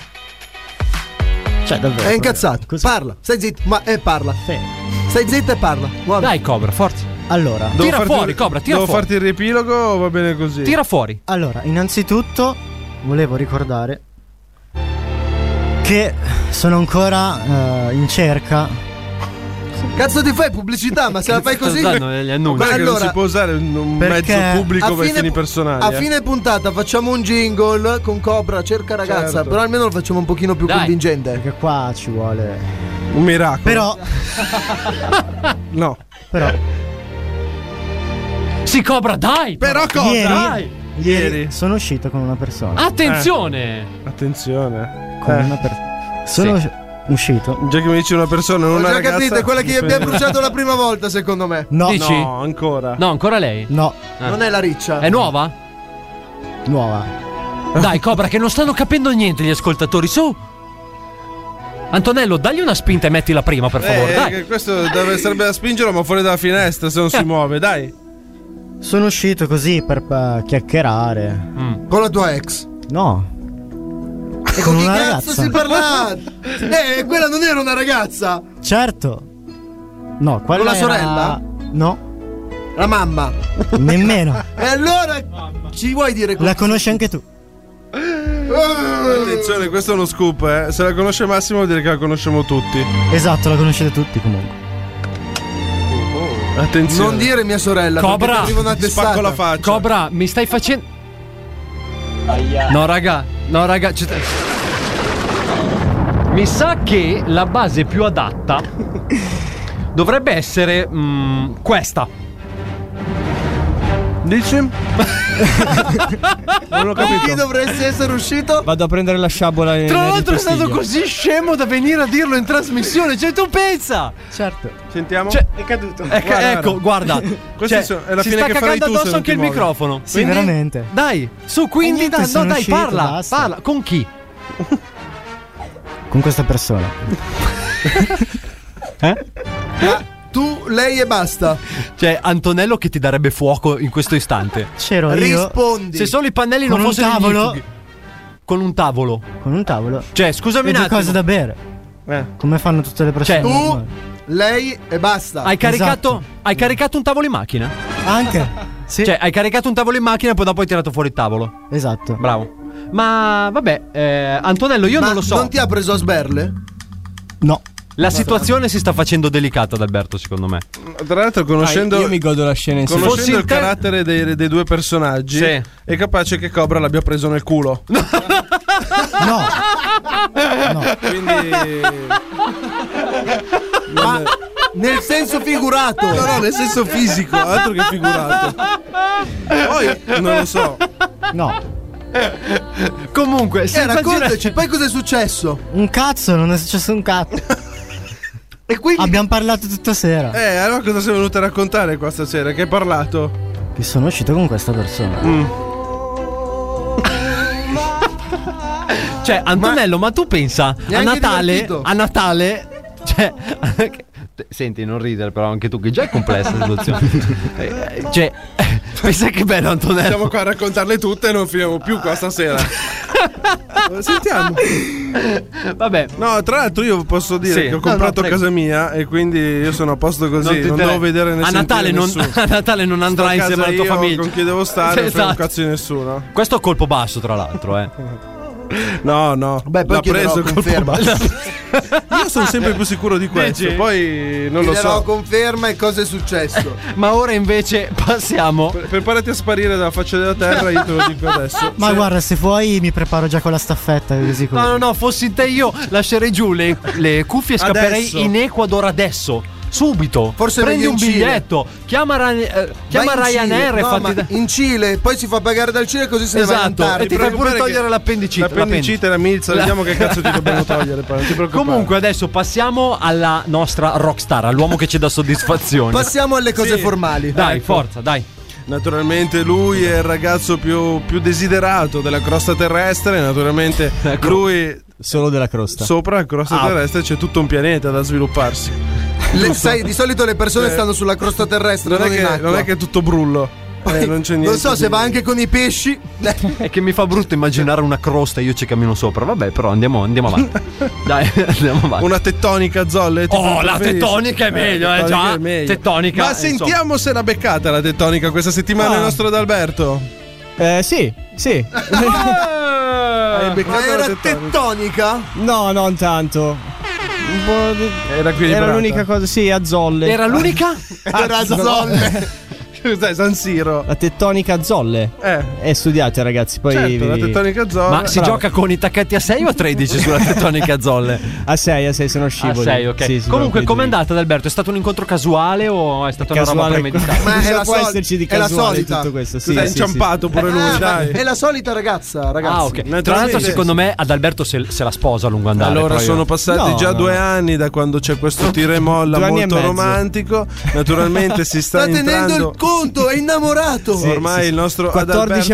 [SPEAKER 12] Cioè, davvero.
[SPEAKER 8] È incazzato. Parla. Stai zitto, ma e parla. Stai zitto e parla. Muovi.
[SPEAKER 7] Dai Cobra, forza.
[SPEAKER 12] Allora,
[SPEAKER 6] Devo
[SPEAKER 12] tira
[SPEAKER 6] farti-
[SPEAKER 12] fuori, Cobra, tira
[SPEAKER 6] devo
[SPEAKER 12] fuori.
[SPEAKER 6] farti il riepilogo o va bene così?
[SPEAKER 7] fuori.
[SPEAKER 12] Allora, innanzitutto volevo ricordare che sono ancora eh, in cerca.
[SPEAKER 8] Cazzo ti fai pubblicità, ma se la fai così.
[SPEAKER 7] eh,
[SPEAKER 6] Guarda che non si può usare un un
[SPEAKER 8] Perché
[SPEAKER 6] mezzo
[SPEAKER 8] a
[SPEAKER 6] pubblico per
[SPEAKER 8] fine-
[SPEAKER 6] fini personali.
[SPEAKER 8] A
[SPEAKER 6] eh.
[SPEAKER 8] fine puntata facciamo un jingle con Cobra, cerca ragazza,
[SPEAKER 6] Certo.
[SPEAKER 8] però almeno lo facciamo un pochino più
[SPEAKER 12] Dai.
[SPEAKER 8] convincente.
[SPEAKER 12] Perché qua ci vuole.
[SPEAKER 6] Un miracolo.
[SPEAKER 12] Però.
[SPEAKER 6] no.
[SPEAKER 12] Però.
[SPEAKER 7] Si Cobra, dai!
[SPEAKER 6] Però
[SPEAKER 7] Cobra,
[SPEAKER 12] Ieri,
[SPEAKER 7] dai!
[SPEAKER 12] ieri sono uscito con una persona.
[SPEAKER 7] Attenzione!
[SPEAKER 6] Attenzione.
[SPEAKER 12] Con
[SPEAKER 6] Eh.
[SPEAKER 12] una persona. Sono uscito.
[SPEAKER 6] Già che mi dici una persona, non
[SPEAKER 8] Ho
[SPEAKER 6] una
[SPEAKER 8] già
[SPEAKER 6] ragazza.
[SPEAKER 8] capito, è quella che gli abbiamo bruciato la prima volta, secondo me.
[SPEAKER 12] No.
[SPEAKER 7] Dici?
[SPEAKER 6] No, ancora.
[SPEAKER 7] No, ancora lei? Ah.
[SPEAKER 12] No.
[SPEAKER 8] Non è la riccia.
[SPEAKER 7] È nuova?
[SPEAKER 12] Nuova.
[SPEAKER 7] Dai, Cobra, che non stanno capendo niente gli ascoltatori, su! Antonello, dagli una spinta e mettila prima, per favore,
[SPEAKER 6] Eh,
[SPEAKER 7] dai!
[SPEAKER 6] che questo deve- sarebbe da spingerlo, ma fuori dalla finestra se non si muove, dai.
[SPEAKER 9] Sono uscito così per eh, chiacchierare.
[SPEAKER 12] Mm.
[SPEAKER 8] Con la tua ex?
[SPEAKER 9] No.
[SPEAKER 8] E
[SPEAKER 9] con
[SPEAKER 8] con chi
[SPEAKER 9] una
[SPEAKER 8] cazzo
[SPEAKER 9] ragazza.
[SPEAKER 8] si parla? eh, quella non era una ragazza.
[SPEAKER 9] Certo. No, quella
[SPEAKER 8] Con la
[SPEAKER 9] era-
[SPEAKER 8] sorella?
[SPEAKER 9] No.
[SPEAKER 8] La mamma.
[SPEAKER 9] Nemmeno.
[SPEAKER 8] [LAUGHS] E allora ci vuoi dire
[SPEAKER 9] La conosci anche tu.
[SPEAKER 6] Attenzione, questo è uno scoop, eh. Se la conosce Massimo vuol dire che la conosciamo tutti.
[SPEAKER 9] Esatto, la conoscete tutti comunque.
[SPEAKER 6] Oh, Attenzione.
[SPEAKER 8] Non dire mia sorella.
[SPEAKER 7] Cobra.
[SPEAKER 6] Spacco la faccia.
[SPEAKER 7] Cobra, mi stai facendo. No, raga, no, raga. ci- Mi sa che la base più adatta dovrebbe essere mm, questa.
[SPEAKER 6] [LAUGHS] Dici?
[SPEAKER 7] non ho
[SPEAKER 8] Chi dovresti essere uscito?
[SPEAKER 12] Vado a prendere la sciabola. e-
[SPEAKER 7] Tra
[SPEAKER 12] di
[SPEAKER 7] l'altro è stato
[SPEAKER 12] pastiglia.
[SPEAKER 7] così scemo da venire a dirlo in trasmissione. Cioè, tu pensa!
[SPEAKER 9] Certo.
[SPEAKER 6] Sentiamo.
[SPEAKER 7] Cioè,
[SPEAKER 9] è caduto.
[SPEAKER 7] Ecco, ecco, guarda.
[SPEAKER 6] [LAUGHS] Questi
[SPEAKER 7] Cioè,
[SPEAKER 6] sono- è la
[SPEAKER 7] si
[SPEAKER 6] fine
[SPEAKER 7] sta
[SPEAKER 6] che farai
[SPEAKER 7] cagando
[SPEAKER 6] tu se
[SPEAKER 7] addosso
[SPEAKER 6] non
[SPEAKER 7] anche
[SPEAKER 6] ti
[SPEAKER 7] il
[SPEAKER 6] muovi.
[SPEAKER 7] microfono.
[SPEAKER 6] Sì,
[SPEAKER 7] Quindi-
[SPEAKER 6] veramente.
[SPEAKER 7] Dai, su, quindi
[SPEAKER 9] E niente,
[SPEAKER 7] da-
[SPEAKER 9] sono
[SPEAKER 7] no, dai,
[SPEAKER 9] uscito,
[SPEAKER 7] parla,
[SPEAKER 9] basta.
[SPEAKER 7] parla. Con chi?
[SPEAKER 9] Con questa persona.
[SPEAKER 8] Tu, lei e basta.
[SPEAKER 7] Cioè, Antonello che ti darebbe fuoco in questo istante.
[SPEAKER 9] C'ero io. Rispondi.
[SPEAKER 7] Se solo i pannelli non
[SPEAKER 9] Con un
[SPEAKER 7] fossero
[SPEAKER 9] tavolo.
[SPEAKER 7] ignifughi. Con un tavolo.
[SPEAKER 9] Con un tavolo.
[SPEAKER 7] Cioè,
[SPEAKER 9] E
[SPEAKER 7] scusami un
[SPEAKER 9] due
[SPEAKER 7] attimo.
[SPEAKER 9] cose da bere.
[SPEAKER 6] Eh,
[SPEAKER 9] Come fanno tutte le persone?
[SPEAKER 7] Cioè, tu-
[SPEAKER 9] normali.
[SPEAKER 8] Lei e basta.
[SPEAKER 7] Hai
[SPEAKER 9] Esatto.
[SPEAKER 7] caricato, hai caricato un tavolo in macchina?
[SPEAKER 9] Anche.
[SPEAKER 7] Cioè, hai caricato un tavolo in macchina e poi dopo hai tirato fuori il tavolo.
[SPEAKER 9] Esatto.
[SPEAKER 7] Bravo. Ma vabbè, eh, Antonello, io
[SPEAKER 8] Ma
[SPEAKER 7] non lo so.
[SPEAKER 8] Non ti ha preso a sberle?
[SPEAKER 9] No.
[SPEAKER 7] La situazione si sta facendo delicata ad Alberto, secondo me.
[SPEAKER 6] Tra l'altro, conoscendo.
[SPEAKER 7] Ah, io mi godo la scena in
[SPEAKER 6] Conoscendo
[SPEAKER 7] silenzio.
[SPEAKER 6] il carattere dei, dei due personaggi,
[SPEAKER 7] Sì.
[SPEAKER 6] è capace che Cobra l'abbia preso nel [LAUGHS] culo.
[SPEAKER 8] Ma nel senso figurato.
[SPEAKER 6] No, no, nel senso fisico, altro che figurato. Poi non lo so.
[SPEAKER 9] No.
[SPEAKER 7] Comunque,
[SPEAKER 8] eh, raccontaci, poi cosa è successo?
[SPEAKER 9] Un cazzo, non è successo un cazzo.
[SPEAKER 8] e quindi
[SPEAKER 9] abbiamo parlato tutta sera.
[SPEAKER 6] Eh, allora cosa sei venuto a raccontare qua stasera? Che hai parlato?
[SPEAKER 9] Che sono uscito con questa persona.
[SPEAKER 7] Cioè, Antonello, ma, tu pensa a
[SPEAKER 9] Neanche
[SPEAKER 7] Natale,
[SPEAKER 9] divertito.
[SPEAKER 7] a Natale, cioè, [LAUGHS] senti, non ridere, però anche tu, che già è complessa la situazione.
[SPEAKER 6] [LAUGHS]
[SPEAKER 7] Eh, eh, cioè, [LAUGHS] pensa che bello, Antonello.
[SPEAKER 6] Siamo qua a raccontarle tutte e non finiamo più qua stasera. Sentiamo.
[SPEAKER 7] Vabbè.
[SPEAKER 6] No, tra l'altro io posso dire
[SPEAKER 7] Sì.
[SPEAKER 6] che
[SPEAKER 7] No,
[SPEAKER 6] ho
[SPEAKER 7] no,
[SPEAKER 6] comprato
[SPEAKER 7] prego.
[SPEAKER 6] casa mia e quindi io sono a posto così, non,
[SPEAKER 7] ti inter-
[SPEAKER 6] devo vedere
[SPEAKER 7] a
[SPEAKER 6] nessuno.
[SPEAKER 7] Natale, non, [LAUGHS] a Natale non
[SPEAKER 6] Sto a
[SPEAKER 7] andrai insieme
[SPEAKER 6] casa
[SPEAKER 7] alla tua
[SPEAKER 6] io,
[SPEAKER 7] famiglia.
[SPEAKER 6] Con chi
[SPEAKER 7] [LAUGHS]
[SPEAKER 6] devo stare, non frega un
[SPEAKER 7] Esatto.
[SPEAKER 6] cazzo di nessuno.
[SPEAKER 7] Questo a colpo basso, tra l'altro,
[SPEAKER 6] [LAUGHS]
[SPEAKER 7] eh.
[SPEAKER 6] No, no.
[SPEAKER 8] Beh,
[SPEAKER 6] L'ha preso col
[SPEAKER 8] conferma.
[SPEAKER 6] [LAUGHS] Io sono sempre più sicuro di questo.
[SPEAKER 7] Dici?
[SPEAKER 6] Poi non
[SPEAKER 8] Ti
[SPEAKER 6] lo
[SPEAKER 8] darò
[SPEAKER 6] so.
[SPEAKER 8] conferma e cosa è successo.
[SPEAKER 7] Ma ora invece passiamo.
[SPEAKER 6] preparati a sparire dalla faccia della terra, io te lo dico
[SPEAKER 8] [LAUGHS]
[SPEAKER 6] adesso.
[SPEAKER 9] Ma guarda, se vuoi mi preparo già con la staffetta così come.
[SPEAKER 7] No, no, no, fossi te io lascerei giù le, le cuffie e scapperei
[SPEAKER 9] Adesso.
[SPEAKER 7] in Ecuador adesso. Subito.
[SPEAKER 8] Forse
[SPEAKER 7] Prendi
[SPEAKER 8] meglio
[SPEAKER 7] un
[SPEAKER 8] in Cile.
[SPEAKER 7] biglietto. Chiama, Ran- eh, chiama
[SPEAKER 8] Vai in
[SPEAKER 7] Ryanair
[SPEAKER 8] Cile.
[SPEAKER 7] e
[SPEAKER 8] No,
[SPEAKER 7] fatti
[SPEAKER 8] ma
[SPEAKER 7] da-
[SPEAKER 8] in Cile, poi si fa pagare dal Cile così se ne va in
[SPEAKER 7] Esatto,
[SPEAKER 8] Antartide.
[SPEAKER 7] e ti fai pure togliere l'appendicite.
[SPEAKER 6] L'appendicite, la milza, vediamo che cazzo ti dobbiamo togliere. poi, non ti preoccupare.
[SPEAKER 7] Comunque, adesso passiamo alla nostra rockstar, all'uomo che ci dà soddisfazione.
[SPEAKER 8] Passiamo alle cose
[SPEAKER 6] Sì.
[SPEAKER 8] formali.
[SPEAKER 7] Dai,
[SPEAKER 6] Ecco.
[SPEAKER 7] forza, dai.
[SPEAKER 6] Naturalmente lui è il ragazzo più, più desiderato della crosta
[SPEAKER 8] [LAUGHS]
[SPEAKER 6] terrestre. Naturalmente
[SPEAKER 8] Ecco.
[SPEAKER 6] lui.
[SPEAKER 12] Solo della crosta.
[SPEAKER 6] Sopra la crosta
[SPEAKER 12] Ah.
[SPEAKER 6] terrestre c'è tutto un pianeta da svilupparsi.
[SPEAKER 8] Le- sai, di solito le persone
[SPEAKER 6] Eh.
[SPEAKER 8] stanno sulla crosta terrestre,
[SPEAKER 6] Non,
[SPEAKER 8] non,
[SPEAKER 6] è,
[SPEAKER 8] in
[SPEAKER 6] che,
[SPEAKER 8] acqua.
[SPEAKER 6] non è che è
[SPEAKER 8] [LAUGHS]
[SPEAKER 6] tutto brullo. Eh, non c'è niente.
[SPEAKER 8] Non so se
[SPEAKER 6] di-
[SPEAKER 8] va anche con i pesci.
[SPEAKER 7] È che mi fa brutto immaginare una crosta e io ci cammino sopra. Vabbè, però andiamo, andiamo [LAUGHS] avanti. Dai, andiamo avanti.
[SPEAKER 6] Una tettonica zolle. ti
[SPEAKER 7] Oh,
[SPEAKER 6] fa
[SPEAKER 7] la
[SPEAKER 6] preferire?
[SPEAKER 7] tettonica è meglio, eh,
[SPEAKER 6] tettonica
[SPEAKER 7] già.
[SPEAKER 6] è meglio.
[SPEAKER 7] Tettonica,
[SPEAKER 6] Ma
[SPEAKER 7] eh,
[SPEAKER 6] sentiamo
[SPEAKER 7] insomma.
[SPEAKER 6] se l'ha beccata la tettonica questa settimana
[SPEAKER 12] Ah.
[SPEAKER 6] il
[SPEAKER 7] [LAUGHS]
[SPEAKER 6] nostro D'Alberto.
[SPEAKER 12] Eh, sì, sì.
[SPEAKER 6] beccato
[SPEAKER 8] Ma
[SPEAKER 6] la
[SPEAKER 8] era
[SPEAKER 6] tettonica?
[SPEAKER 8] tettonica?
[SPEAKER 12] No, non tanto. Un po' di-
[SPEAKER 6] Era equilibrata.
[SPEAKER 12] Era l'unica cosa, sì, a zolle.
[SPEAKER 7] Era l'unica?
[SPEAKER 9] Ah,
[SPEAKER 8] Era
[SPEAKER 12] no.
[SPEAKER 8] zolle.
[SPEAKER 6] Cos'è, San Siro?
[SPEAKER 12] La tettonica a zolle.
[SPEAKER 6] Eh.
[SPEAKER 12] Eh, studiate ragazzi, poi...
[SPEAKER 6] Certo, la tettonica zolle.
[SPEAKER 7] Ma si
[SPEAKER 12] Bravo.
[SPEAKER 7] gioca con i tacchetti a 6 o a 13 [LAUGHS] sulla tettonica zolle?
[SPEAKER 12] A 6, a 6 sono scivoli.
[SPEAKER 7] A 6, Ah, ok.
[SPEAKER 12] Sì, sì,
[SPEAKER 7] Comunque,
[SPEAKER 12] proprio
[SPEAKER 7] com'è andata, Alberto? È stato un incontro casuale o è stata una
[SPEAKER 12] Casuale-
[SPEAKER 7] roba [LAUGHS] premeditata?
[SPEAKER 12] [LAUGHS]
[SPEAKER 8] Ma è
[SPEAKER 12] Cosa
[SPEAKER 8] la
[SPEAKER 12] può
[SPEAKER 8] sol-
[SPEAKER 12] esserci di
[SPEAKER 8] è la
[SPEAKER 12] casuale in
[SPEAKER 8] solita.
[SPEAKER 12] tutto questo? Sì,
[SPEAKER 6] Cos'è,
[SPEAKER 12] sì, sì,
[SPEAKER 6] inciampato
[SPEAKER 21] Eh,
[SPEAKER 6] pure lui,
[SPEAKER 8] Ah,
[SPEAKER 6] dai.
[SPEAKER 8] È la solita ragazza, ragazzi.
[SPEAKER 7] Ah, ok. Tra l'altro, secondo me, ad Alberto se, se la sposa a lungo andare.
[SPEAKER 6] Allora,
[SPEAKER 7] però io-
[SPEAKER 6] sono passati
[SPEAKER 7] No,
[SPEAKER 6] già
[SPEAKER 7] no,
[SPEAKER 6] due
[SPEAKER 7] no.
[SPEAKER 6] anni da quando c'è questo tira e molla
[SPEAKER 7] Due anni e
[SPEAKER 6] molto
[SPEAKER 7] mezzo.
[SPEAKER 6] romantico. Naturalmente si sta,
[SPEAKER 8] Sta tenendo
[SPEAKER 6] entrando-
[SPEAKER 8] il
[SPEAKER 22] pronto, è innamorato.
[SPEAKER 21] Sì, ormai il nostro
[SPEAKER 9] 14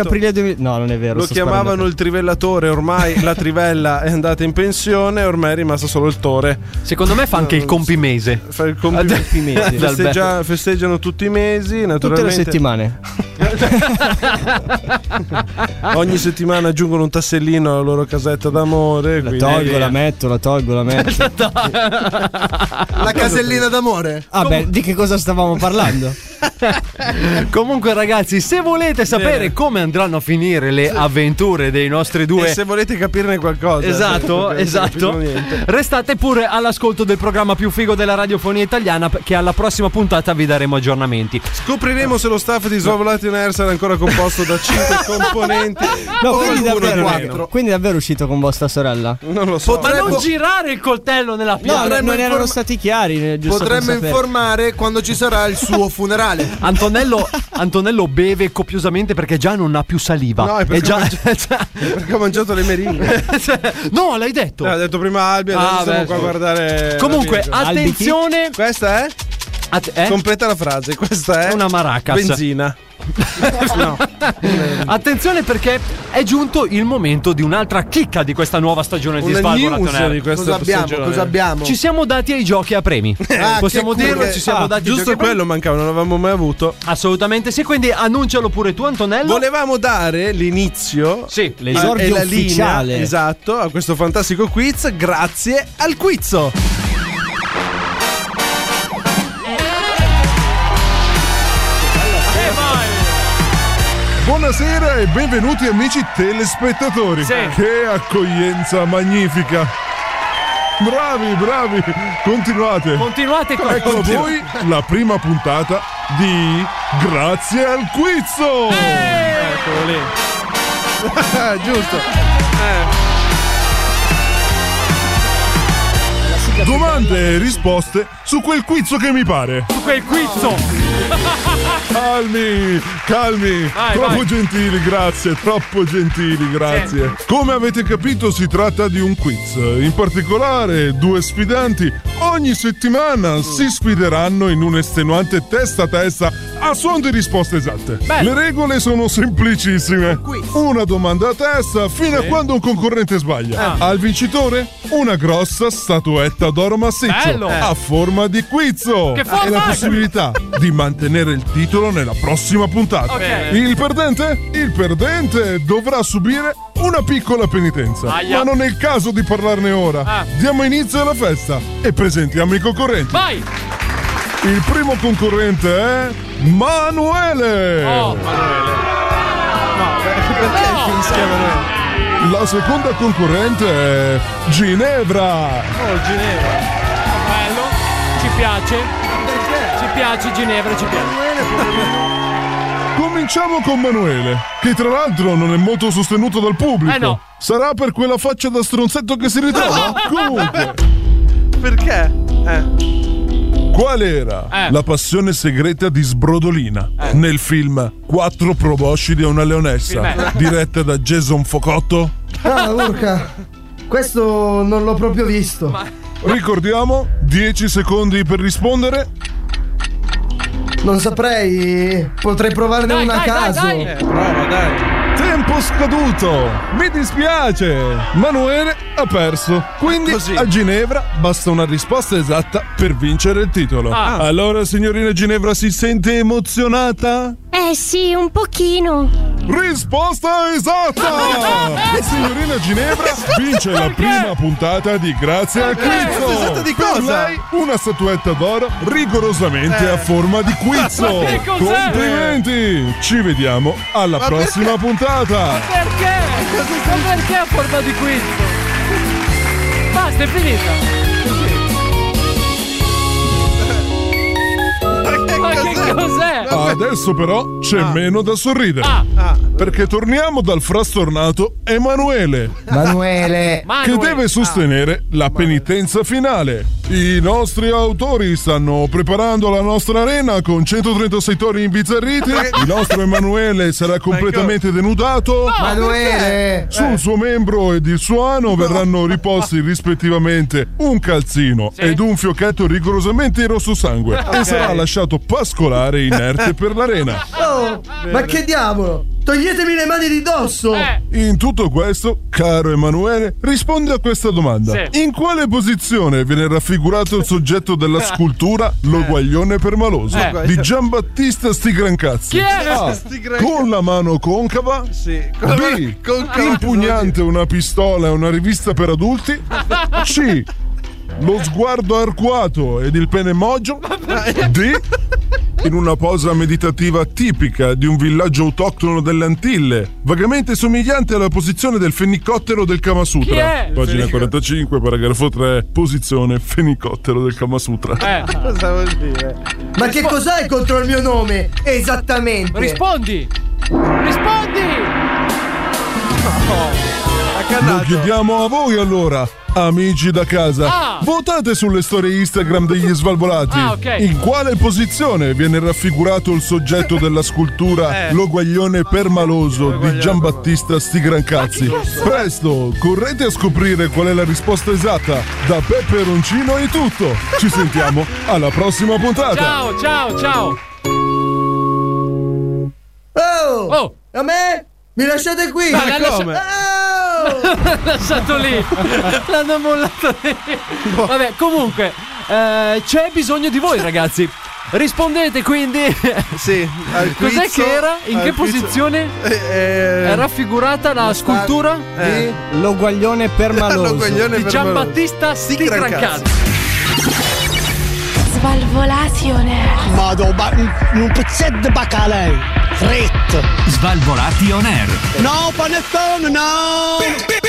[SPEAKER 21] Adalberto-
[SPEAKER 9] aprile 2000. No, non è vero.
[SPEAKER 21] Lo
[SPEAKER 9] sto sparando.
[SPEAKER 21] chiamavano il trivellatore, ormai la trivella è andata in pensione, ormai è rimasto solo il tore.
[SPEAKER 7] Secondo me fa anche [LAUGHS] il compimese.
[SPEAKER 21] Fa il compimese. Festeggia, festeggiano tutti i mesi, naturalmente.
[SPEAKER 9] settimane.
[SPEAKER 21] [LAUGHS] Ogni settimana aggiungono un tassellino alla loro casetta d'amore.
[SPEAKER 9] La tolgo, la metto, la tolgo,
[SPEAKER 21] [LAUGHS]
[SPEAKER 9] la metto.
[SPEAKER 22] La casellina d'amore.
[SPEAKER 9] Ah, beh, di che cosa stavamo
[SPEAKER 21] [LAUGHS]
[SPEAKER 9] parlando?
[SPEAKER 7] Comunque, ragazzi, se volete sapere
[SPEAKER 21] Bene.
[SPEAKER 7] come andranno a finire le avventure dei nostri due.
[SPEAKER 21] E se volete capirne qualcosa.
[SPEAKER 7] Esatto,
[SPEAKER 21] perché non
[SPEAKER 7] esatto.
[SPEAKER 21] capiamo niente.
[SPEAKER 7] Restate pure all'ascolto del programma più figo della radiofonia italiana che alla prossima puntata vi daremo aggiornamenti.
[SPEAKER 21] Scopriremo se lo staff di Svalvolati on Air sarà ancora composto da [LAUGHS] 5 componenti.
[SPEAKER 9] No,
[SPEAKER 21] o
[SPEAKER 9] quindi
[SPEAKER 21] qualcuno di
[SPEAKER 9] davvero,
[SPEAKER 21] meno.
[SPEAKER 9] quindi davvero è uscito con vostra sorella?
[SPEAKER 21] Non lo so.
[SPEAKER 7] Ma non girare il coltello nella
[SPEAKER 9] No,
[SPEAKER 7] pianta.
[SPEAKER 9] non erano stati chiari. eh, giusto per
[SPEAKER 22] Potremmo
[SPEAKER 9] sapere.
[SPEAKER 22] informare quando ci sarà il suo funerale.
[SPEAKER 7] Antonello, Antonello beve copiosamente perché già non ha più saliva.
[SPEAKER 21] No, è perché
[SPEAKER 7] E già- cioè,
[SPEAKER 21] ho [LAUGHS]
[SPEAKER 7] [LAUGHS]
[SPEAKER 21] Perché ho mangiato le meringhe.
[SPEAKER 7] no, l'hai detto.
[SPEAKER 21] Eh, ha detto prima Albi, adesso
[SPEAKER 7] Ah,
[SPEAKER 21] stiamo
[SPEAKER 7] beh,
[SPEAKER 21] qua a
[SPEAKER 7] sì.
[SPEAKER 21] guardare.
[SPEAKER 7] Comunque,
[SPEAKER 21] la birra.
[SPEAKER 7] attenzione.
[SPEAKER 21] eh, Questa è?
[SPEAKER 7] At- eh?
[SPEAKER 21] Completa la frase, questa è
[SPEAKER 7] una maracas. [LAUGHS]
[SPEAKER 21] Benzina.
[SPEAKER 7] Attenzione perché è giunto il momento di un'altra chicca di questa nuova stagione di
[SPEAKER 21] Una news
[SPEAKER 7] Svalvolaton
[SPEAKER 21] di questa
[SPEAKER 22] Cosa abbiamo? stagione. Cosa abbiamo?
[SPEAKER 7] Ci siamo dati ai giochi a premi.
[SPEAKER 21] [LAUGHS]
[SPEAKER 7] Eh,
[SPEAKER 21] Ah,
[SPEAKER 7] Possiamo
[SPEAKER 21] che culo
[SPEAKER 7] dirlo,
[SPEAKER 21] che-
[SPEAKER 7] ci siamo
[SPEAKER 21] Ah,
[SPEAKER 7] dati ai
[SPEAKER 21] giusto
[SPEAKER 7] giochi a premi.
[SPEAKER 21] quello mancava, non l'avevamo mai avuto.
[SPEAKER 7] Assolutamente sì, quindi annuncialo pure tu Antonello.
[SPEAKER 21] Volevamo dare l'inizio
[SPEAKER 7] Sì,
[SPEAKER 21] e
[SPEAKER 9] l'esordio
[SPEAKER 21] la linea,
[SPEAKER 9] ufficiale.
[SPEAKER 21] esatto, a questo fantastico quiz grazie al quizzo.
[SPEAKER 6] Buonasera e benvenuti amici telespettatori. Che accoglienza magnifica. Bravi, bravi. Continuate.
[SPEAKER 7] Continuate con
[SPEAKER 6] Ecco a voi la prima puntata di Grazie al Quizzo.
[SPEAKER 21] Eh!
[SPEAKER 7] Eccolo lì.
[SPEAKER 21] Giusto.
[SPEAKER 6] Domande e risposte su quel quizzo che mi pare.
[SPEAKER 7] Quel quizzo.
[SPEAKER 6] Calmi, calmi.
[SPEAKER 7] Vai,
[SPEAKER 6] troppo
[SPEAKER 7] vai.
[SPEAKER 6] gentili, grazie, troppo gentili, grazie. Come avete capito si tratta di un quiz. In particolare, due sfidanti ogni
[SPEAKER 23] Mm.
[SPEAKER 6] settimana si sfideranno in un estenuante testa a testa a suon di risposte esatte.
[SPEAKER 23] Bello.
[SPEAKER 6] Le regole sono semplicissime. Una domanda a testa fino a quando un concorrente sbaglia.
[SPEAKER 23] Ah.
[SPEAKER 6] Al vincitore una grossa statuetta d'oro massiccio
[SPEAKER 23] Bello.
[SPEAKER 6] a forma di quizzo
[SPEAKER 23] Che
[SPEAKER 6] e la
[SPEAKER 23] forma?
[SPEAKER 6] possibilità di mantenere il titolo nella prossima puntata.
[SPEAKER 23] Ok.
[SPEAKER 6] Il perdente? Il perdente dovrà subire una piccola penitenza.
[SPEAKER 23] Aia.
[SPEAKER 6] Ma non è il caso di parlarne ora.
[SPEAKER 23] Ah.
[SPEAKER 6] Diamo inizio alla festa e presentiamo i concorrenti.
[SPEAKER 7] Vai!
[SPEAKER 6] Il primo concorrente è Manuele.
[SPEAKER 23] Oh, eh, Perché fischia per
[SPEAKER 6] La seconda concorrente è Ginevra.
[SPEAKER 7] Oh, Ginevra. Bello. Ci piace. Ci piace Ginevra, ci piace.
[SPEAKER 6] Cominciamo con Manuele, che tra l'altro non è molto sostenuto dal pubblico.
[SPEAKER 7] Eh no.
[SPEAKER 6] Sarà per quella faccia da stronzetto che
[SPEAKER 7] [LAUGHS]
[SPEAKER 6] si ritrova? Comunque.
[SPEAKER 21] Perché?
[SPEAKER 6] Qual era
[SPEAKER 23] Eh.
[SPEAKER 6] la passione segreta di Sbrodolina
[SPEAKER 7] Eh.
[SPEAKER 6] nel film Quattro proboscidi e una leonessa,
[SPEAKER 23] Filmè.
[SPEAKER 6] diretta da Jason Focotto?
[SPEAKER 22] Ah, urca. Questo non l'ho proprio visto.
[SPEAKER 6] Ricordiamo, 10 secondi per rispondere.
[SPEAKER 22] Non saprei. Potrei provarne
[SPEAKER 6] Dai,
[SPEAKER 22] una
[SPEAKER 6] dai,
[SPEAKER 22] a
[SPEAKER 6] dai,
[SPEAKER 22] caso.
[SPEAKER 6] dai. Eh, prova, dai. Tempo scaduto! Mi dispiace! Manuele ha perso. Quindi a Ginevra basta una risposta esatta per vincere il titolo.
[SPEAKER 23] Ah.
[SPEAKER 6] Allora, signorina Ginevra, si sente emozionata?
[SPEAKER 18] Eh sì, un pochino.
[SPEAKER 6] Risposta
[SPEAKER 23] [LAUGHS]
[SPEAKER 6] esatta! E signorina Ginevra vince la prima puntata di Grazie al
[SPEAKER 23] Perché?
[SPEAKER 7] Ecco.
[SPEAKER 23] Risposta
[SPEAKER 6] Quizzo!
[SPEAKER 23] esatta di
[SPEAKER 6] Per
[SPEAKER 23] cosa?
[SPEAKER 6] lei una statuetta d'oro rigorosamente a forma
[SPEAKER 23] [LAUGHS]
[SPEAKER 6] di quizzo!
[SPEAKER 23] Eh. Ma che cos'è?
[SPEAKER 6] Complimenti! Ci vediamo alla
[SPEAKER 23] Ma
[SPEAKER 6] prossima puntata!
[SPEAKER 7] Perché? Ma perché ha portato di qui? Basta, è finita. Ma che cos'è?
[SPEAKER 6] Ah, Adesso però c'è meno da sorridere.
[SPEAKER 7] Ah. Ah.
[SPEAKER 6] Perché torniamo dal frastornato Emanuele.
[SPEAKER 24] Manuele.
[SPEAKER 7] Ah.
[SPEAKER 6] Che deve sostenere la penitenza finale. I nostri autori stanno preparando la nostra arena con 136 tori imbizzarriti. Il nostro Emanuele sarà completamente denudato. Eh.
[SPEAKER 25] Emanuele!
[SPEAKER 6] Sul suo membro ed il suo ano verranno riposti rispettivamente un calzino ed un fiocchetto rigorosamente in rosso sangue
[SPEAKER 25] Ok.
[SPEAKER 6] e sarà lasciato pascolare inerte per l'arena.
[SPEAKER 25] Oh, ma che diavolo? Toglietemi le mani di dosso!
[SPEAKER 6] In tutto questo, caro Emanuele, rispondi a questa domanda.
[SPEAKER 25] Sì.
[SPEAKER 6] In quale posizione viene raffigurato il soggetto della scultura Lo guaglione permaloso
[SPEAKER 26] Eh.
[SPEAKER 6] di Giambattista Stigrancazzi?
[SPEAKER 26] Chi è?
[SPEAKER 6] A.
[SPEAKER 26] Stigrancazzi.
[SPEAKER 6] Con la mano concava?
[SPEAKER 26] Sì.
[SPEAKER 6] B. Impugnante una pistola e una rivista per adulti? C. Lo sguardo arcuato ed il pene mogio? D. In una posa meditativa tipica di un villaggio autoctono delle Antille, vagamente somigliante alla posizione del fenicottero del Kama Sutra.
[SPEAKER 26] Chi è?
[SPEAKER 6] Pagina
[SPEAKER 26] Fenico-
[SPEAKER 6] 45, paragrafo 3, posizione fenicottero del Kama Sutra.
[SPEAKER 7] Eh,
[SPEAKER 25] Cosa vuol dire? Ma che
[SPEAKER 7] Rispo-
[SPEAKER 25] cos'hai contro il mio nome? Esattamente!
[SPEAKER 7] Rispondi! Rispondi!
[SPEAKER 6] Lo chiediamo a voi allora, amici da casa.
[SPEAKER 7] Ah.
[SPEAKER 6] Votate sulle storie Instagram degli svalvolati.
[SPEAKER 7] Ah, ok.
[SPEAKER 6] In quale posizione viene raffigurato il soggetto
[SPEAKER 7] [LAUGHS]
[SPEAKER 6] della scultura
[SPEAKER 7] Eh.
[SPEAKER 6] Lo guaglione permaloso di Giambattista Stigrancazzi? Presto, correte a scoprire qual è la risposta esatta. Da Peppe Roncino è tutto.
[SPEAKER 7] [LAUGHS]
[SPEAKER 6] Ci sentiamo alla prossima puntata.
[SPEAKER 7] Ciao, ciao, ciao!
[SPEAKER 25] Oh! A me? Mi lasciate qui!
[SPEAKER 7] Ma Ma come?
[SPEAKER 25] Oh!
[SPEAKER 7] [LAUGHS] lasciato lì l'hanno mollato lì vabbè comunque eh, c'è bisogno di voi ragazzi rispondete quindi [LAUGHS] sì
[SPEAKER 26] al
[SPEAKER 7] cos'è
[SPEAKER 26] quiz,
[SPEAKER 7] che era in
[SPEAKER 26] al
[SPEAKER 7] che
[SPEAKER 26] quiz.
[SPEAKER 7] posizione è raffigurata la scultura
[SPEAKER 21] Eh.
[SPEAKER 7] di
[SPEAKER 27] L'oguaglione
[SPEAKER 21] [LAUGHS]
[SPEAKER 27] permaloso.
[SPEAKER 7] L'Oguaglione Di permaloso. Giambattista Stigrancazzi.
[SPEAKER 4] Svalvolazione. Vado, ba- un, un pezzetto di bacalei. Fritto.
[SPEAKER 28] Svalvolati on air.
[SPEAKER 4] No, panettone, no!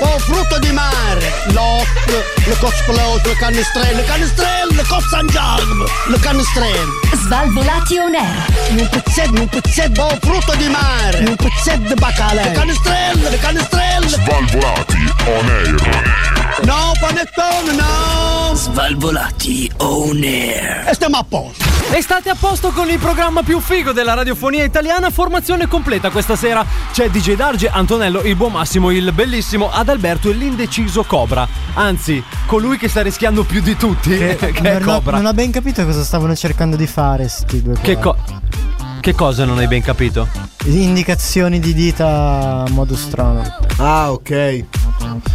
[SPEAKER 4] Oh, frutto di mare! L'oc, le cosplot, le canestrelle, le canestrelle, le cossangiarme, le canestrelle! Svalvolati on air! Un pezzetto, un pezzetto, oh, frutto di mare! Un pezzetto di bacalei! Le canestrelle, le canestrelle!
[SPEAKER 15] Svalvolati on air.
[SPEAKER 4] No, panettone, no!
[SPEAKER 28] Svalvolati on air.
[SPEAKER 4] E stiamo a posto!
[SPEAKER 7] E state a posto con il programma più figo della radiofonia italiana, formazione completa questa sera. C'è DJ Darge, Antonello, il buon Massimo, il bellissimo Adalberto e l'indeciso Cobra. Anzi, colui che sta rischiando più di tutti, [LAUGHS] che, è
[SPEAKER 9] non, ho,
[SPEAKER 7] Cobra.
[SPEAKER 9] non ho ben capito cosa stavano cercando di fare sti due
[SPEAKER 7] Che,
[SPEAKER 9] qua.
[SPEAKER 7] co- che cosa non hai ben capito?
[SPEAKER 9] Indicazioni di dita a modo strano.
[SPEAKER 7] Ah, ok.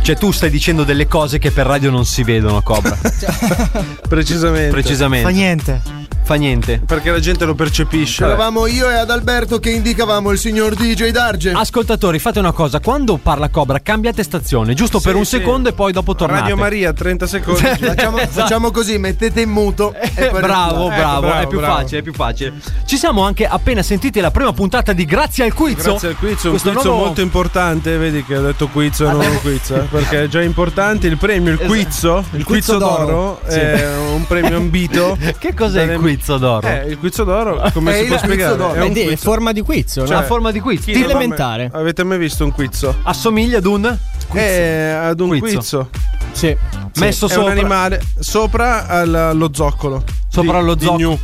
[SPEAKER 7] Cioè, tu stai dicendo delle cose che per radio non si vedono, Cobra. [LAUGHS]
[SPEAKER 26] Precisamente.
[SPEAKER 7] Precisamente. Fa
[SPEAKER 9] niente.
[SPEAKER 7] Fa niente.
[SPEAKER 26] Perché la gente lo percepisce.
[SPEAKER 25] Eravamo io e Adalberto che indicavamo il signor DJ Darge.
[SPEAKER 7] Ascoltatori, fate una cosa: quando parla Cobra, cambiate stazione, giusto per
[SPEAKER 26] Sì,
[SPEAKER 7] un
[SPEAKER 26] sì.
[SPEAKER 7] secondo e poi dopo tornate. Esatto.
[SPEAKER 26] Radio Maria, 30 secondi.
[SPEAKER 9] Cioè,
[SPEAKER 25] Facciamo,
[SPEAKER 7] [LAUGHS]
[SPEAKER 25] facciamo così, mettete in muto. e poi
[SPEAKER 7] Eh, bravo,
[SPEAKER 25] rispondiamo.
[SPEAKER 26] Eh,
[SPEAKER 7] bravo, è più facile, è più facile. Ci siamo anche appena sentiti la prima puntata di Grazie al Quizzo.
[SPEAKER 26] Grazie al quiz, un
[SPEAKER 7] Questo
[SPEAKER 26] quiz
[SPEAKER 7] nuovo-
[SPEAKER 26] molto importante, vedi che ho detto quiz non un quiz, eh, perché è già importante il premio, il quizzo, il, quizzo d'oro,
[SPEAKER 7] Sì.
[SPEAKER 26] è un premio ambito.
[SPEAKER 7] [LAUGHS] Che cos'è il quizzo d'oro?
[SPEAKER 26] Eh, il quizzo
[SPEAKER 7] [LAUGHS]
[SPEAKER 26] d'oro, come
[SPEAKER 7] È
[SPEAKER 26] si
[SPEAKER 7] il
[SPEAKER 26] può
[SPEAKER 7] quizzo
[SPEAKER 26] spiegare?
[SPEAKER 7] d'oro.
[SPEAKER 26] È un
[SPEAKER 7] Quindi è
[SPEAKER 26] quiz.
[SPEAKER 27] forma di quiz,
[SPEAKER 26] Cioè,
[SPEAKER 7] una forma di quiz.
[SPEAKER 26] chi non l'ha mai- Avete mai visto un quizzo?
[SPEAKER 7] Assomiglia ad un?
[SPEAKER 26] Eh, ad un
[SPEAKER 7] Quizzo.
[SPEAKER 26] quizzo.
[SPEAKER 27] Sì.
[SPEAKER 7] Messo
[SPEAKER 26] è
[SPEAKER 7] sopra.
[SPEAKER 26] un animale sopra al- allo zoccolo.
[SPEAKER 7] Sopra
[SPEAKER 26] Di-
[SPEAKER 7] allo
[SPEAKER 26] di
[SPEAKER 7] zoccolo.
[SPEAKER 26] gnu.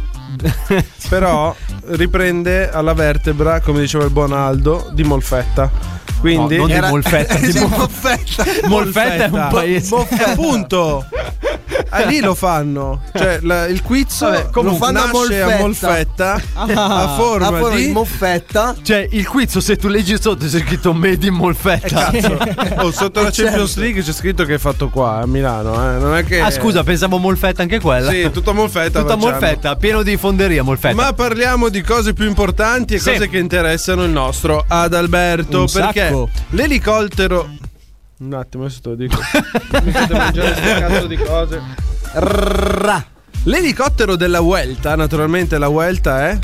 [SPEAKER 26] Però riprende alla vertebra, come diceva il buon Aldo, di Molfetta. Quindi
[SPEAKER 7] No, non di [LAUGHS] Molfetta, di Mo-
[SPEAKER 26] Molfetta.
[SPEAKER 7] Molfetta è un
[SPEAKER 26] Molfetta.
[SPEAKER 7] paese.
[SPEAKER 26] Mo- Appunto. Ah, lì lo fanno. Cioè, la- il quiz
[SPEAKER 25] Vabbè,
[SPEAKER 26] lo
[SPEAKER 25] comunque,
[SPEAKER 26] fanno a
[SPEAKER 25] nasce
[SPEAKER 26] Molfetta,
[SPEAKER 25] a
[SPEAKER 26] Ah. a forma di-
[SPEAKER 25] moffetta.
[SPEAKER 7] Cioè, il quizzo, se tu leggi sotto, c'è scritto Made in Molfetta.
[SPEAKER 26] Cazzo. Oh, sotto la Champions League c'è scritto che è fatto qua a Milano. eh. Non è che...
[SPEAKER 7] Ah, scusa, pensavo Molfetta anche quella.
[SPEAKER 26] Sì, tutta Molfetta.
[SPEAKER 7] Tutta
[SPEAKER 26] facciamo.
[SPEAKER 7] Molfetta, pieno di fonderia Molfetta.
[SPEAKER 26] Ma parliamo di cose più importanti e
[SPEAKER 7] Sì.
[SPEAKER 26] cose che interessano il nostro Adalberto.
[SPEAKER 7] Un
[SPEAKER 26] perché
[SPEAKER 7] sacco.
[SPEAKER 26] l'elicottero. Un attimo, adesso te lo dico. [LAUGHS] Mi fate mangiare sto cazzo di cose. Rrrra. L'elicottero della Vuelta, naturalmente la Vuelta è.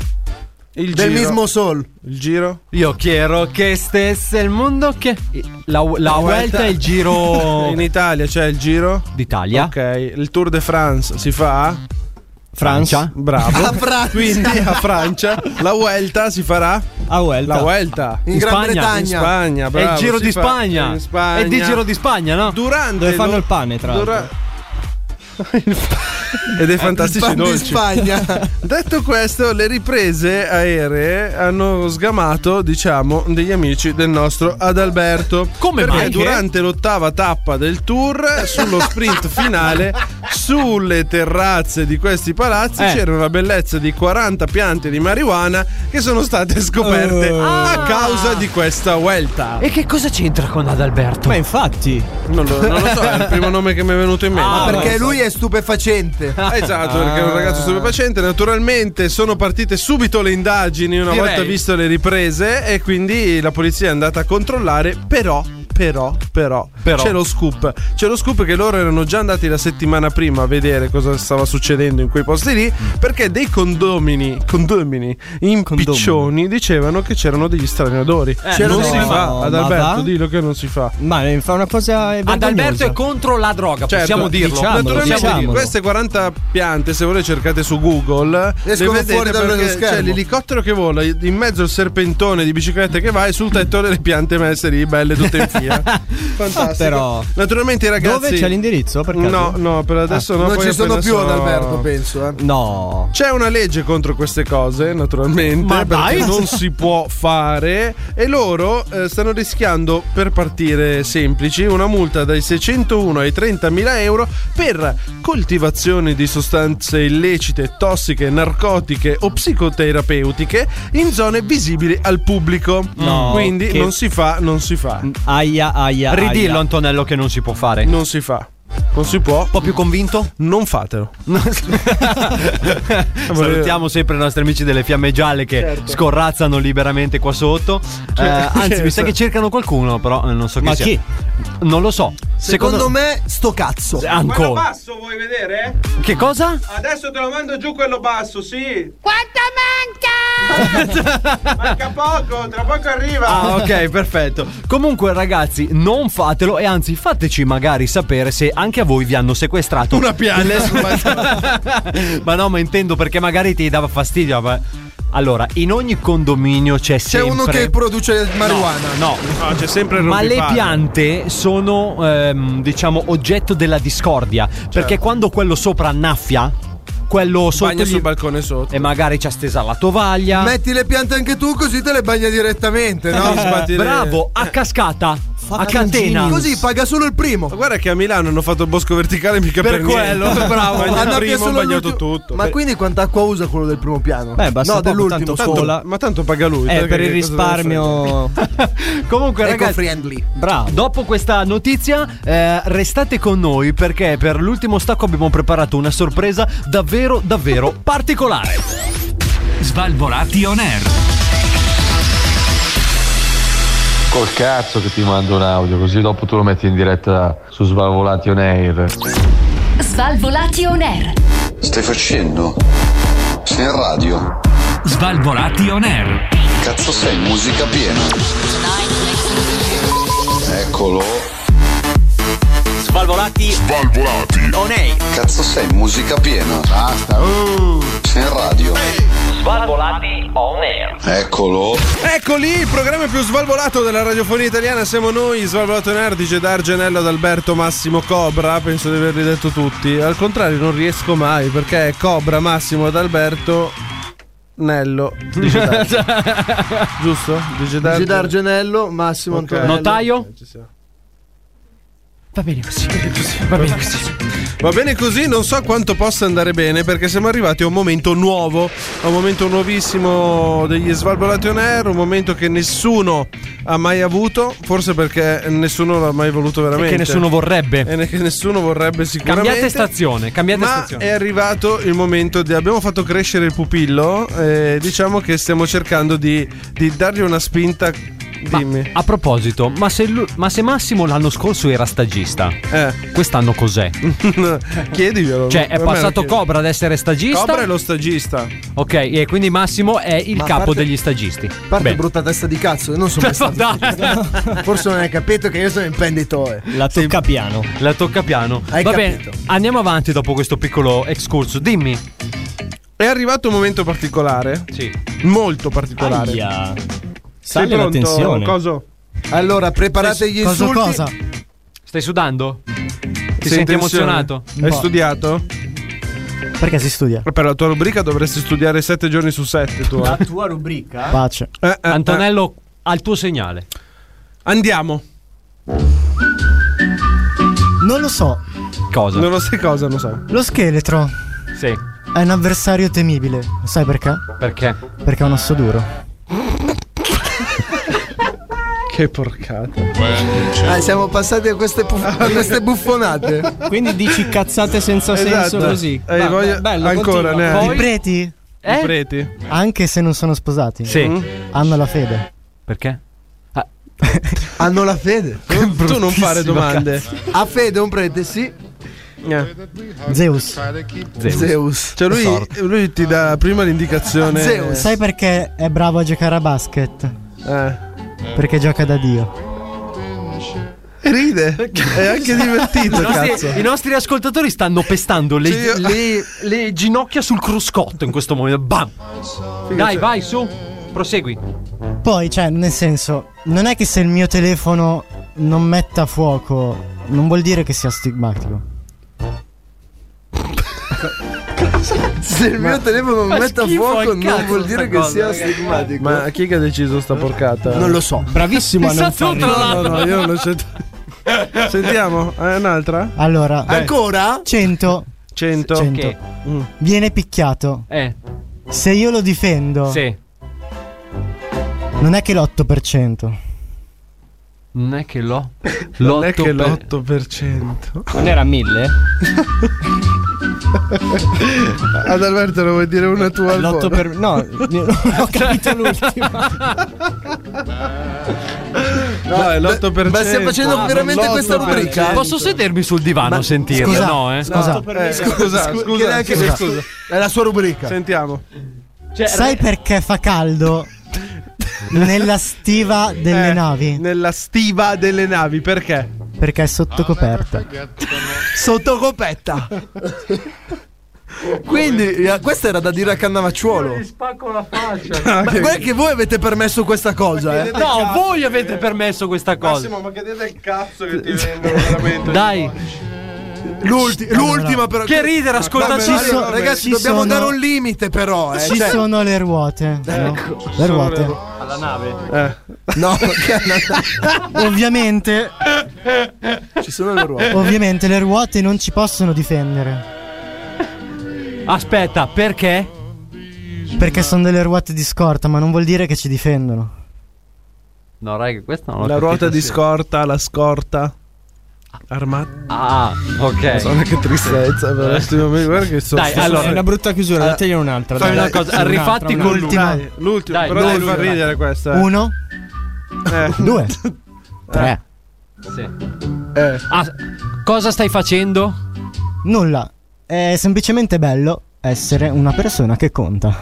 [SPEAKER 26] Il
[SPEAKER 25] Del mismo
[SPEAKER 26] sol. Il giro?
[SPEAKER 7] Io chiero che stesse il mondo che... La, la, Vuelta è il giro...
[SPEAKER 26] [LAUGHS] In Italia c'è il giro?
[SPEAKER 7] D'Italia.
[SPEAKER 26] Ok, il Tour de France si fa a.
[SPEAKER 7] Francia.
[SPEAKER 26] Bravo.
[SPEAKER 7] A Francia.
[SPEAKER 26] Quindi a Francia. La Vuelta si farà?
[SPEAKER 27] A Vuelta.
[SPEAKER 26] La Vuelta.
[SPEAKER 7] In In Gran Spagna. Bretagna.
[SPEAKER 26] In Spagna,
[SPEAKER 7] È il
[SPEAKER 26] bravo,
[SPEAKER 7] Giro
[SPEAKER 26] si
[SPEAKER 7] di
[SPEAKER 26] fa
[SPEAKER 7] Spagna.
[SPEAKER 26] in Spagna.
[SPEAKER 7] È di Giro di Spagna, no?
[SPEAKER 26] Durante
[SPEAKER 27] Dove fanno
[SPEAKER 26] lo-
[SPEAKER 27] il pane, tra
[SPEAKER 26] dura-
[SPEAKER 27] l'altro.
[SPEAKER 6] e dei fantastici
[SPEAKER 29] Il pan di
[SPEAKER 6] dolci.
[SPEAKER 29] Spagna.
[SPEAKER 6] [LAUGHS] Detto questo, le riprese aeree hanno sgamato, diciamo, degli amici del nostro Adalberto. Come Perché
[SPEAKER 7] mai?
[SPEAKER 6] durante l'ottava tappa del tour, sullo sprint finale, sulle terrazze di questi palazzi
[SPEAKER 7] Eh.
[SPEAKER 6] c'era una bellezza di 40 piante di marijuana che sono state scoperte a causa di questa vuelta.
[SPEAKER 7] E che cosa c'entra con Adalberto? Ma infatti.
[SPEAKER 6] Non lo, non lo so, è il primo nome che mi è venuto in mente.
[SPEAKER 29] Ma Ah, perché
[SPEAKER 6] lui
[SPEAKER 29] lui è stupefacente. Ah.
[SPEAKER 6] Esatto, perché è un ragazzo stupefacente. Naturalmente sono partite subito le indagini una
[SPEAKER 29] Direi.
[SPEAKER 6] volta visto le riprese e quindi la polizia è andata a controllare, però però, però,
[SPEAKER 7] Però.
[SPEAKER 6] c'è lo scoop. C'è lo scoop che loro erano già andati la settimana prima a vedere cosa stava succedendo in quei posti lì,
[SPEAKER 9] Mm.
[SPEAKER 6] perché dei condomini, condomini in piccioni dicevano che c'erano degli strani odori.
[SPEAKER 9] Eh,
[SPEAKER 6] non
[SPEAKER 9] no,
[SPEAKER 6] si
[SPEAKER 9] no,
[SPEAKER 6] fa,
[SPEAKER 9] ma
[SPEAKER 6] ad
[SPEAKER 9] va?
[SPEAKER 6] Alberto, dillo che non si fa.
[SPEAKER 9] Ma eh, fa una cosa.
[SPEAKER 7] Adalberto è contro la droga,
[SPEAKER 6] Certo,
[SPEAKER 7] possiamo dirlo.
[SPEAKER 6] diciamolo,
[SPEAKER 7] Naturalmente
[SPEAKER 6] diciamolo. queste 40 piante, se volete cercate su Google,
[SPEAKER 29] Escono
[SPEAKER 6] le vedete
[SPEAKER 29] fuori dallo
[SPEAKER 6] perché
[SPEAKER 29] schermo.
[SPEAKER 6] C'è l'elicottero che vola in mezzo al serpentone di biciclette che va e sul tetto delle piante messe lì, belle tutte
[SPEAKER 9] [LAUGHS]
[SPEAKER 6] in fila. Fantastico.
[SPEAKER 9] Ah, però-
[SPEAKER 6] Naturalmente i ragazzi.
[SPEAKER 9] Dove c'è l'indirizzo? Per caso?
[SPEAKER 6] No, no, per adesso
[SPEAKER 9] Ah.
[SPEAKER 6] no.
[SPEAKER 9] Non
[SPEAKER 6] poi
[SPEAKER 9] ci sono
[SPEAKER 6] appena
[SPEAKER 9] più ad
[SPEAKER 6] sarò-
[SPEAKER 9] Alberto, penso, eh. No.
[SPEAKER 6] c'è una legge contro queste cose, naturalmente,
[SPEAKER 9] Ma
[SPEAKER 6] perché
[SPEAKER 9] dai!
[SPEAKER 6] non si può fare e loro eh, stanno rischiando per partire semplici una multa dai 601 ai 30.000 euro per coltivazione di sostanze illecite, tossiche, narcotiche o psicoterapeutiche in zone visibili al pubblico. Mm.
[SPEAKER 7] No,
[SPEAKER 6] Quindi
[SPEAKER 7] che- Mm.
[SPEAKER 6] non si fa, non si fa.
[SPEAKER 9] Aia, aia.
[SPEAKER 7] Ridillo, Antonello, che non si può fare. [LAUGHS]
[SPEAKER 6] Non si fa. Non si può. Un po'
[SPEAKER 7] più convinto?
[SPEAKER 6] Non fatelo.
[SPEAKER 7] Salutiamo sempre i nostri amici delle fiamme gialle che scorrazzano liberamente qua sotto. Eh, anzi, mi sa che cercano qualcuno, però eh, non so chi
[SPEAKER 29] Ma
[SPEAKER 7] sia.
[SPEAKER 29] chi?
[SPEAKER 7] Non lo so.
[SPEAKER 29] Secondo, me, sto cazzo.
[SPEAKER 7] Ancora.
[SPEAKER 6] basso vuoi vedere?
[SPEAKER 7] Che cosa?
[SPEAKER 6] Adesso te lo mando giù quello basso, sì.
[SPEAKER 30] Quanto manca?
[SPEAKER 6] Manca poco, tra poco arriva.
[SPEAKER 7] Ah, ok, perfetto. Comunque, ragazzi, non fatelo e anzi, fateci magari sapere se anche a voi vi hanno sequestrato
[SPEAKER 6] Una pianta.
[SPEAKER 7] [LAUGHS] ma no, ma intendo perché magari ti dava fastidio. ma- Allora, in ogni condominio c'è sempre.
[SPEAKER 29] produce marijuana.
[SPEAKER 7] No,
[SPEAKER 6] Ah, c'è sempre il
[SPEAKER 7] Ma le
[SPEAKER 6] rompipalle.
[SPEAKER 7] piante sono, ehm, diciamo, oggetto della discordia. Perché quando quello sopra annaffia, quello sotto.
[SPEAKER 6] Bagna
[SPEAKER 7] gli-
[SPEAKER 6] sul balcone sotto.
[SPEAKER 7] E magari c'è stesa la tovaglia.
[SPEAKER 29] Metti le piante anche tu, così te le bagna direttamente, no?
[SPEAKER 7] Bravo, a cascata, a catena.
[SPEAKER 29] Così paga solo il primo.
[SPEAKER 6] Ma guarda che a Milano hanno fatto il bosco verticale mica per,
[SPEAKER 29] Per quello,
[SPEAKER 6] niente.
[SPEAKER 29] bravo.
[SPEAKER 6] Bagna
[SPEAKER 29] Hanno
[SPEAKER 6] primo,
[SPEAKER 29] solo
[SPEAKER 6] bagnato
[SPEAKER 29] l'ultimo-
[SPEAKER 6] tutto.
[SPEAKER 29] Ma
[SPEAKER 6] Beh,
[SPEAKER 29] quindi quant'acqua usa quello del primo piano?
[SPEAKER 6] Beh, basta
[SPEAKER 29] no,
[SPEAKER 6] poco,
[SPEAKER 29] dell'ultimo
[SPEAKER 6] tanto
[SPEAKER 29] solo.
[SPEAKER 6] scola. Ma tanto paga lui.
[SPEAKER 9] Eh, per il risparmio.
[SPEAKER 7] [LAUGHS] Comunque, ragazzi,
[SPEAKER 29] Eco-friendly.
[SPEAKER 7] Bravo. Dopo questa notizia, eh, restate con noi perché per l'ultimo stacco abbiamo preparato una sorpresa davvero, davvero particolare.
[SPEAKER 4] Svalvolati on air.
[SPEAKER 3] Col cazzo che ti mando un audio, così dopo tu lo metti in diretta su Svalvolati on Air.
[SPEAKER 18] Svalvolati on air.
[SPEAKER 3] Stai facendo?
[SPEAKER 31] Sei in radio.
[SPEAKER 4] Svalvolati on air.
[SPEAKER 31] Cazzo sei, musica piena. Eccolo.
[SPEAKER 4] Svalvolati. Svalvolati. On air.
[SPEAKER 31] Cazzo sei, musica piena. Basta. uh. Sei in radio.
[SPEAKER 4] Svalvolati on air.
[SPEAKER 31] Eccolo.
[SPEAKER 6] Eccoli, Ecco il programma più svalvolato della radiofonia italiana siamo noi, Svalvolato Nerdice, D'Argenello, Adalberto, Massimo, Cobra, penso di averli detto tutti. Al contrario non riesco mai perché è Cobra, Massimo, Adalberto, Nello, Dice Darge. Giusto? Dice Darge.
[SPEAKER 29] Gigi D'Argenello, Massimo
[SPEAKER 6] Ok.
[SPEAKER 29] Antonello. Eh,
[SPEAKER 6] Notaio?
[SPEAKER 7] Va bene così. Va bene così.
[SPEAKER 6] Va bene così, non so quanto possa andare bene perché siamo arrivati a un momento nuovo, a un momento nuovissimo degli Svalvolati on Air, un momento che nessuno ha mai avuto, forse perché nessuno l'ha mai voluto veramente.
[SPEAKER 7] E che nessuno vorrebbe.
[SPEAKER 6] E ne- che nessuno vorrebbe sicuramente.
[SPEAKER 7] Cambiate stazione, cambiate
[SPEAKER 6] Ma
[SPEAKER 7] stazione.
[SPEAKER 6] è arrivato il momento di... Abbiamo fatto crescere il pupillo, eh, diciamo che stiamo cercando di, di dargli una spinta... Dimmi.
[SPEAKER 7] A proposito, ma se, lu- ma se Massimo l'anno scorso era stagista,
[SPEAKER 6] Eh. [LAUGHS]
[SPEAKER 7] quest'anno cos'è?
[SPEAKER 6] Chiediglielo.
[SPEAKER 7] Cioè, è
[SPEAKER 6] Per me lo
[SPEAKER 7] passato
[SPEAKER 6] chiedi.
[SPEAKER 7] Cobra ad essere stagista?
[SPEAKER 6] Cobra è lo stagista.
[SPEAKER 7] Ok, e quindi Massimo è il
[SPEAKER 29] Ma a
[SPEAKER 7] capo
[SPEAKER 29] parte-
[SPEAKER 7] degli stagisti.
[SPEAKER 29] Parte
[SPEAKER 7] Bene. [LAUGHS]
[SPEAKER 29] brutta testa di cazzo, non sono mai stato Forse non hai capito che io sono imprenditore.
[SPEAKER 7] La tocca piano. La tocca piano.
[SPEAKER 29] Hai
[SPEAKER 7] Va
[SPEAKER 29] capito.
[SPEAKER 7] bene, andiamo avanti dopo questo piccolo excursus. Dimmi.
[SPEAKER 6] È arrivato un momento particolare.
[SPEAKER 7] Sì.
[SPEAKER 6] Molto particolare.
[SPEAKER 9] Aia.
[SPEAKER 6] Sei
[SPEAKER 9] Sale la
[SPEAKER 6] pronto,
[SPEAKER 9] tensione.
[SPEAKER 6] Coso?
[SPEAKER 29] Allora, preparate gli
[SPEAKER 9] Cosa,
[SPEAKER 29] insulti.
[SPEAKER 9] cosa?
[SPEAKER 7] Stai sudando? Ti senti emozionato?
[SPEAKER 6] Hai studiato?
[SPEAKER 9] Perché si studia?
[SPEAKER 6] Per la tua rubrica dovresti studiare 7 giorni su 7 tu. eh.
[SPEAKER 9] La tua rubrica?
[SPEAKER 7] Pace. Antonello, al tuo segnale.
[SPEAKER 6] Andiamo.
[SPEAKER 9] Non lo so.
[SPEAKER 7] Cosa?
[SPEAKER 6] Non lo sai cosa, non so.
[SPEAKER 9] Lo scheletro
[SPEAKER 7] Sì.
[SPEAKER 9] è un avversario temibile. Sai perché?
[SPEAKER 7] Perché?
[SPEAKER 9] Perché è un osso duro.
[SPEAKER 6] Che porcata.
[SPEAKER 8] Ah, siamo passati a queste, puf- a queste
[SPEAKER 6] [LAUGHS]
[SPEAKER 8] buffonate.
[SPEAKER 11] Quindi dici cazzate senza senso
[SPEAKER 8] Esatto.
[SPEAKER 11] così.
[SPEAKER 8] Eh,
[SPEAKER 11] Va-
[SPEAKER 8] voglio-
[SPEAKER 11] bello,
[SPEAKER 8] ancora,
[SPEAKER 11] continua.
[SPEAKER 8] ne hai?
[SPEAKER 11] Poi-
[SPEAKER 9] I preti,
[SPEAKER 11] Eh?
[SPEAKER 6] preti.
[SPEAKER 9] anche se non sono sposati,
[SPEAKER 7] Sì.
[SPEAKER 9] hanno la fede.
[SPEAKER 7] Perché?
[SPEAKER 8] Hanno la fede.
[SPEAKER 6] tu non fare domande. Eh.
[SPEAKER 8] Ha fede un prete, sì.
[SPEAKER 9] Zeus.
[SPEAKER 8] Zeus.
[SPEAKER 6] Cioè lui,
[SPEAKER 9] Sorte.
[SPEAKER 6] lui ti dà prima l'indicazione.
[SPEAKER 9] Sai perché è bravo a giocare a basket?
[SPEAKER 6] Eh.
[SPEAKER 9] Perché gioca da Dio.
[SPEAKER 6] Ride. È anche divertito,
[SPEAKER 7] I nostri,
[SPEAKER 6] cazzo.
[SPEAKER 7] i nostri ascoltatori stanno pestando le,
[SPEAKER 6] Cioè, io-
[SPEAKER 7] le- le ginocchia sul cruscotto in questo momento. Bam! Dai,
[SPEAKER 9] cioè-
[SPEAKER 7] vai, su. Prosegui.
[SPEAKER 9] Poi, cioè, nel senso, non è che se il mio telefono non metta a fuoco, non vuol dire che sia stigmatico.
[SPEAKER 8] Se il mio telefono
[SPEAKER 6] Ma
[SPEAKER 8] non mette a
[SPEAKER 6] schifo al
[SPEAKER 8] fuoco, non
[SPEAKER 6] cazzo
[SPEAKER 8] vuol dire
[SPEAKER 6] sta
[SPEAKER 8] che
[SPEAKER 6] cosa,
[SPEAKER 8] sia
[SPEAKER 6] ragazzi.
[SPEAKER 8] stigmatico.
[SPEAKER 6] Ma chi è che ha deciso sta porcata?
[SPEAKER 8] Non lo so.
[SPEAKER 11] Bravissimo
[SPEAKER 8] a non farlo.
[SPEAKER 6] No, no, no, io non lo sento. Sentiamo, eh, un'altra?
[SPEAKER 9] Allora,
[SPEAKER 6] Dai.
[SPEAKER 8] Ancora?
[SPEAKER 9] 100
[SPEAKER 6] 100.
[SPEAKER 9] Cento. viene picchiato.
[SPEAKER 7] Eh.
[SPEAKER 9] Se io lo difendo,
[SPEAKER 7] Sì.
[SPEAKER 9] non è che l'8%.
[SPEAKER 7] Non è che l'ho.
[SPEAKER 6] Non è che
[SPEAKER 7] per-
[SPEAKER 6] l'8%.
[SPEAKER 11] Non era mille?
[SPEAKER 6] Ad Alberto ne vuoi dire una tua? al
[SPEAKER 11] L'otto
[SPEAKER 6] volo?
[SPEAKER 11] per- no, ho capito l'ultimo.
[SPEAKER 6] No, è l'8%.
[SPEAKER 8] ma stiamo facendo veramente questa rubrica?
[SPEAKER 7] Posso sedermi sul divano a sentirlo?
[SPEAKER 8] scusa,
[SPEAKER 7] no, eh?
[SPEAKER 8] scusa.
[SPEAKER 7] No.
[SPEAKER 6] Eh, scusa,
[SPEAKER 8] Scusa,
[SPEAKER 6] scusa,
[SPEAKER 8] che neanche-
[SPEAKER 6] scusa,
[SPEAKER 8] scusa.
[SPEAKER 6] scusa.
[SPEAKER 8] È la sua rubrica.
[SPEAKER 6] Sentiamo.
[SPEAKER 11] Cioè, eh.
[SPEAKER 9] Sai perché fa caldo nella stiva delle
[SPEAKER 6] Eh,
[SPEAKER 9] navi?
[SPEAKER 6] Nella stiva delle navi, perché?
[SPEAKER 9] Perché è sotto coperta.
[SPEAKER 8] Sotto
[SPEAKER 6] [LAUGHS]
[SPEAKER 8] copetta. Quindi, eh, questa era da dire a Cannavacciuolo.
[SPEAKER 7] Spacco la faccia.
[SPEAKER 8] Ma guarda che voi avete permesso questa cosa, eh.
[SPEAKER 7] No, voi avete permesso questa cosa.
[SPEAKER 6] ma che dite il cazzo che ti vendono veramente?
[SPEAKER 7] Dai.
[SPEAKER 8] L'ulti- l'ultima però.
[SPEAKER 7] Che ridere,
[SPEAKER 9] Ah,
[SPEAKER 7] ascoltaci.
[SPEAKER 8] Vabbè, Mario, ragazzi,
[SPEAKER 9] ci
[SPEAKER 8] dobbiamo
[SPEAKER 9] sono-
[SPEAKER 8] dare un limite però, eh.
[SPEAKER 9] Ci
[SPEAKER 8] cioè-
[SPEAKER 9] sono le ruote. no? le
[SPEAKER 8] sono
[SPEAKER 9] ruote.
[SPEAKER 8] le ru-
[SPEAKER 7] Alla nave.
[SPEAKER 8] No, [LAUGHS] che è una-
[SPEAKER 9] Ovviamente,
[SPEAKER 8] ci sono le ruote.
[SPEAKER 9] ovviamente le ruote non ci possono difendere.
[SPEAKER 7] Aspetta, perché?
[SPEAKER 9] Perché sono delle ruote di scorta, ma non vuol dire che ci difendono.
[SPEAKER 7] No, raga, questa non l'ho
[SPEAKER 6] La ruota di
[SPEAKER 7] scorta
[SPEAKER 6] scorta, la scorta. Armata.
[SPEAKER 7] Ah, ok.
[SPEAKER 6] Madonna, che tristezza, però. sti momenti, Eh, guarda che so-
[SPEAKER 11] Dai,
[SPEAKER 6] sto-
[SPEAKER 11] allora,
[SPEAKER 6] sto-
[SPEAKER 11] è una brutta chiusura, dategli un'altra.
[SPEAKER 6] Fai
[SPEAKER 11] dai.
[SPEAKER 6] una cosa,
[SPEAKER 11] Sì, un'altra,
[SPEAKER 6] rifatti
[SPEAKER 11] un'altra.
[SPEAKER 6] con l'ultima.
[SPEAKER 11] Dai.
[SPEAKER 6] L'ultimo,
[SPEAKER 11] Dai,
[SPEAKER 6] però devi
[SPEAKER 11] l'ultima.
[SPEAKER 6] far ridere questa. eh.
[SPEAKER 9] Uno,
[SPEAKER 6] Eh.
[SPEAKER 9] due, tre.
[SPEAKER 6] Eh.
[SPEAKER 7] Ah, cosa stai facendo?
[SPEAKER 9] Nulla. È semplicemente bello essere una persona che conta.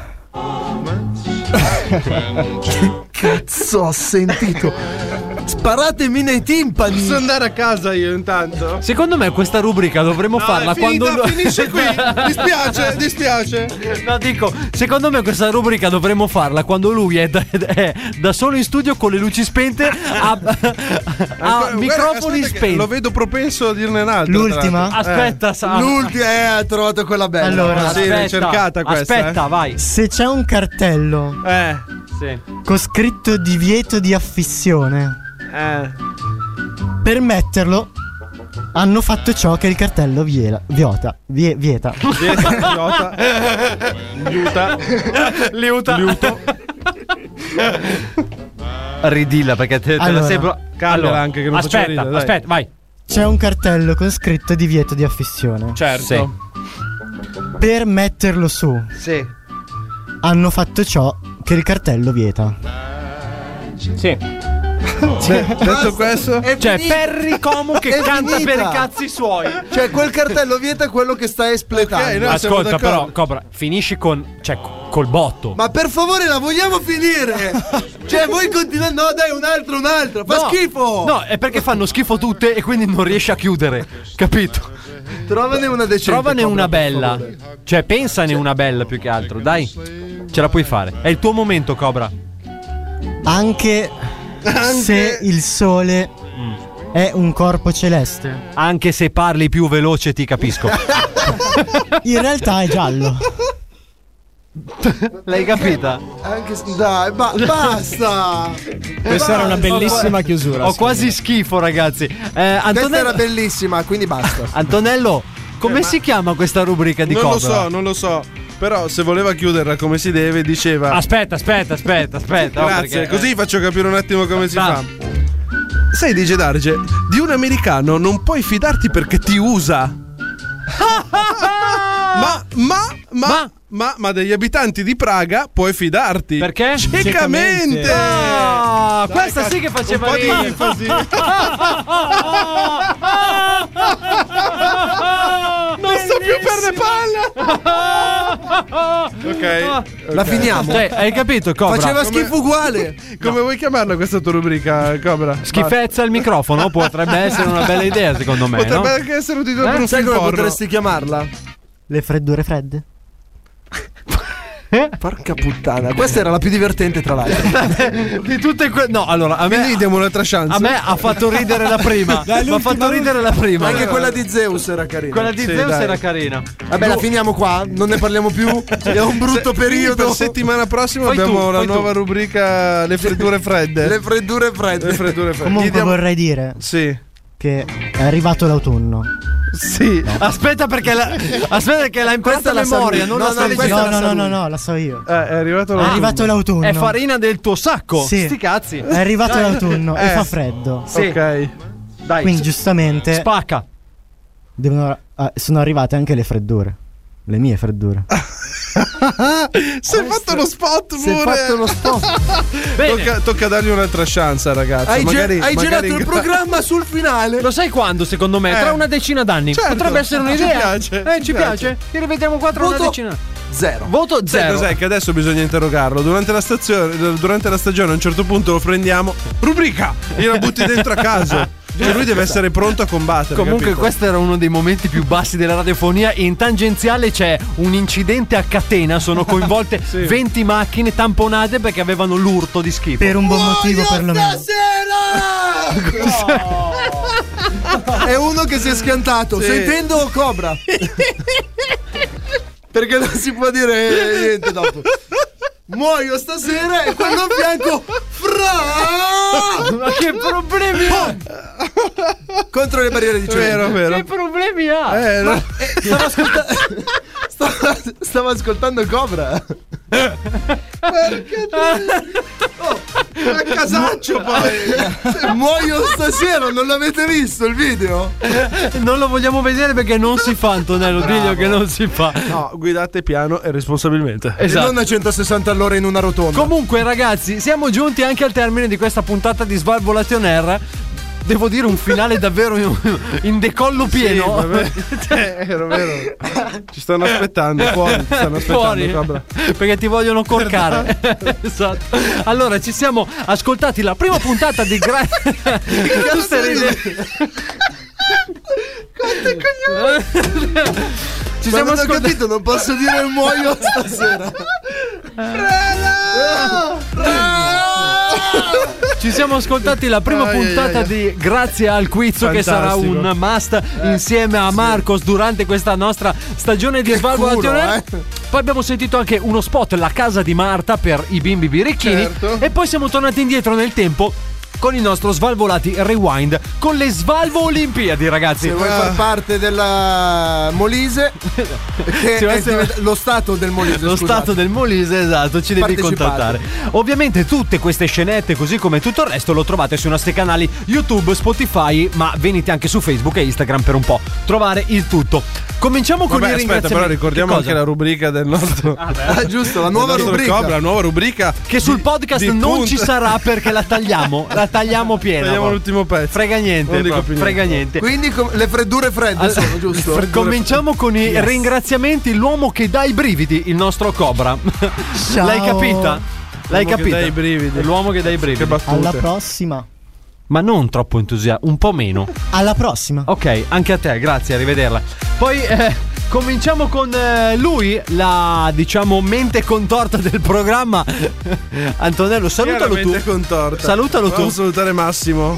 [SPEAKER 8] Cazzo, ho sentito. Sparatemi nei timpani.
[SPEAKER 6] Posso andare a casa io intanto?
[SPEAKER 7] Secondo me questa rubrica dovremmo farla
[SPEAKER 6] è finita,
[SPEAKER 7] quando Ah,
[SPEAKER 6] finisce qui. Dispiace, dispiace.
[SPEAKER 7] [LAUGHS] No, dico, secondo me questa rubrica dovremmo farla quando lui è da, [LAUGHS] è da solo in studio con le luci spente, ha, [LAUGHS] ha
[SPEAKER 6] Guarda,
[SPEAKER 7] microfoni
[SPEAKER 6] aspetta che Lo
[SPEAKER 7] spenti.
[SPEAKER 6] vedo propenso a dirne un'altra.
[SPEAKER 9] L'ultima?
[SPEAKER 6] tra l'altro.
[SPEAKER 7] Aspetta, Sam.
[SPEAKER 8] L'ultima eh, ha trovato quella bella.
[SPEAKER 9] Allora,
[SPEAKER 6] Sì, l'hai cercata questa,
[SPEAKER 7] Aspetta,
[SPEAKER 6] eh.
[SPEAKER 7] vai.
[SPEAKER 9] se c'è un cartello
[SPEAKER 6] Eh,
[SPEAKER 8] [LAUGHS]
[SPEAKER 7] Sì.
[SPEAKER 9] con scritto divieto di affissione,
[SPEAKER 6] eh.
[SPEAKER 9] per metterlo hanno fatto ciò che il cartello viela- viota, vie- vieta.
[SPEAKER 6] Vieta, idiota. Idiota.
[SPEAKER 7] Liuta. Ridilla perché te, te la
[SPEAKER 9] Allora.
[SPEAKER 7] sembro.
[SPEAKER 6] Cambiala anche che non faccio
[SPEAKER 7] aspetta,
[SPEAKER 6] ridere, dai.
[SPEAKER 7] aspetta, vai.
[SPEAKER 9] C'è un cartello con scritto divieto di affissione.
[SPEAKER 7] Cioè.
[SPEAKER 6] Certo.
[SPEAKER 9] Per metterlo su
[SPEAKER 8] Sì.
[SPEAKER 9] hanno fatto ciò che il cartello vieta.
[SPEAKER 11] Sì.
[SPEAKER 6] Beh, detto questo,
[SPEAKER 8] È
[SPEAKER 7] Cioè,
[SPEAKER 8] finita.
[SPEAKER 7] Perry Como che
[SPEAKER 8] [LAUGHS] È
[SPEAKER 7] canta
[SPEAKER 8] finita.
[SPEAKER 7] per i cazzi suoi.
[SPEAKER 8] Cioè, quel cartello vieta quello che sta espletando.
[SPEAKER 6] Ok, no, siamo
[SPEAKER 7] Ascolta,
[SPEAKER 6] d'accordo.
[SPEAKER 7] però, Cobra, finisci con. cioè, co- col botto.
[SPEAKER 8] Ma per favore la vogliamo
[SPEAKER 6] [LAUGHS]
[SPEAKER 8] finire? cioè, voi continuate. No, dai, un altro, un altro. Fa
[SPEAKER 7] No,
[SPEAKER 8] schifo.
[SPEAKER 7] No, è perché fanno schifo tutte e quindi non riesci a chiudere. Capito?
[SPEAKER 8] Trovane una decente.
[SPEAKER 7] Trovane
[SPEAKER 8] Cobra, [LAUGHS]
[SPEAKER 7] una
[SPEAKER 8] per
[SPEAKER 7] bella.
[SPEAKER 8] favore.
[SPEAKER 7] Cioè, pensane una bella più che altro. Dai, ce la puoi fare. È il tuo momento, Cobra.
[SPEAKER 9] Anche, se il sole è un corpo celeste.
[SPEAKER 7] Anche se parli più veloce ti capisco.
[SPEAKER 8] [LAUGHS]
[SPEAKER 9] In realtà è giallo.
[SPEAKER 7] L'hai capita?
[SPEAKER 32] Anche se- dai, ba-
[SPEAKER 7] [LAUGHS]
[SPEAKER 32] basta.
[SPEAKER 33] Questa era una bellissima chiusura.
[SPEAKER 7] Ho quasi schifo, ragazzi. Eh, Antonello...
[SPEAKER 32] era bellissima, quindi basta.
[SPEAKER 7] Antonello, come si chiama questa rubrica [LAUGHS] di
[SPEAKER 6] Eh, non
[SPEAKER 7] Cobra?
[SPEAKER 6] lo so, non lo so. Però se voleva chiuderla come si deve, diceva.
[SPEAKER 7] Aspetta, aspetta, aspetta, aspetta. no,
[SPEAKER 6] Grazie,
[SPEAKER 7] perché- eh,
[SPEAKER 6] così faccio capire un attimo come si
[SPEAKER 7] Va.
[SPEAKER 6] fa. Sai, dice Darge, di un americano non puoi fidarti perché ti
[SPEAKER 7] [LAUGHS]
[SPEAKER 6] usa. ma, ma, ma, ma, ma, degli abitanti di Praga puoi fidarti. Perché? Ciecamente.
[SPEAKER 7] Ciecamente. Ah, questa sì che faceva
[SPEAKER 6] un po' di
[SPEAKER 7] ridere. [LAUGHS]
[SPEAKER 6] enfasi. [LAUGHS]
[SPEAKER 7] Non sto più per
[SPEAKER 6] le palle. ok.
[SPEAKER 32] La finiamo.
[SPEAKER 7] Cioè, hai capito, Cobra?
[SPEAKER 6] Come-
[SPEAKER 32] uguale.
[SPEAKER 6] Come vuoi chiamarla questa tua rubrica, Cobra?
[SPEAKER 7] Schifezza al microfono potrebbe essere una bella idea, secondo me.
[SPEAKER 6] Potrebbe
[SPEAKER 7] no?
[SPEAKER 6] anche essere un titolo per un
[SPEAKER 32] Eh, Sai
[SPEAKER 6] film
[SPEAKER 32] come
[SPEAKER 6] porno.
[SPEAKER 32] potresti chiamarla?
[SPEAKER 9] Le freddure fredde?
[SPEAKER 32] Porca puttana, questa era la più divertente, tra l'altro. [LAUGHS]
[SPEAKER 7] Di tutte que- No, allora, a me,
[SPEAKER 6] diamo un'altra chance.
[SPEAKER 7] a me ha fatto ridere la prima.
[SPEAKER 32] Dai,
[SPEAKER 7] Mi ha fatto ridere la prima.
[SPEAKER 32] Anche quella di Zeus era carina.
[SPEAKER 7] Quella di
[SPEAKER 32] Eh, Sì,
[SPEAKER 7] Zeus
[SPEAKER 32] dai.
[SPEAKER 7] era carina.
[SPEAKER 32] Vabbè, la finiamo qua, non ne parliamo
[SPEAKER 6] [LAUGHS]
[SPEAKER 32] più. È un brutto
[SPEAKER 6] Se-
[SPEAKER 32] periodo.
[SPEAKER 6] per settimana prossima abbiamo la nuova rubrica Le freddure fredde.
[SPEAKER 32] [LAUGHS] Le freddure fredde.
[SPEAKER 6] Le freddure fredde.
[SPEAKER 9] Comunque
[SPEAKER 6] Gli diamo-
[SPEAKER 9] vorrei dire
[SPEAKER 6] sì.
[SPEAKER 9] che è arrivato l'autunno.
[SPEAKER 6] Sì.
[SPEAKER 7] Aspetta perché la... Aspetta perché l'ha imparata
[SPEAKER 9] Questa
[SPEAKER 7] a
[SPEAKER 9] la
[SPEAKER 7] memoria,
[SPEAKER 9] saluti. No,
[SPEAKER 7] non la
[SPEAKER 9] no,
[SPEAKER 7] stai
[SPEAKER 9] questa
[SPEAKER 7] dicendo.
[SPEAKER 9] la No, no, saluti. no, no, la so io.
[SPEAKER 6] Eh, è arrivato
[SPEAKER 9] È arrivato l'autunno.
[SPEAKER 7] È farina del tuo sacco.
[SPEAKER 9] Sì.
[SPEAKER 7] Sti cazzi.
[SPEAKER 9] È arrivato
[SPEAKER 7] Dai.
[SPEAKER 9] l'autunno e
[SPEAKER 7] Eh.
[SPEAKER 9] fa freddo.
[SPEAKER 7] Sì.
[SPEAKER 6] Ok. Dai.
[SPEAKER 9] Quindi giustamente
[SPEAKER 7] Spacca.
[SPEAKER 9] devono- eh, sono arrivate anche le freddure. Le mie freddure.
[SPEAKER 6] Si è fatto lo spot
[SPEAKER 32] Si è
[SPEAKER 6] pure.
[SPEAKER 32] fatto lo
[SPEAKER 6] [LAUGHS]
[SPEAKER 32] spot.
[SPEAKER 6] Bene. tocca, tocca dargli un'altra chance, ragazzi.
[SPEAKER 32] Hai, ge-
[SPEAKER 6] magari,
[SPEAKER 32] hai
[SPEAKER 6] magari
[SPEAKER 32] girato
[SPEAKER 6] in
[SPEAKER 32] il
[SPEAKER 6] gra-
[SPEAKER 32] programma sul finale.
[SPEAKER 7] Lo sai quando, secondo me?
[SPEAKER 6] Eh.
[SPEAKER 7] Tra una decina d'anni.
[SPEAKER 6] Certo.
[SPEAKER 7] Potrebbe essere un'idea.
[SPEAKER 6] Ci piace,
[SPEAKER 7] Eh, ci,
[SPEAKER 6] ci
[SPEAKER 7] piace.
[SPEAKER 6] piace.
[SPEAKER 7] Ci rivediamo qua tra
[SPEAKER 6] Voto
[SPEAKER 7] una decina.
[SPEAKER 32] Zero.
[SPEAKER 7] Voto
[SPEAKER 6] Sai
[SPEAKER 7] zero.
[SPEAKER 6] cos'è che adesso bisogna interrogarlo? Durante la, stazione- durante la stagione a un certo punto lo prendiamo. Rubrica! Gliela butti dentro
[SPEAKER 7] [LAUGHS]
[SPEAKER 6] a caso. Cioè lui deve essere pronto a combattere.
[SPEAKER 7] Comunque,
[SPEAKER 6] capito?
[SPEAKER 7] questo era uno dei momenti più bassi della radiofonia. In tangenziale c'è un incidente a catena. Sono coinvolte 20 macchine tamponate perché avevano l'urto di schifo.
[SPEAKER 9] [LAUGHS] Per un buon motivo perlomeno.
[SPEAKER 32] È uno che si è schiantato.
[SPEAKER 6] Sì.
[SPEAKER 32] Sentendo Cobra. Perché non si può dire niente dopo. Muoio stasera e quello a fianco. Fra!
[SPEAKER 7] Ma che problemi ha?
[SPEAKER 32] Contro le barriere di cemento.
[SPEAKER 6] Vero, vero.
[SPEAKER 7] Che problemi ha?
[SPEAKER 6] Eh, no.
[SPEAKER 32] Stavo, ascolta- [LAUGHS] stavo- stavo ascoltando Cobra.
[SPEAKER 6] Oh, Ma casaccio poi!
[SPEAKER 32] [LAUGHS] Muoio stasera, non l'avete visto il video?
[SPEAKER 7] Non lo vogliamo vedere perché non si fa, Antonello. Diglio che non si fa.
[SPEAKER 6] No, guidate piano e responsabilmente.
[SPEAKER 7] Esatto.
[SPEAKER 32] Non a 160 all'ora in una rotonda.
[SPEAKER 7] Comunque, ragazzi, siamo giunti anche al termine di questa puntata di Svalvolation Air. Devo dire un finale davvero in- in decollo
[SPEAKER 32] Eh,
[SPEAKER 7] pieno.
[SPEAKER 6] Cioè, vero, vero. Ci stanno aspettando fuori. Ci stanno aspettando,
[SPEAKER 7] Fuori.
[SPEAKER 6] Cobra.
[SPEAKER 7] Perché ti vogliono corcare. [LAUGHS] esatto. Allora, ci siamo ascoltati la prima puntata di [LAUGHS] Gra- Tu stai [LAUGHS] ridendo. Ci
[SPEAKER 32] Ma
[SPEAKER 7] siamo
[SPEAKER 32] non ho
[SPEAKER 7] ascoltati.
[SPEAKER 32] capito, non posso dire muoio [LAUGHS] stasera.
[SPEAKER 7] Ci siamo ascoltati la prima
[SPEAKER 6] Ai, ai,
[SPEAKER 7] puntata
[SPEAKER 6] ai.
[SPEAKER 7] di Grazie al Quizzo che sarà
[SPEAKER 6] Fantastico.
[SPEAKER 7] un must insieme a Marcos durante questa nostra stagione di Svalvo
[SPEAKER 32] culo,
[SPEAKER 6] eh.
[SPEAKER 7] Poi abbiamo sentito anche uno spot La casa di Marta per i bimbi birichini
[SPEAKER 6] Certo.
[SPEAKER 7] e poi siamo tornati indietro nel tempo con il nostro Svalvolati Rewind con le Svalvo Olimpiadi ragazzi.
[SPEAKER 32] Se vuoi far parte della
[SPEAKER 7] [LAUGHS]
[SPEAKER 32] Molise, che
[SPEAKER 7] Se vuoi
[SPEAKER 32] è
[SPEAKER 7] essere-
[SPEAKER 32] diventa- lo stato del Molise.
[SPEAKER 7] Lo
[SPEAKER 32] scusate.
[SPEAKER 7] stato del Molise, esatto, ci devi
[SPEAKER 32] Partecipate.
[SPEAKER 7] contattare. Ovviamente tutte queste scenette, così come tutto il resto, lo trovate sui nostri canali YouTube, Spotify, ma venite anche su Facebook e Instagram per un po'. Trovare il tutto. Cominciamo con
[SPEAKER 6] Vabbè,
[SPEAKER 7] i
[SPEAKER 6] aspetta,
[SPEAKER 7] ringraziamenti.
[SPEAKER 6] però ricordiamo
[SPEAKER 7] Che
[SPEAKER 6] anche
[SPEAKER 7] cosa?
[SPEAKER 6] la rubrica del nostro.
[SPEAKER 32] Ah, giusto, la
[SPEAKER 6] del
[SPEAKER 32] nuova
[SPEAKER 6] nostro
[SPEAKER 32] rubrica.
[SPEAKER 6] Cobra, la nuova rubrica.
[SPEAKER 7] Che sul podcast
[SPEAKER 6] di
[SPEAKER 7] non
[SPEAKER 6] punta-
[SPEAKER 7] ci sarà perché la tagliamo, la
[SPEAKER 6] [LAUGHS]
[SPEAKER 7] tagliamo piena.
[SPEAKER 6] Vediamo
[SPEAKER 7] proprio.
[SPEAKER 6] l'ultimo pezzo.
[SPEAKER 7] Frega niente,
[SPEAKER 6] Non dico
[SPEAKER 7] proprio,
[SPEAKER 6] più
[SPEAKER 7] frega niente.
[SPEAKER 32] Quindi com- le freddure fredde
[SPEAKER 7] Allora-
[SPEAKER 32] sono, giusto?
[SPEAKER 7] Cominciamo con i ringraziamenti. L'uomo che dà i brividi, il nostro Cobra. [LAUGHS]
[SPEAKER 9] Ciao.
[SPEAKER 7] L'hai capita? L'hai
[SPEAKER 6] L'uomo che
[SPEAKER 7] capita?
[SPEAKER 6] dà i brividi.
[SPEAKER 7] L'uomo che dà i brividi.
[SPEAKER 6] Che battute.
[SPEAKER 9] Alla prossima.
[SPEAKER 7] ma non troppo entusiasta, un po' meno.
[SPEAKER 9] Alla prossima.
[SPEAKER 7] Ok, anche a te, grazie, arrivederla. Poi eh, Cominciamo con eh, lui, la diciamo mente contorta del programma. [LAUGHS] Antonello, salutalo
[SPEAKER 6] Chiaramente
[SPEAKER 7] tu.
[SPEAKER 6] contorta.
[SPEAKER 7] Salutalo
[SPEAKER 6] Volevo
[SPEAKER 7] tu.
[SPEAKER 6] salutare Massimo.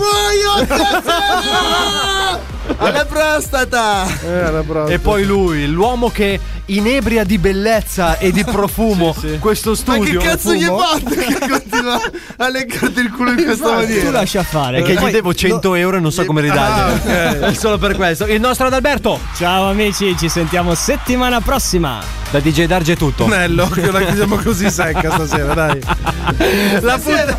[SPEAKER 34] Alla prostata!
[SPEAKER 7] Eh, E poi lui, l'uomo che inebria di bellezza e di profumo questo studio.
[SPEAKER 34] Ma che cazzo gli
[SPEAKER 7] Fumo?
[SPEAKER 34] fate che continua a leccarti il culo in questa
[SPEAKER 7] Infatti,
[SPEAKER 34] maniera?
[SPEAKER 7] tu lascia fare. È che gli devo 100 euro e non so come
[SPEAKER 6] Eh,
[SPEAKER 7] ridarglieli.
[SPEAKER 34] Ah,
[SPEAKER 7] [LAUGHS] È solo per questo. Il nostro Adalberto.
[SPEAKER 9] Ciao amici, ci sentiamo settimana prossima.
[SPEAKER 7] Da DJ Darge è tutto.
[SPEAKER 6] Bello, che la chiudiamo così secca stasera, dai.
[SPEAKER 7] La punt-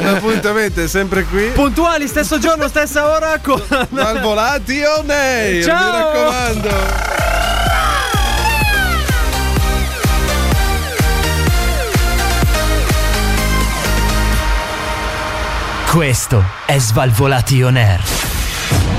[SPEAKER 6] L'appuntamento è sempre qui.
[SPEAKER 7] [LAUGHS] Puntuali, stesso giorno, stessa ora con
[SPEAKER 6] Malvolati o nei?
[SPEAKER 7] Ciao!
[SPEAKER 6] Mi raccomando.
[SPEAKER 35] Questo è Svalvolati On Air.